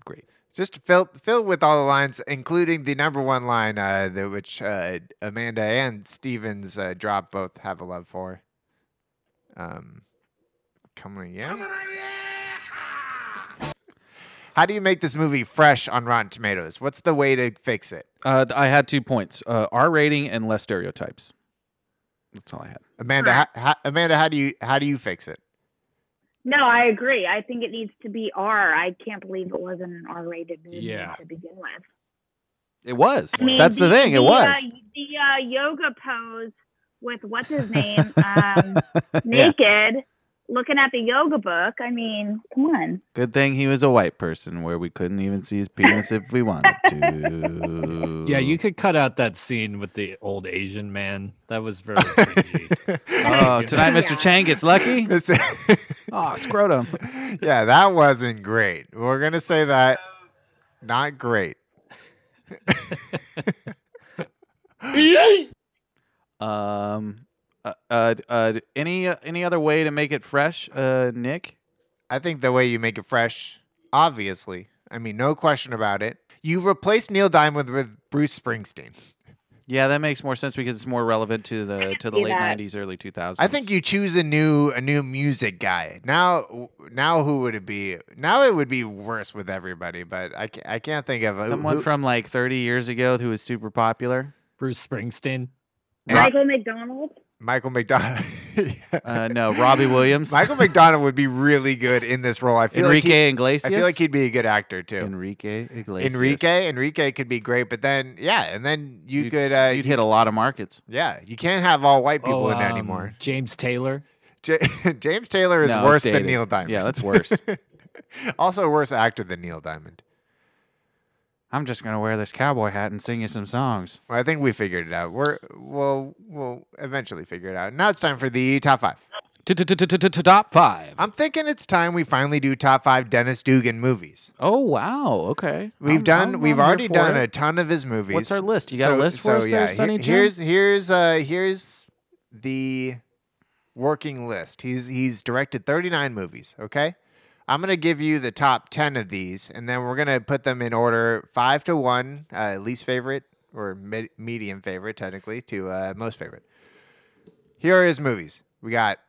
[SPEAKER 2] great.
[SPEAKER 1] Just fill fill with all the lines, including the number one line, uh, the, which uh, Amanda and Stevens uh, drop both have a love for. Um, come on, yeah. How do you make this movie fresh on Rotten Tomatoes? What's the way to fix it?
[SPEAKER 2] Uh, I had two points: uh, R rating and less stereotypes. That's all I had.
[SPEAKER 1] Amanda, how, how, Amanda, how do you how do you fix (laughs) it?
[SPEAKER 3] No, I agree. I think it needs to be R. I can't believe it wasn't an R-rated movie
[SPEAKER 4] Yeah.
[SPEAKER 3] to begin with.
[SPEAKER 2] It was.
[SPEAKER 3] I mean,
[SPEAKER 2] That's the, thing. It was.
[SPEAKER 3] Uh, the uh, yoga pose with what's his name,
[SPEAKER 2] (laughs)
[SPEAKER 3] um, naked, looking at the yoga book. I mean, come on.
[SPEAKER 2] Good thing he was a white person where we couldn't even see his penis if we wanted to.
[SPEAKER 4] Yeah, you could cut out that scene with the old Asian man. That
[SPEAKER 1] (laughs)
[SPEAKER 4] was very. cringy.
[SPEAKER 2] Oh, tonight
[SPEAKER 3] Yeah.
[SPEAKER 2] Mr. Chang gets (laughs) lucky.
[SPEAKER 1] It's-
[SPEAKER 2] Oh, scrotum.
[SPEAKER 1] (laughs) yeah, that wasn't great. We're gonna say that. Not great.
[SPEAKER 2] (laughs) Um, uh, uh, uh, any any other way to make it fresh, uh, Nick?
[SPEAKER 1] I think the way you make it fresh, obviously. I mean, no question about it. You replace Neil Diamond with Bruce Springsteen.
[SPEAKER 2] Yeah, that makes more sense because it's more relevant to the to the
[SPEAKER 3] see
[SPEAKER 2] late
[SPEAKER 3] that.
[SPEAKER 2] '90s, early 2000s.
[SPEAKER 1] I think you choose a new a new music guy. Now now who would it be? Now it would be worse with everybody, but I can't, I can't think of a,
[SPEAKER 2] someone
[SPEAKER 1] uh, who-
[SPEAKER 2] from like 30 years ago who was super popular.
[SPEAKER 4] Bruce Springsteen.
[SPEAKER 1] Yeah.
[SPEAKER 3] Michael McDonald.
[SPEAKER 1] Michael McDonald. (laughs)
[SPEAKER 2] Uh, no, Robbie Williams,
[SPEAKER 1] Michael McDonald would be really good in this role. I feel like he-
[SPEAKER 2] Enrique Iglesias.
[SPEAKER 1] I feel like he'd be a good actor too.
[SPEAKER 2] Enrique Iglesias.
[SPEAKER 1] Enrique, Enrique could be great, but then yeah, and then you
[SPEAKER 2] You'd-
[SPEAKER 1] could uh,
[SPEAKER 2] You'd hit a lot of markets.
[SPEAKER 1] yeah, you can't have all white people
[SPEAKER 4] Oh,
[SPEAKER 1] in it
[SPEAKER 4] um,
[SPEAKER 1] anymore.
[SPEAKER 4] James Taylor.
[SPEAKER 1] J- (laughs) James Taylor is
[SPEAKER 2] No,
[SPEAKER 1] worse
[SPEAKER 2] dated.
[SPEAKER 1] than Neil Diamond.
[SPEAKER 2] Yeah, that's worse.
[SPEAKER 1] (laughs) also, a worse actor than Neil Diamond.
[SPEAKER 2] I'm just gonna wear this cowboy hat and sing you some songs.
[SPEAKER 1] Well, I think we figured it out. We're we'll we'll eventually figure it out. Now it's time for the top five.
[SPEAKER 2] Top five.
[SPEAKER 1] I'm thinking it's time we finally do top five Dennis Dugan movies.
[SPEAKER 2] Oh wow. Okay.
[SPEAKER 1] We've
[SPEAKER 2] I'm-
[SPEAKER 1] done.
[SPEAKER 2] I'm-
[SPEAKER 1] we've
[SPEAKER 2] I'm here
[SPEAKER 1] already
[SPEAKER 2] for
[SPEAKER 1] done
[SPEAKER 2] it.
[SPEAKER 1] a ton of his movies.
[SPEAKER 2] What's our list? You got a list for us there,
[SPEAKER 1] he-
[SPEAKER 2] Sonny Jim?
[SPEAKER 1] Here's here's uh here's the working list. He's he's directed 39 movies. Okay, I'm gonna give you the top 10 of these, and then we're gonna put them in order five to one, uh, least favorite or med- medium favorite technically to uh, most favorite. Here are his movies. We got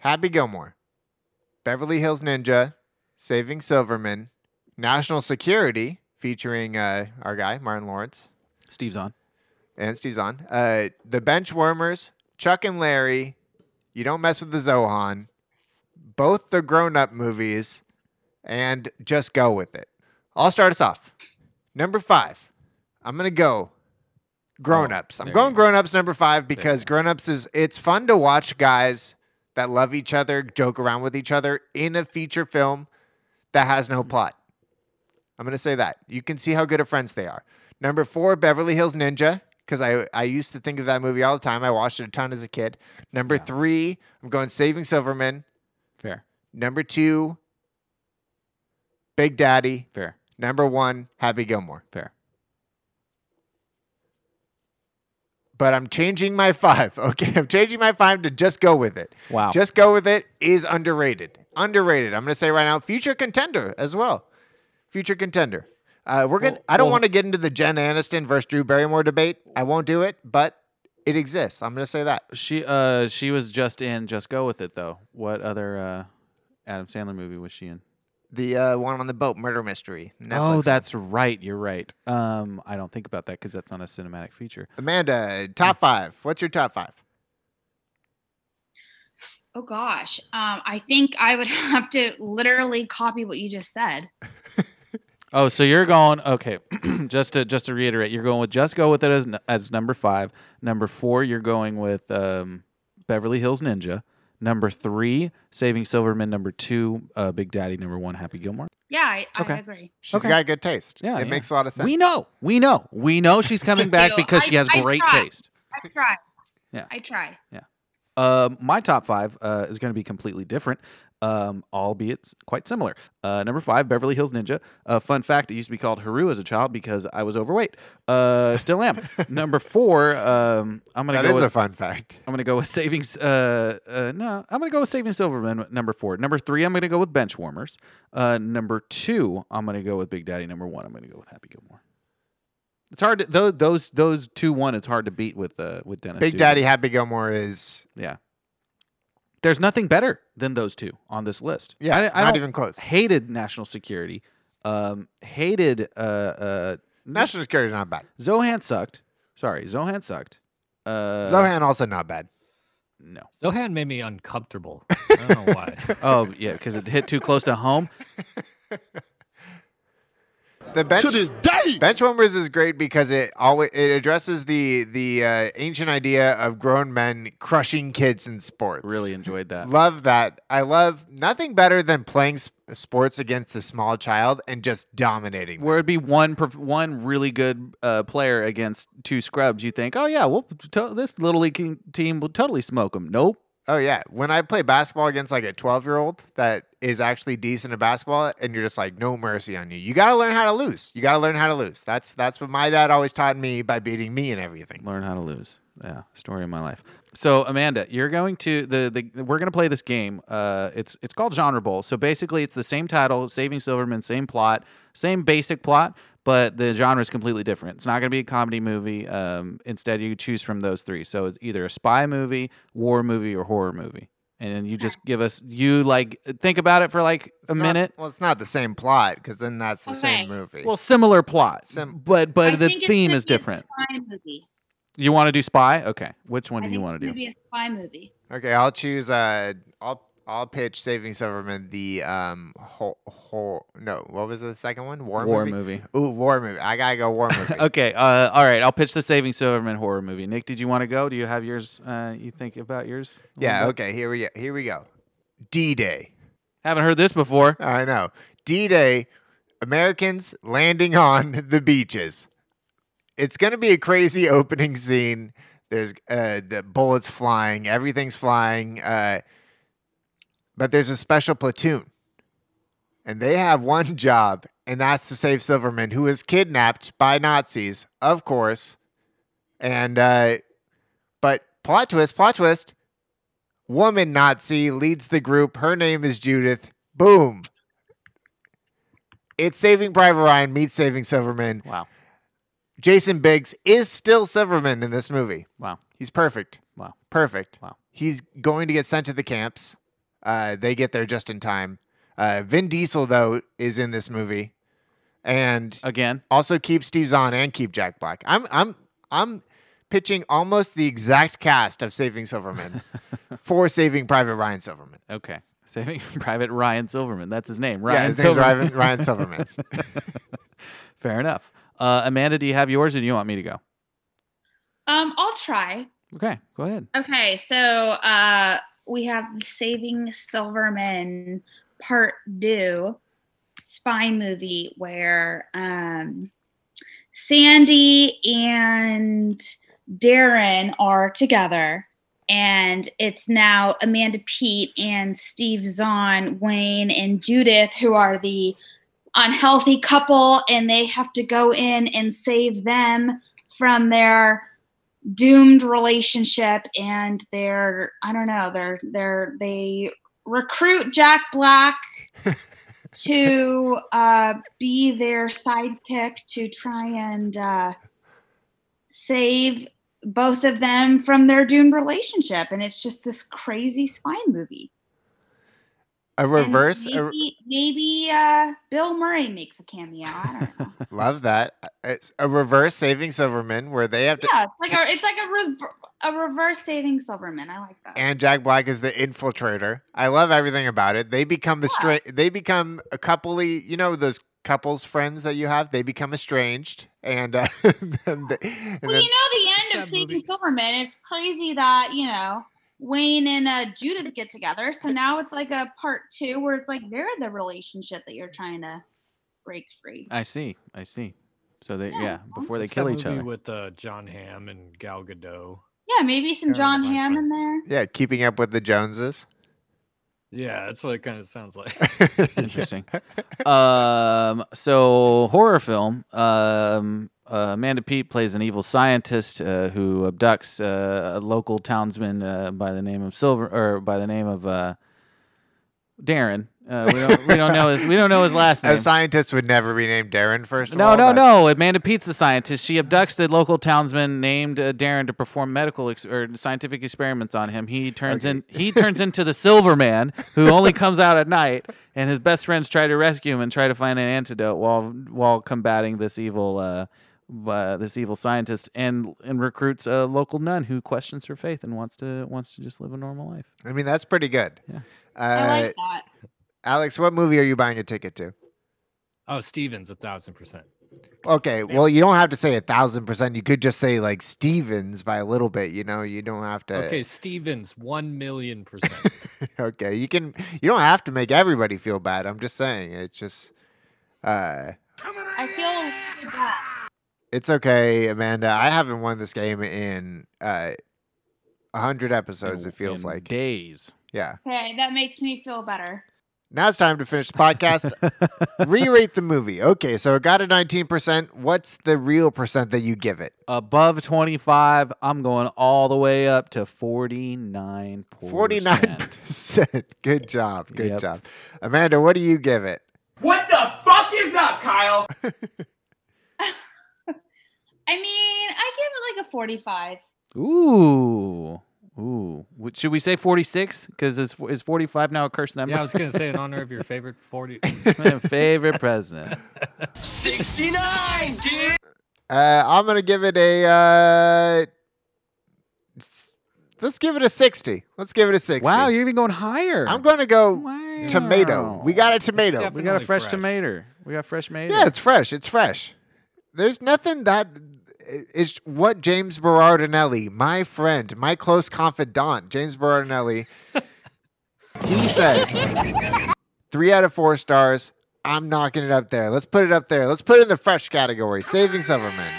[SPEAKER 1] Happy Gilmore, Beverly Hills Ninja, Saving Silverman, National Security featuring uh, our guy Martin Lawrence
[SPEAKER 2] Steve's on.
[SPEAKER 1] and Steve's on. Uh, the Benchwarmers, Chuck and Larry, You Don't Mess with the Zohan, both the grown up movies, and just go with it. I'll start us off. Number five, I'm gonna go grown ups. I'm
[SPEAKER 14] there
[SPEAKER 1] going grown ups number five because grown ups is it's fun to watch guys that love each other joke around with each other in a feature film that has no plot. I'm gonna say that. You can see how good of friends they are. Number four, Beverly Hills Ninja, because I, I used to think of that movie all the time. I watched it a ton as a kid. Number three, I'm going Saving Silverman.
[SPEAKER 2] Fair.
[SPEAKER 1] Number two, Big Daddy.
[SPEAKER 2] Fair.
[SPEAKER 1] Number one, Happy Gilmore.
[SPEAKER 2] Fair.
[SPEAKER 1] But I'm changing my five. (laughs) Okay. I'm changing my five to just go with it.
[SPEAKER 2] Wow.
[SPEAKER 1] Just go with it is underrated. Underrated. I'm going to say right now, future contender as well. Future contender. Uh, we're gonna. I don't
[SPEAKER 2] well-
[SPEAKER 1] want to get into the Jen Aniston versus Drew Barrymore debate. I won't do it, but it exists. I'm gonna say that.
[SPEAKER 2] She uh she was just in Just Go with It though. What other uh Adam Sandler movie was she in?
[SPEAKER 1] The uh, one on the boat murder mystery. Netflix
[SPEAKER 2] Oh,
[SPEAKER 1] one.
[SPEAKER 2] that's right. You're right. Um, I don't think about that because that's not a cinematic feature.
[SPEAKER 1] Amanda. Top five. What's your top five?
[SPEAKER 6] Oh gosh, um, I think I would have to literally copy what you just said.
[SPEAKER 2] Oh, so you're going okay? (clears throat) just to just to reiterate, you're going with just go with it as n- as number five. Number four, you're going with um, Beverly Hills Ninja. Number three, Saving Silverman. Number two, uh, Big Daddy. Number one, Happy Gilmore.
[SPEAKER 6] Yeah, I, I
[SPEAKER 2] Okay.
[SPEAKER 6] agree.
[SPEAKER 1] She's
[SPEAKER 2] Okay.
[SPEAKER 1] got good taste.
[SPEAKER 2] Yeah,
[SPEAKER 1] it
[SPEAKER 2] yeah.
[SPEAKER 1] makes a lot of sense.
[SPEAKER 2] We know, we know, we know she's coming back
[SPEAKER 6] Ew,
[SPEAKER 2] because she
[SPEAKER 6] (laughs) I-
[SPEAKER 2] has
[SPEAKER 6] I
[SPEAKER 2] great
[SPEAKER 6] try.
[SPEAKER 2] taste.
[SPEAKER 6] I try.
[SPEAKER 2] Yeah.
[SPEAKER 6] I try.
[SPEAKER 2] Um, my top five uh, is going to be completely different, um, albeit s- quite similar. Uh, number five, Beverly Hills Ninja. Uh, fun fact: it used to be called Haru as a child because I was overweight. Uh,
[SPEAKER 1] (laughs)
[SPEAKER 2] still am. number four, um, I'm going to
[SPEAKER 1] That
[SPEAKER 2] go.
[SPEAKER 1] is
[SPEAKER 2] with,
[SPEAKER 1] a fun fact.
[SPEAKER 2] I'm going to go with Savings. Uh, uh, no, I'm going to go with Saving Silverman. at Number four. Number three, I'm going to go with Bench Warmers. Uh, number two, I'm going to go with Big Daddy. Number one, I'm going to go with Happy Gilmore. It's hard to those those those two one. It's hard to beat with uh, with Dennis.
[SPEAKER 1] Big
[SPEAKER 2] Dugan.
[SPEAKER 1] Daddy Happy Gilmore is
[SPEAKER 2] Yeah. There's nothing better than those two on this list.
[SPEAKER 1] Yeah,
[SPEAKER 2] I, I
[SPEAKER 1] not
[SPEAKER 2] don't-
[SPEAKER 1] even close.
[SPEAKER 2] Hated national security. Um, hated uh, uh,
[SPEAKER 1] National Security's not bad.
[SPEAKER 2] Zohan sucked. Sorry, Zohan sucked. Uh,
[SPEAKER 1] Zohan also not bad.
[SPEAKER 2] No.
[SPEAKER 4] Zohan made me uncomfortable. I
[SPEAKER 1] (laughs)
[SPEAKER 4] don't know why.
[SPEAKER 2] Oh yeah, because it hit too close to home.
[SPEAKER 1] The bench to this day. Benchwarmers is great because it always it addresses the the uh, ancient idea of grown men crushing kids in sports.
[SPEAKER 2] Really enjoyed that.
[SPEAKER 1] Love that. I love nothing better than playing s- sports against a small child and just dominating.
[SPEAKER 2] Where it'd be one prof- one really good uh, player against two scrubs, you think, oh yeah, well to- this little league team- team will totally smoke them. Nope.
[SPEAKER 1] Oh yeah, when I play basketball against like a 12-year-old that is actually decent at basketball and you're just like no mercy on you. You got to learn how to lose. You got to learn how to lose. That's that's what my dad always taught me by beating me and everything.
[SPEAKER 2] Learn how to lose. Yeah, story of my life. So Amanda, you're going to the, the we're going to play this game. Uh, it's it's called Genre Bowl. So basically, it's the same title, Saving Silverman, same plot, same basic plot, but the genre is completely different. It's not going to be a comedy movie. Um, instead, you choose from those three. So it's either a spy movie, war movie, or horror movie. And then you just give us you like think about it for like a
[SPEAKER 1] It's not-
[SPEAKER 2] minute.
[SPEAKER 1] Well, it's not the same plot because then that's the same movie.
[SPEAKER 2] Well, similar plot,
[SPEAKER 1] Sim-
[SPEAKER 2] but but
[SPEAKER 6] I
[SPEAKER 2] the
[SPEAKER 6] think it's
[SPEAKER 2] theme
[SPEAKER 6] gonna
[SPEAKER 2] is
[SPEAKER 6] be a
[SPEAKER 2] different.
[SPEAKER 6] Spy movie.
[SPEAKER 2] You want to do spy? Okay. Which one do you want to do?
[SPEAKER 6] Maybe a spy movie.
[SPEAKER 1] Okay, I'll choose. Uh, I'll I'll pitch Saving Silverman the um whole, whole no. What was the second one? War,
[SPEAKER 2] War
[SPEAKER 1] movie. Ooh, war movie. I gotta go
[SPEAKER 2] (laughs)
[SPEAKER 1] war movie.
[SPEAKER 2] Okay. Uh, all right. I'll pitch the Saving Silverman horror movie. Nick, did you want to go? Do you have yours? Uh, you think about yours? a little
[SPEAKER 1] yeah.
[SPEAKER 2] bit?
[SPEAKER 1] Okay. Here we go. Here we go. D Day.
[SPEAKER 2] Haven't heard
[SPEAKER 1] (laughs)
[SPEAKER 2] this before.
[SPEAKER 1] I know. D Day. Americans landing on (laughs) the beaches. It's gonna be a crazy (laughs) opening scene. There's uh, the bullets flying. Everything's flying. Uh, but there's a special platoon. And they have one (laughs) job, and that's to save Silverman, who is kidnapped by Nazis, of course. And, uh, but plot twist, plot twist. Woman Nazi leads the group. Her name is Judith. Boom. It's Saving Private Ryan meets Saving Silverman.
[SPEAKER 2] Wow.
[SPEAKER 1] Jason Biggs is still Silverman in this movie.
[SPEAKER 2] Wow.
[SPEAKER 1] He's perfect.
[SPEAKER 2] Wow.
[SPEAKER 1] Perfect.
[SPEAKER 2] Wow.
[SPEAKER 1] He's going to get sent to the camps. Uh, they get there just in time. Uh, Vin Diesel, though, is in this movie. And
[SPEAKER 2] Again.
[SPEAKER 1] also keep Steve Zahn and keep Jack Black. I'm I'm I'm pitching
[SPEAKER 2] (laughs)
[SPEAKER 1] almost the exact cast of Saving Silverman for Saving Private Ryan Silverman.
[SPEAKER 2] Okay. Saving (laughs) Private Ryan Silverman. That's his name.
[SPEAKER 1] Yeah,
[SPEAKER 2] Ryan
[SPEAKER 1] his name's
[SPEAKER 2] Silverman.
[SPEAKER 1] Ryan- Ryan Silverman.
[SPEAKER 2] (laughs) Fair enough. Uh, Amanda, do you have yours or do you want me to go?
[SPEAKER 6] Um, I'll try.
[SPEAKER 2] Okay, go ahead.
[SPEAKER 3] Um,
[SPEAKER 6] Okay, so uh, we have the Saving Silverman Part Two spy movie where um, Sandy and Darren are together, and it's now Amanda Pete and Steve Zahn, Wayne and Judith, who are the unhealthy couple, and they have to go in and save them from their doomed relationship and they're i don't know they're they're they recruit jack black to uh, be their sidekick to try and uh, save both of them from their doomed relationship and it's just this crazy spy movie
[SPEAKER 1] A
[SPEAKER 6] And
[SPEAKER 1] reverse. a-
[SPEAKER 6] maybe, maybe uh, bill murray makes a cameo I don't know.
[SPEAKER 1] love that. It's a reverse Saving Silverman where they have to.
[SPEAKER 6] yeah it's like a it's like a, res- a reverse saving silverman i like that
[SPEAKER 1] and Jack Black is the infiltrator. I love everything about it. They become estra- They become a coupley. You know those couples friends that you have. They become estranged, and, uh, (laughs) and, then- and
[SPEAKER 6] Well,
[SPEAKER 1] then-
[SPEAKER 6] you know the end of Saving Silverman. It's crazy that you know Wayne and uh, Judith get together. So now it's like a part two where it's like they're the relationship that you're trying to break free.
[SPEAKER 2] I see. I see. So they yeah, before they
[SPEAKER 4] What's that
[SPEAKER 2] kill each
[SPEAKER 4] movie
[SPEAKER 2] other.
[SPEAKER 4] with uh, John Hamm and Gal Gadot.
[SPEAKER 6] Yeah, maybe some John Hamm in there.
[SPEAKER 1] yeah, keeping up with the Joneses.
[SPEAKER 4] Yeah, that's what it kind of sounds like.
[SPEAKER 1] (laughs)
[SPEAKER 2] (laughs) Interesting. um, so horror film. Um, uh, Amanda Pete plays an evil scientist uh, who abducts uh, a local townsman uh, by the name of Silver or by the name of uh, Darren. Uh, we don't we don't know his we don't know
[SPEAKER 1] (laughs)
[SPEAKER 2] his last name.
[SPEAKER 1] A scientist would never be named Darren. First of
[SPEAKER 2] No,
[SPEAKER 1] all,
[SPEAKER 2] no,
[SPEAKER 1] that's-
[SPEAKER 2] no. Amanda Pete's the scientist. She abducts the local townsman named uh, Darren to perform medical ex- or scientific experiments on him. He turns in he turns into the Silver Man, who only comes out at night, and his best friends try to rescue him and try to find an antidote while while combating this evil uh, uh, this evil scientist and and recruits a local nun who questions her faith and wants to wants to just live a normal life.
[SPEAKER 1] I mean, that's pretty good.
[SPEAKER 2] Yeah.
[SPEAKER 1] Uh,
[SPEAKER 6] I like that.
[SPEAKER 1] Alex, what movie are you buying a ticket to?
[SPEAKER 4] Oh, Stevens, a thousand percent.
[SPEAKER 1] Okay, well, you don't have to say a thousand percent. You could just say like Stevens by a little bit. You know, you don't have to.
[SPEAKER 4] Okay, Stevens, one million percent.
[SPEAKER 1] okay you can you don't have to make everybody feel bad i'm just saying it's just uh
[SPEAKER 6] I feel that.
[SPEAKER 1] it's okay amanda i haven't won this game in uh 100 episodes it feels like
[SPEAKER 2] days
[SPEAKER 1] yeah
[SPEAKER 6] Okay, that makes me feel better.
[SPEAKER 1] now it's time to finish the podcast re-rate the movie okay so it got a 19% what's the real percent that you give it
[SPEAKER 2] Above twenty five, I'm going all the way up to forty nine.
[SPEAKER 1] 49% (laughs) good job good job amanda what do you give it
[SPEAKER 13] What the fuck is up, Kyle?
[SPEAKER 6] I mean, I give it like a 45.
[SPEAKER 2] Ooh. Ooh. Wh- Should we say 46? Because is, is 45 now a curse number?
[SPEAKER 4] yeah, I was gonna say in honor of your favorite forty.
[SPEAKER 2] My (laughs)
[SPEAKER 1] (laughs)
[SPEAKER 2] favorite president.
[SPEAKER 8] 69, dude!
[SPEAKER 1] Uh, I'm gonna give it a. Uh, s- let's give it a sixty. Let's give it a sixty.
[SPEAKER 2] Wow, you're even going higher.
[SPEAKER 1] I'm gonna go tomato. We got a tomato.
[SPEAKER 2] We got a fresh, tomato. We got fresh tomato.
[SPEAKER 1] Yeah, it's fresh. It's fresh. There's nothing that i- it's what James Berardinelli, my friend, my close confidant, James
[SPEAKER 6] (laughs)
[SPEAKER 1] Berardinelli, he said three out of four stars. I'm knocking it up there. Let's put it up there. Let's put it in the fresh category. Saving Silverman.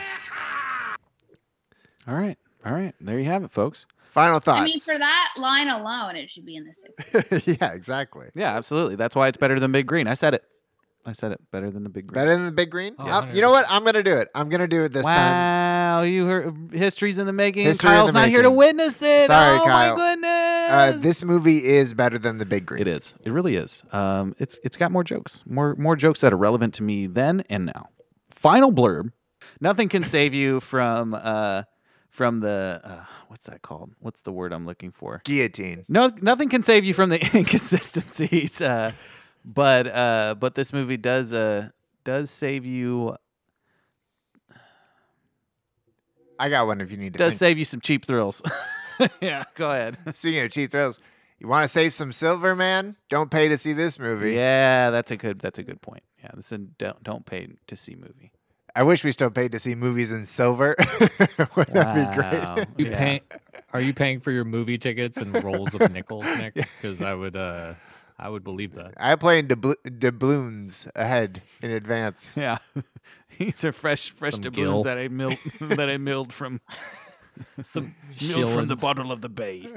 [SPEAKER 2] All right. All right. There you have it, folks.
[SPEAKER 1] Final
[SPEAKER 6] I mean, for that line alone, it should be in the 60s.
[SPEAKER 1] (laughs) yeah, exactly.
[SPEAKER 2] Yeah, absolutely. That's why it's better than Big Green. I said it. I said it. Better than the Big Green.
[SPEAKER 1] Better than the big green?
[SPEAKER 2] Oh,
[SPEAKER 1] Uh, you know what? I'm gonna do it. I'm gonna do it this time.
[SPEAKER 2] Wow, you heard history's in the making.
[SPEAKER 1] History in
[SPEAKER 2] Kyle's
[SPEAKER 1] the
[SPEAKER 2] not here to
[SPEAKER 1] making.
[SPEAKER 2] witness it.
[SPEAKER 1] Sorry,
[SPEAKER 2] oh
[SPEAKER 1] Kyle.
[SPEAKER 2] my goodness.
[SPEAKER 1] Uh, this movie is better than the big green.
[SPEAKER 2] It is. It really is. Um, it's it's got more jokes, more more jokes that are relevant to me then and now. Final blurb. Nothing can save you from uh from the uh, what's that called? What's the word I'm looking for?
[SPEAKER 1] Guillotine.
[SPEAKER 2] No, nothing can save you from the (laughs) inconsistencies. Uh, but uh, but this movie does uh does save you
[SPEAKER 1] I got one if you need to.
[SPEAKER 2] does save you some cheap thrills. (laughs) yeah, go ahead.
[SPEAKER 1] Speaking of cheap thrills, You want to save some silver, man? Don't pay to see this movie.
[SPEAKER 2] Yeah, that's a good that's a good point. Yeah, this is a don't don't pay to see movie.
[SPEAKER 1] I wish we still paid to see movies in silver. (laughs) Would that
[SPEAKER 2] Um,
[SPEAKER 1] be great?
[SPEAKER 4] (laughs) You pay, are you paying for your movie tickets in rolls
[SPEAKER 2] (laughs)
[SPEAKER 4] of nickels, Nick? Because I would, uh, I would believe that.
[SPEAKER 1] I play in doubl- doubloons ahead in advance.
[SPEAKER 2] Yeah, (laughs) these are fresh fresh
[SPEAKER 4] Some gill.
[SPEAKER 2] doubloons that I
[SPEAKER 4] (laughs)
[SPEAKER 2] milled that I milled from (laughs)
[SPEAKER 4] some
[SPEAKER 2] milled from the
[SPEAKER 4] shillings.
[SPEAKER 2] bottle of the
[SPEAKER 4] (laughs)
[SPEAKER 2] bay.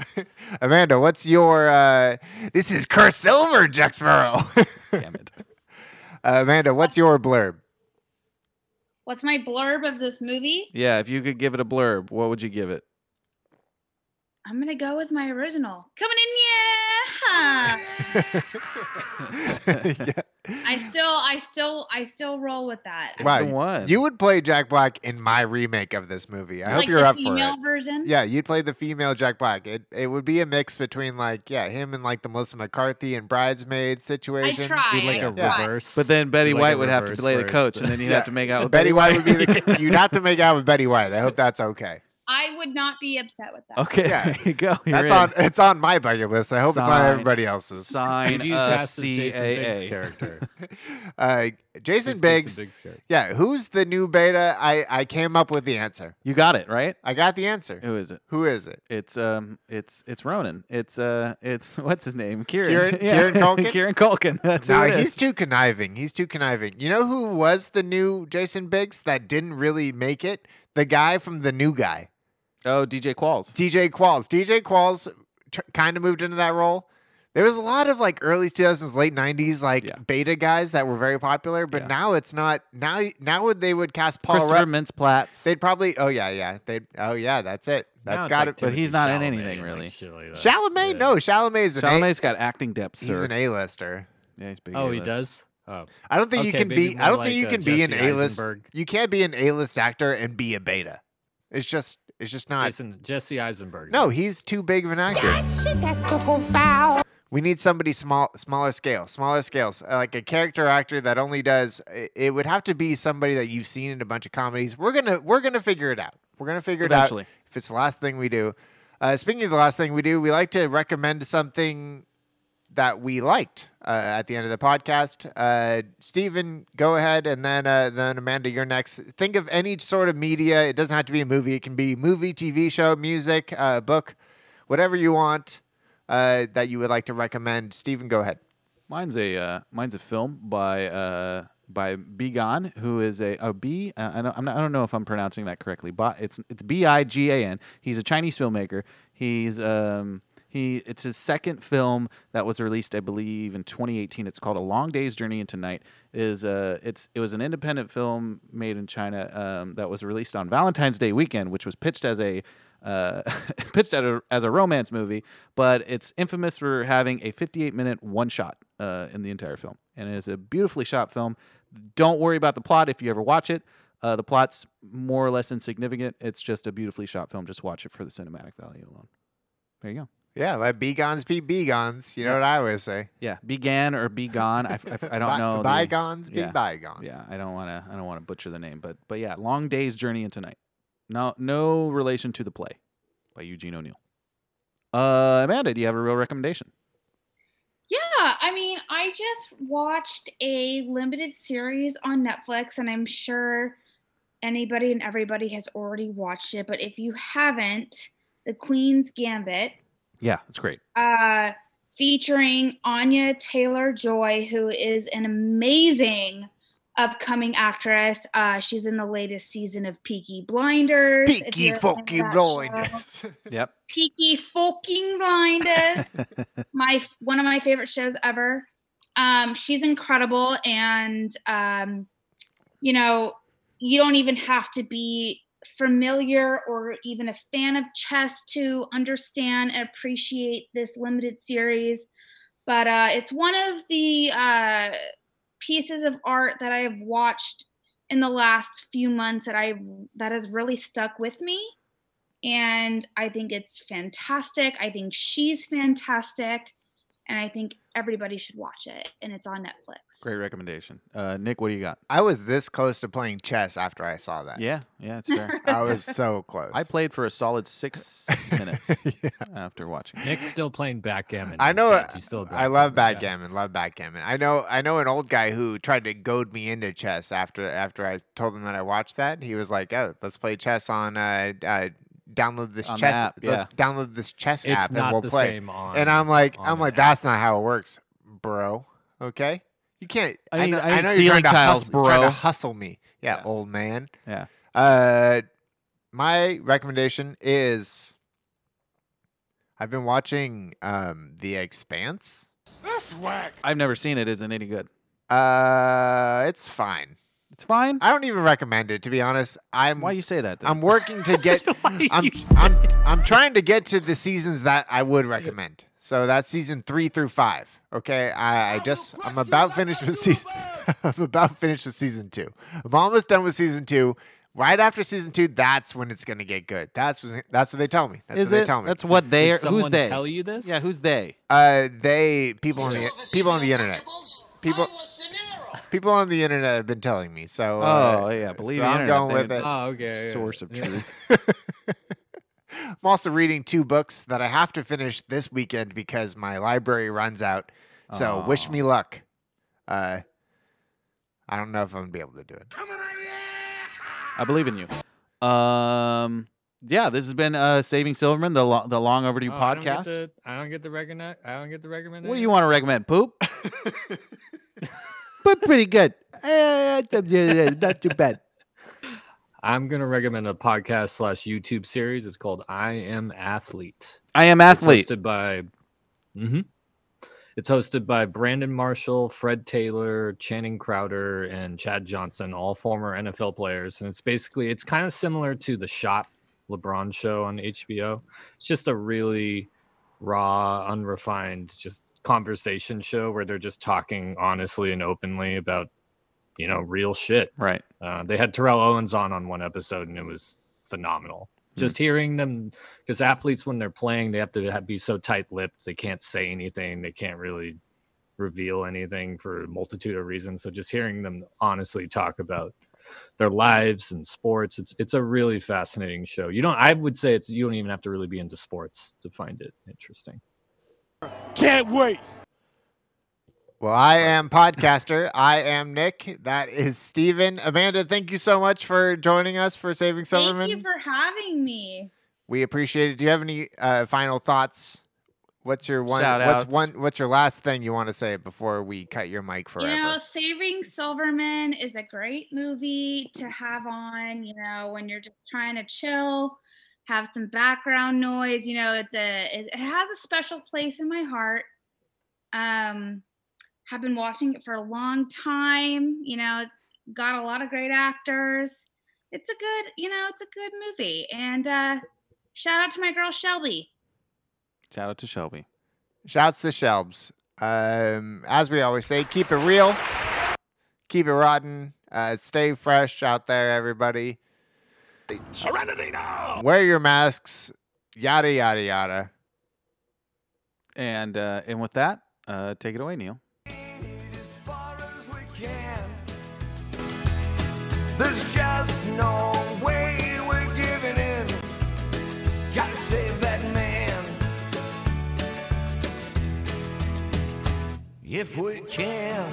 [SPEAKER 1] Amanda, what's your? Uh, this is Kurt Silver, (laughs) Jexborough.
[SPEAKER 2] Damn it,
[SPEAKER 1] uh, Amanda. What's your blurb?
[SPEAKER 6] What's my blurb of this movie?
[SPEAKER 2] Yeah, if you could give it a blurb, what would you give it?
[SPEAKER 6] I'm gonna go with my original. Coming in, yeah.
[SPEAKER 1] (laughs)
[SPEAKER 6] I still, I still, I still roll with that. I
[SPEAKER 1] Wow,
[SPEAKER 2] the one.
[SPEAKER 1] you would play Jack Black in my remake of this movie. I hope
[SPEAKER 6] like
[SPEAKER 1] you're
[SPEAKER 6] the
[SPEAKER 1] up for
[SPEAKER 6] female
[SPEAKER 1] it.
[SPEAKER 6] version.
[SPEAKER 1] Yeah, you'd play the female Jack Black. It it would be a mix between like yeah him and like the Melissa McCarthy and Bridesmaids situation.
[SPEAKER 6] try, Be like I a try.
[SPEAKER 4] reverse-
[SPEAKER 2] But then Betty
[SPEAKER 4] like a
[SPEAKER 2] White would have to
[SPEAKER 4] reverse
[SPEAKER 2] play the
[SPEAKER 4] verse,
[SPEAKER 2] coach,
[SPEAKER 4] but-
[SPEAKER 2] and then you'd
[SPEAKER 1] Yeah.
[SPEAKER 4] (laughs)
[SPEAKER 2] have to make out with
[SPEAKER 1] Betty White would be
[SPEAKER 2] (laughs)
[SPEAKER 1] the (laughs) you'd have to make out with Betty White. I hope that's okay.
[SPEAKER 6] I would not be upset with that.
[SPEAKER 2] Okay,
[SPEAKER 1] Yeah.
[SPEAKER 2] (laughs) there you go. (laughs) You're
[SPEAKER 1] That's
[SPEAKER 2] in.
[SPEAKER 1] on it's on my bucket list. I hope it's on
[SPEAKER 2] Sign-
[SPEAKER 1] everybody else's.
[SPEAKER 2] Sign
[SPEAKER 4] Could you
[SPEAKER 2] uh, a
[SPEAKER 4] pass as Jason Biggs'
[SPEAKER 2] CAA. (laughs)
[SPEAKER 4] character?
[SPEAKER 1] (laughs) Uh, Jason
[SPEAKER 4] Who's Jason
[SPEAKER 1] Biggs.
[SPEAKER 4] Biggs' character?
[SPEAKER 1] Yeah, who's the new beta? I I came up with the answer.
[SPEAKER 2] You got it right.
[SPEAKER 1] I got the answer.
[SPEAKER 2] Who is it?
[SPEAKER 1] Who is it?
[SPEAKER 2] It's um, it's it's Ronan. It's uh, it's (laughs) what's his name? Kieran.
[SPEAKER 1] Kieran-
[SPEAKER 2] (laughs)
[SPEAKER 1] Kieran Culkin?
[SPEAKER 2] Kieran Culkin. (laughs) That's who
[SPEAKER 1] No,
[SPEAKER 2] it is.
[SPEAKER 1] he's too conniving. He's too conniving. You know who was the new Jason Biggs that didn't really make it? The guy from the new guy,
[SPEAKER 2] Oh, DJ Qualls.
[SPEAKER 1] DJ Qualls. DJ Qualls tr- kind of moved into that role. There was a lot of like early 2000s, late 90s like
[SPEAKER 2] Yeah.
[SPEAKER 1] beta guys that were very popular, but
[SPEAKER 2] Yeah.
[SPEAKER 1] now it's not. Now now they would cast Paul
[SPEAKER 2] Christopher
[SPEAKER 1] Rudd.
[SPEAKER 2] Mintz Platts.
[SPEAKER 1] They'd probably oh yeah yeah they oh yeah that's it that's got it.
[SPEAKER 2] But he's not in anything, really.
[SPEAKER 1] Chalamet no Chalamet's an A-
[SPEAKER 2] Chalamet's got acting depth,
[SPEAKER 1] he's
[SPEAKER 2] sir.
[SPEAKER 1] an A-lister.
[SPEAKER 2] yeah, he's big.
[SPEAKER 4] Oh, he
[SPEAKER 2] A-list.
[SPEAKER 4] does. Oh,
[SPEAKER 1] I don't think you
[SPEAKER 4] Okay,
[SPEAKER 1] can
[SPEAKER 4] maybe
[SPEAKER 1] be.
[SPEAKER 4] more
[SPEAKER 1] I don't
[SPEAKER 4] like,
[SPEAKER 1] think you
[SPEAKER 4] uh,
[SPEAKER 1] can be an
[SPEAKER 4] Jesse
[SPEAKER 1] A-list.
[SPEAKER 4] Eisenberg.
[SPEAKER 1] You can't be an A-list actor and be a beta. It's just. It's just not.
[SPEAKER 4] Jason Jesse Eisenberg.
[SPEAKER 1] No, he's too big of an actor.
[SPEAKER 10] Shit, that cuckoo foul.
[SPEAKER 1] We need somebody small, smaller scale, smaller scales, uh, like a character actor that only does. It, it would have to be somebody that you've seen in a bunch of comedies. We're gonna. We're gonna figure it out. We're gonna figure it
[SPEAKER 2] Eventually.
[SPEAKER 1] out. If it's the last thing we do. Uh, speaking of the last thing we do, we like to recommend something that we liked uh, at the end of the podcast. Uh, Stephen, go ahead, and then uh, then Amanda, you're next. Think of any sort of media. It doesn't have to be a movie. It can be movie, TV show, music, uh, book, whatever you want uh, that you would like to recommend. Stephen, go ahead.
[SPEAKER 2] Mine's a uh, mine's a film by uh, by Bigan, who is a a B. Uh, I don't I'm not, I don't know if I'm pronouncing that correctly, but it's it's B I G A N. He's a Chinese filmmaker. He's um he it's his second film that was released, I believe, in 2018. It's called A Long Day's Journey into Night. It Is uh it's it was an independent film made in China um, that was released on Valentine's Day weekend, which was pitched as a uh, (laughs) pitched at a, as a romance movie, but it's infamous for having a 58 minute one shot uh, in the entire film. And it is a beautifully shot film. Don't worry about the plot if you ever watch it. Uh, the plot's more or less insignificant. It's just a beautifully shot film. Just watch it for the cinematic value alone. There you go.
[SPEAKER 1] Yeah, let begons be begons. You know what I always say.
[SPEAKER 2] Yeah, began or be gone. I, I, I don't
[SPEAKER 1] Bi-
[SPEAKER 2] know. the-
[SPEAKER 1] Bygones
[SPEAKER 2] yeah.
[SPEAKER 1] be bygones.
[SPEAKER 2] Yeah, I don't want to. I don't want to butcher the name, but but yeah, long day's journey into night. No, no relation to the play by Eugene O'Neill. Uh, Amanda, do you have a real recommendation?
[SPEAKER 6] Yeah, I mean, I just watched a limited series on Netflix, and I'm sure anybody and everybody has already watched it. But if you haven't, The Queen's Gambit,
[SPEAKER 2] Yeah, it's great.
[SPEAKER 6] uh, featuring Anya Taylor Joy, who is an amazing upcoming actress. Uh, she's in the latest season of Peaky Blinders. if
[SPEAKER 1] Peaky
[SPEAKER 6] you're a fan of
[SPEAKER 1] fucking
[SPEAKER 6] that show.
[SPEAKER 1] blinders.
[SPEAKER 2] Yep.
[SPEAKER 6] Peaky fucking Blinders. my f- one of my favorite shows ever. Um, she's incredible, and um, you know, you don't even have to be familiar or even a fan of chess to understand and appreciate this limited series. But uh, it's one of the uh, pieces of art that I have watched in the last few months that I that has really stuck with me and I think it's fantastic. I think she's fantastic. and I think everybody should watch it. And it's on Netflix.
[SPEAKER 2] Great recommendation. Uh, Nick, what do you got?
[SPEAKER 1] (laughs) I was this close to playing chess after I saw that.
[SPEAKER 2] Yeah, yeah, it's (laughs) fair.
[SPEAKER 1] I was so close.
[SPEAKER 2] I played for a solid (laughs) six minutes after watching.
[SPEAKER 4] Nick's still playing backgammon.
[SPEAKER 1] I know.
[SPEAKER 4] instead. He's still a
[SPEAKER 1] I love
[SPEAKER 4] backgammon
[SPEAKER 1] backgammon. Love backgammon. I know. I know an old guy who tried to goad me into chess after after I told him that I watched that. He was like, "Oh, let's play chess on." Uh, uh, download this
[SPEAKER 2] On the
[SPEAKER 1] chess.
[SPEAKER 2] app,
[SPEAKER 1] Let's
[SPEAKER 2] yeah.
[SPEAKER 1] download this chess
[SPEAKER 4] It's
[SPEAKER 1] app
[SPEAKER 4] not
[SPEAKER 1] and we'll
[SPEAKER 4] the
[SPEAKER 1] play.
[SPEAKER 4] same on-
[SPEAKER 1] and
[SPEAKER 4] (laughs)
[SPEAKER 1] I'm like,
[SPEAKER 4] on
[SPEAKER 1] I'm
[SPEAKER 4] the
[SPEAKER 1] like, that's not how it works, bro. Okay, you can't.
[SPEAKER 2] I
[SPEAKER 1] I
[SPEAKER 2] need-
[SPEAKER 1] know.
[SPEAKER 2] I
[SPEAKER 1] I
[SPEAKER 2] need
[SPEAKER 1] know you're trying
[SPEAKER 2] ceiling
[SPEAKER 1] to,
[SPEAKER 2] tiles,
[SPEAKER 1] hustle, trying to
[SPEAKER 2] bro.
[SPEAKER 1] hustle me. Yeah, old man.
[SPEAKER 2] Yeah.
[SPEAKER 1] Uh, my recommendation is. I've been watching um, The Expanse.
[SPEAKER 8] That's whack.
[SPEAKER 2] I've never seen it. Isn't any good?
[SPEAKER 1] Uh, it's fine.
[SPEAKER 2] It's fine.
[SPEAKER 1] I don't even recommend it to be honest. I'm
[SPEAKER 2] Why you say that? Then?
[SPEAKER 1] I'm working
[SPEAKER 2] (laughs)
[SPEAKER 1] to get.
[SPEAKER 4] Oh,
[SPEAKER 1] (laughs) I'm, I'm I'm trying to get to the seasons that I would recommend. So that's season three through five. Okay, I, I just I'm about finished with season. (laughs) I'm about finished with season two. I'm almost done with season two. Right after season two, that's when it's gonna get good. That's what, that's what they tell me. That's
[SPEAKER 2] Is
[SPEAKER 1] what they
[SPEAKER 2] it?
[SPEAKER 1] tell me.
[SPEAKER 2] That's what they.
[SPEAKER 4] Did
[SPEAKER 2] Who's
[SPEAKER 4] someone
[SPEAKER 2] they?
[SPEAKER 4] tell you this?
[SPEAKER 2] Yeah, who's they?
[SPEAKER 1] uh, they people on the people on the internet. People. People on the internet have been telling me. So. uh,
[SPEAKER 2] oh yeah, believe
[SPEAKER 1] so
[SPEAKER 2] the
[SPEAKER 1] I'm
[SPEAKER 2] internet,
[SPEAKER 1] going
[SPEAKER 2] they-
[SPEAKER 1] with it.
[SPEAKER 4] Oh, okay, yeah,
[SPEAKER 2] Source of
[SPEAKER 4] yeah.
[SPEAKER 2] truth.
[SPEAKER 1] I'm also reading two books that I have to finish this weekend because my library runs out. So wish
[SPEAKER 2] Oh.
[SPEAKER 1] me luck. Uh, I don't know if I'm gonna be able to do it.
[SPEAKER 2] I believe in you. Um. Yeah, this has been uh, Saving Silverman, the lo- the long overdue
[SPEAKER 4] Oh, I don't get
[SPEAKER 2] podcast.
[SPEAKER 4] the- I don't get the recognize. I don't get the recommendation.
[SPEAKER 2] What do you want to recommend? Poop? (laughs) but pretty good. Eh, Not too bad.
[SPEAKER 4] I'm gonna recommend a podcast slash YouTube series. It's called I Am Athlete.
[SPEAKER 2] I am athlete.
[SPEAKER 4] It's hosted by. Mhm. It's hosted by Brandon Marshall, Fred Taylor, Channing Crowder, and Chad Johnson, all former NFL players. And it's basically it's kind of similar to the Shop LeBron show on HBO. It's just a really raw, unrefined, just conversation show where they're just talking honestly and openly about you know real shit.
[SPEAKER 2] Right.
[SPEAKER 4] Uh, they had Terrell Owens on on one episode, and it was phenomenal. Just hearing them, because athletes when they're playing, they have to ha be so tight-lipped. They can't say anything. They can't really reveal anything for a multitude of reasons. So just hearing them honestly talk about their lives and sports, it's it's a really fascinating show. You don't, I would say, it's you don't even have to really be into sports to find it interesting.
[SPEAKER 8] Can't wait.
[SPEAKER 1] Well, I am podcaster. I am Nick. That is Steven. Amanda, thank you so much for joining us for Saving Silverman.
[SPEAKER 6] Thank you for having me.
[SPEAKER 1] we appreciate it. Do you have any uh, final thoughts? What's your one?
[SPEAKER 2] Shout-outs.
[SPEAKER 1] What's one? What's your last thing you want to say before we cut your mic forever?
[SPEAKER 6] You know, Saving Silverman is a great movie to have on, you know, when you're just trying to chill, have some background noise, you know, it's a it, it has a special place in my heart. Um have been watching it for a long time, you know, got a lot of great actors. It's a good, you know, it's a good movie. And uh shout out to my girl Shelby.
[SPEAKER 2] Shout out to Shelby.
[SPEAKER 1] Shouts to Shelbs. Um, as we always say, keep it real, keep it rotten, uh, stay fresh out there, everybody.
[SPEAKER 8] Serenity now.
[SPEAKER 1] Wear your masks, yada yada yada.
[SPEAKER 2] And uh, and with that, uh, take it away, Neil.
[SPEAKER 11] There's just no way we're giving in. Gotta save that man. If we can.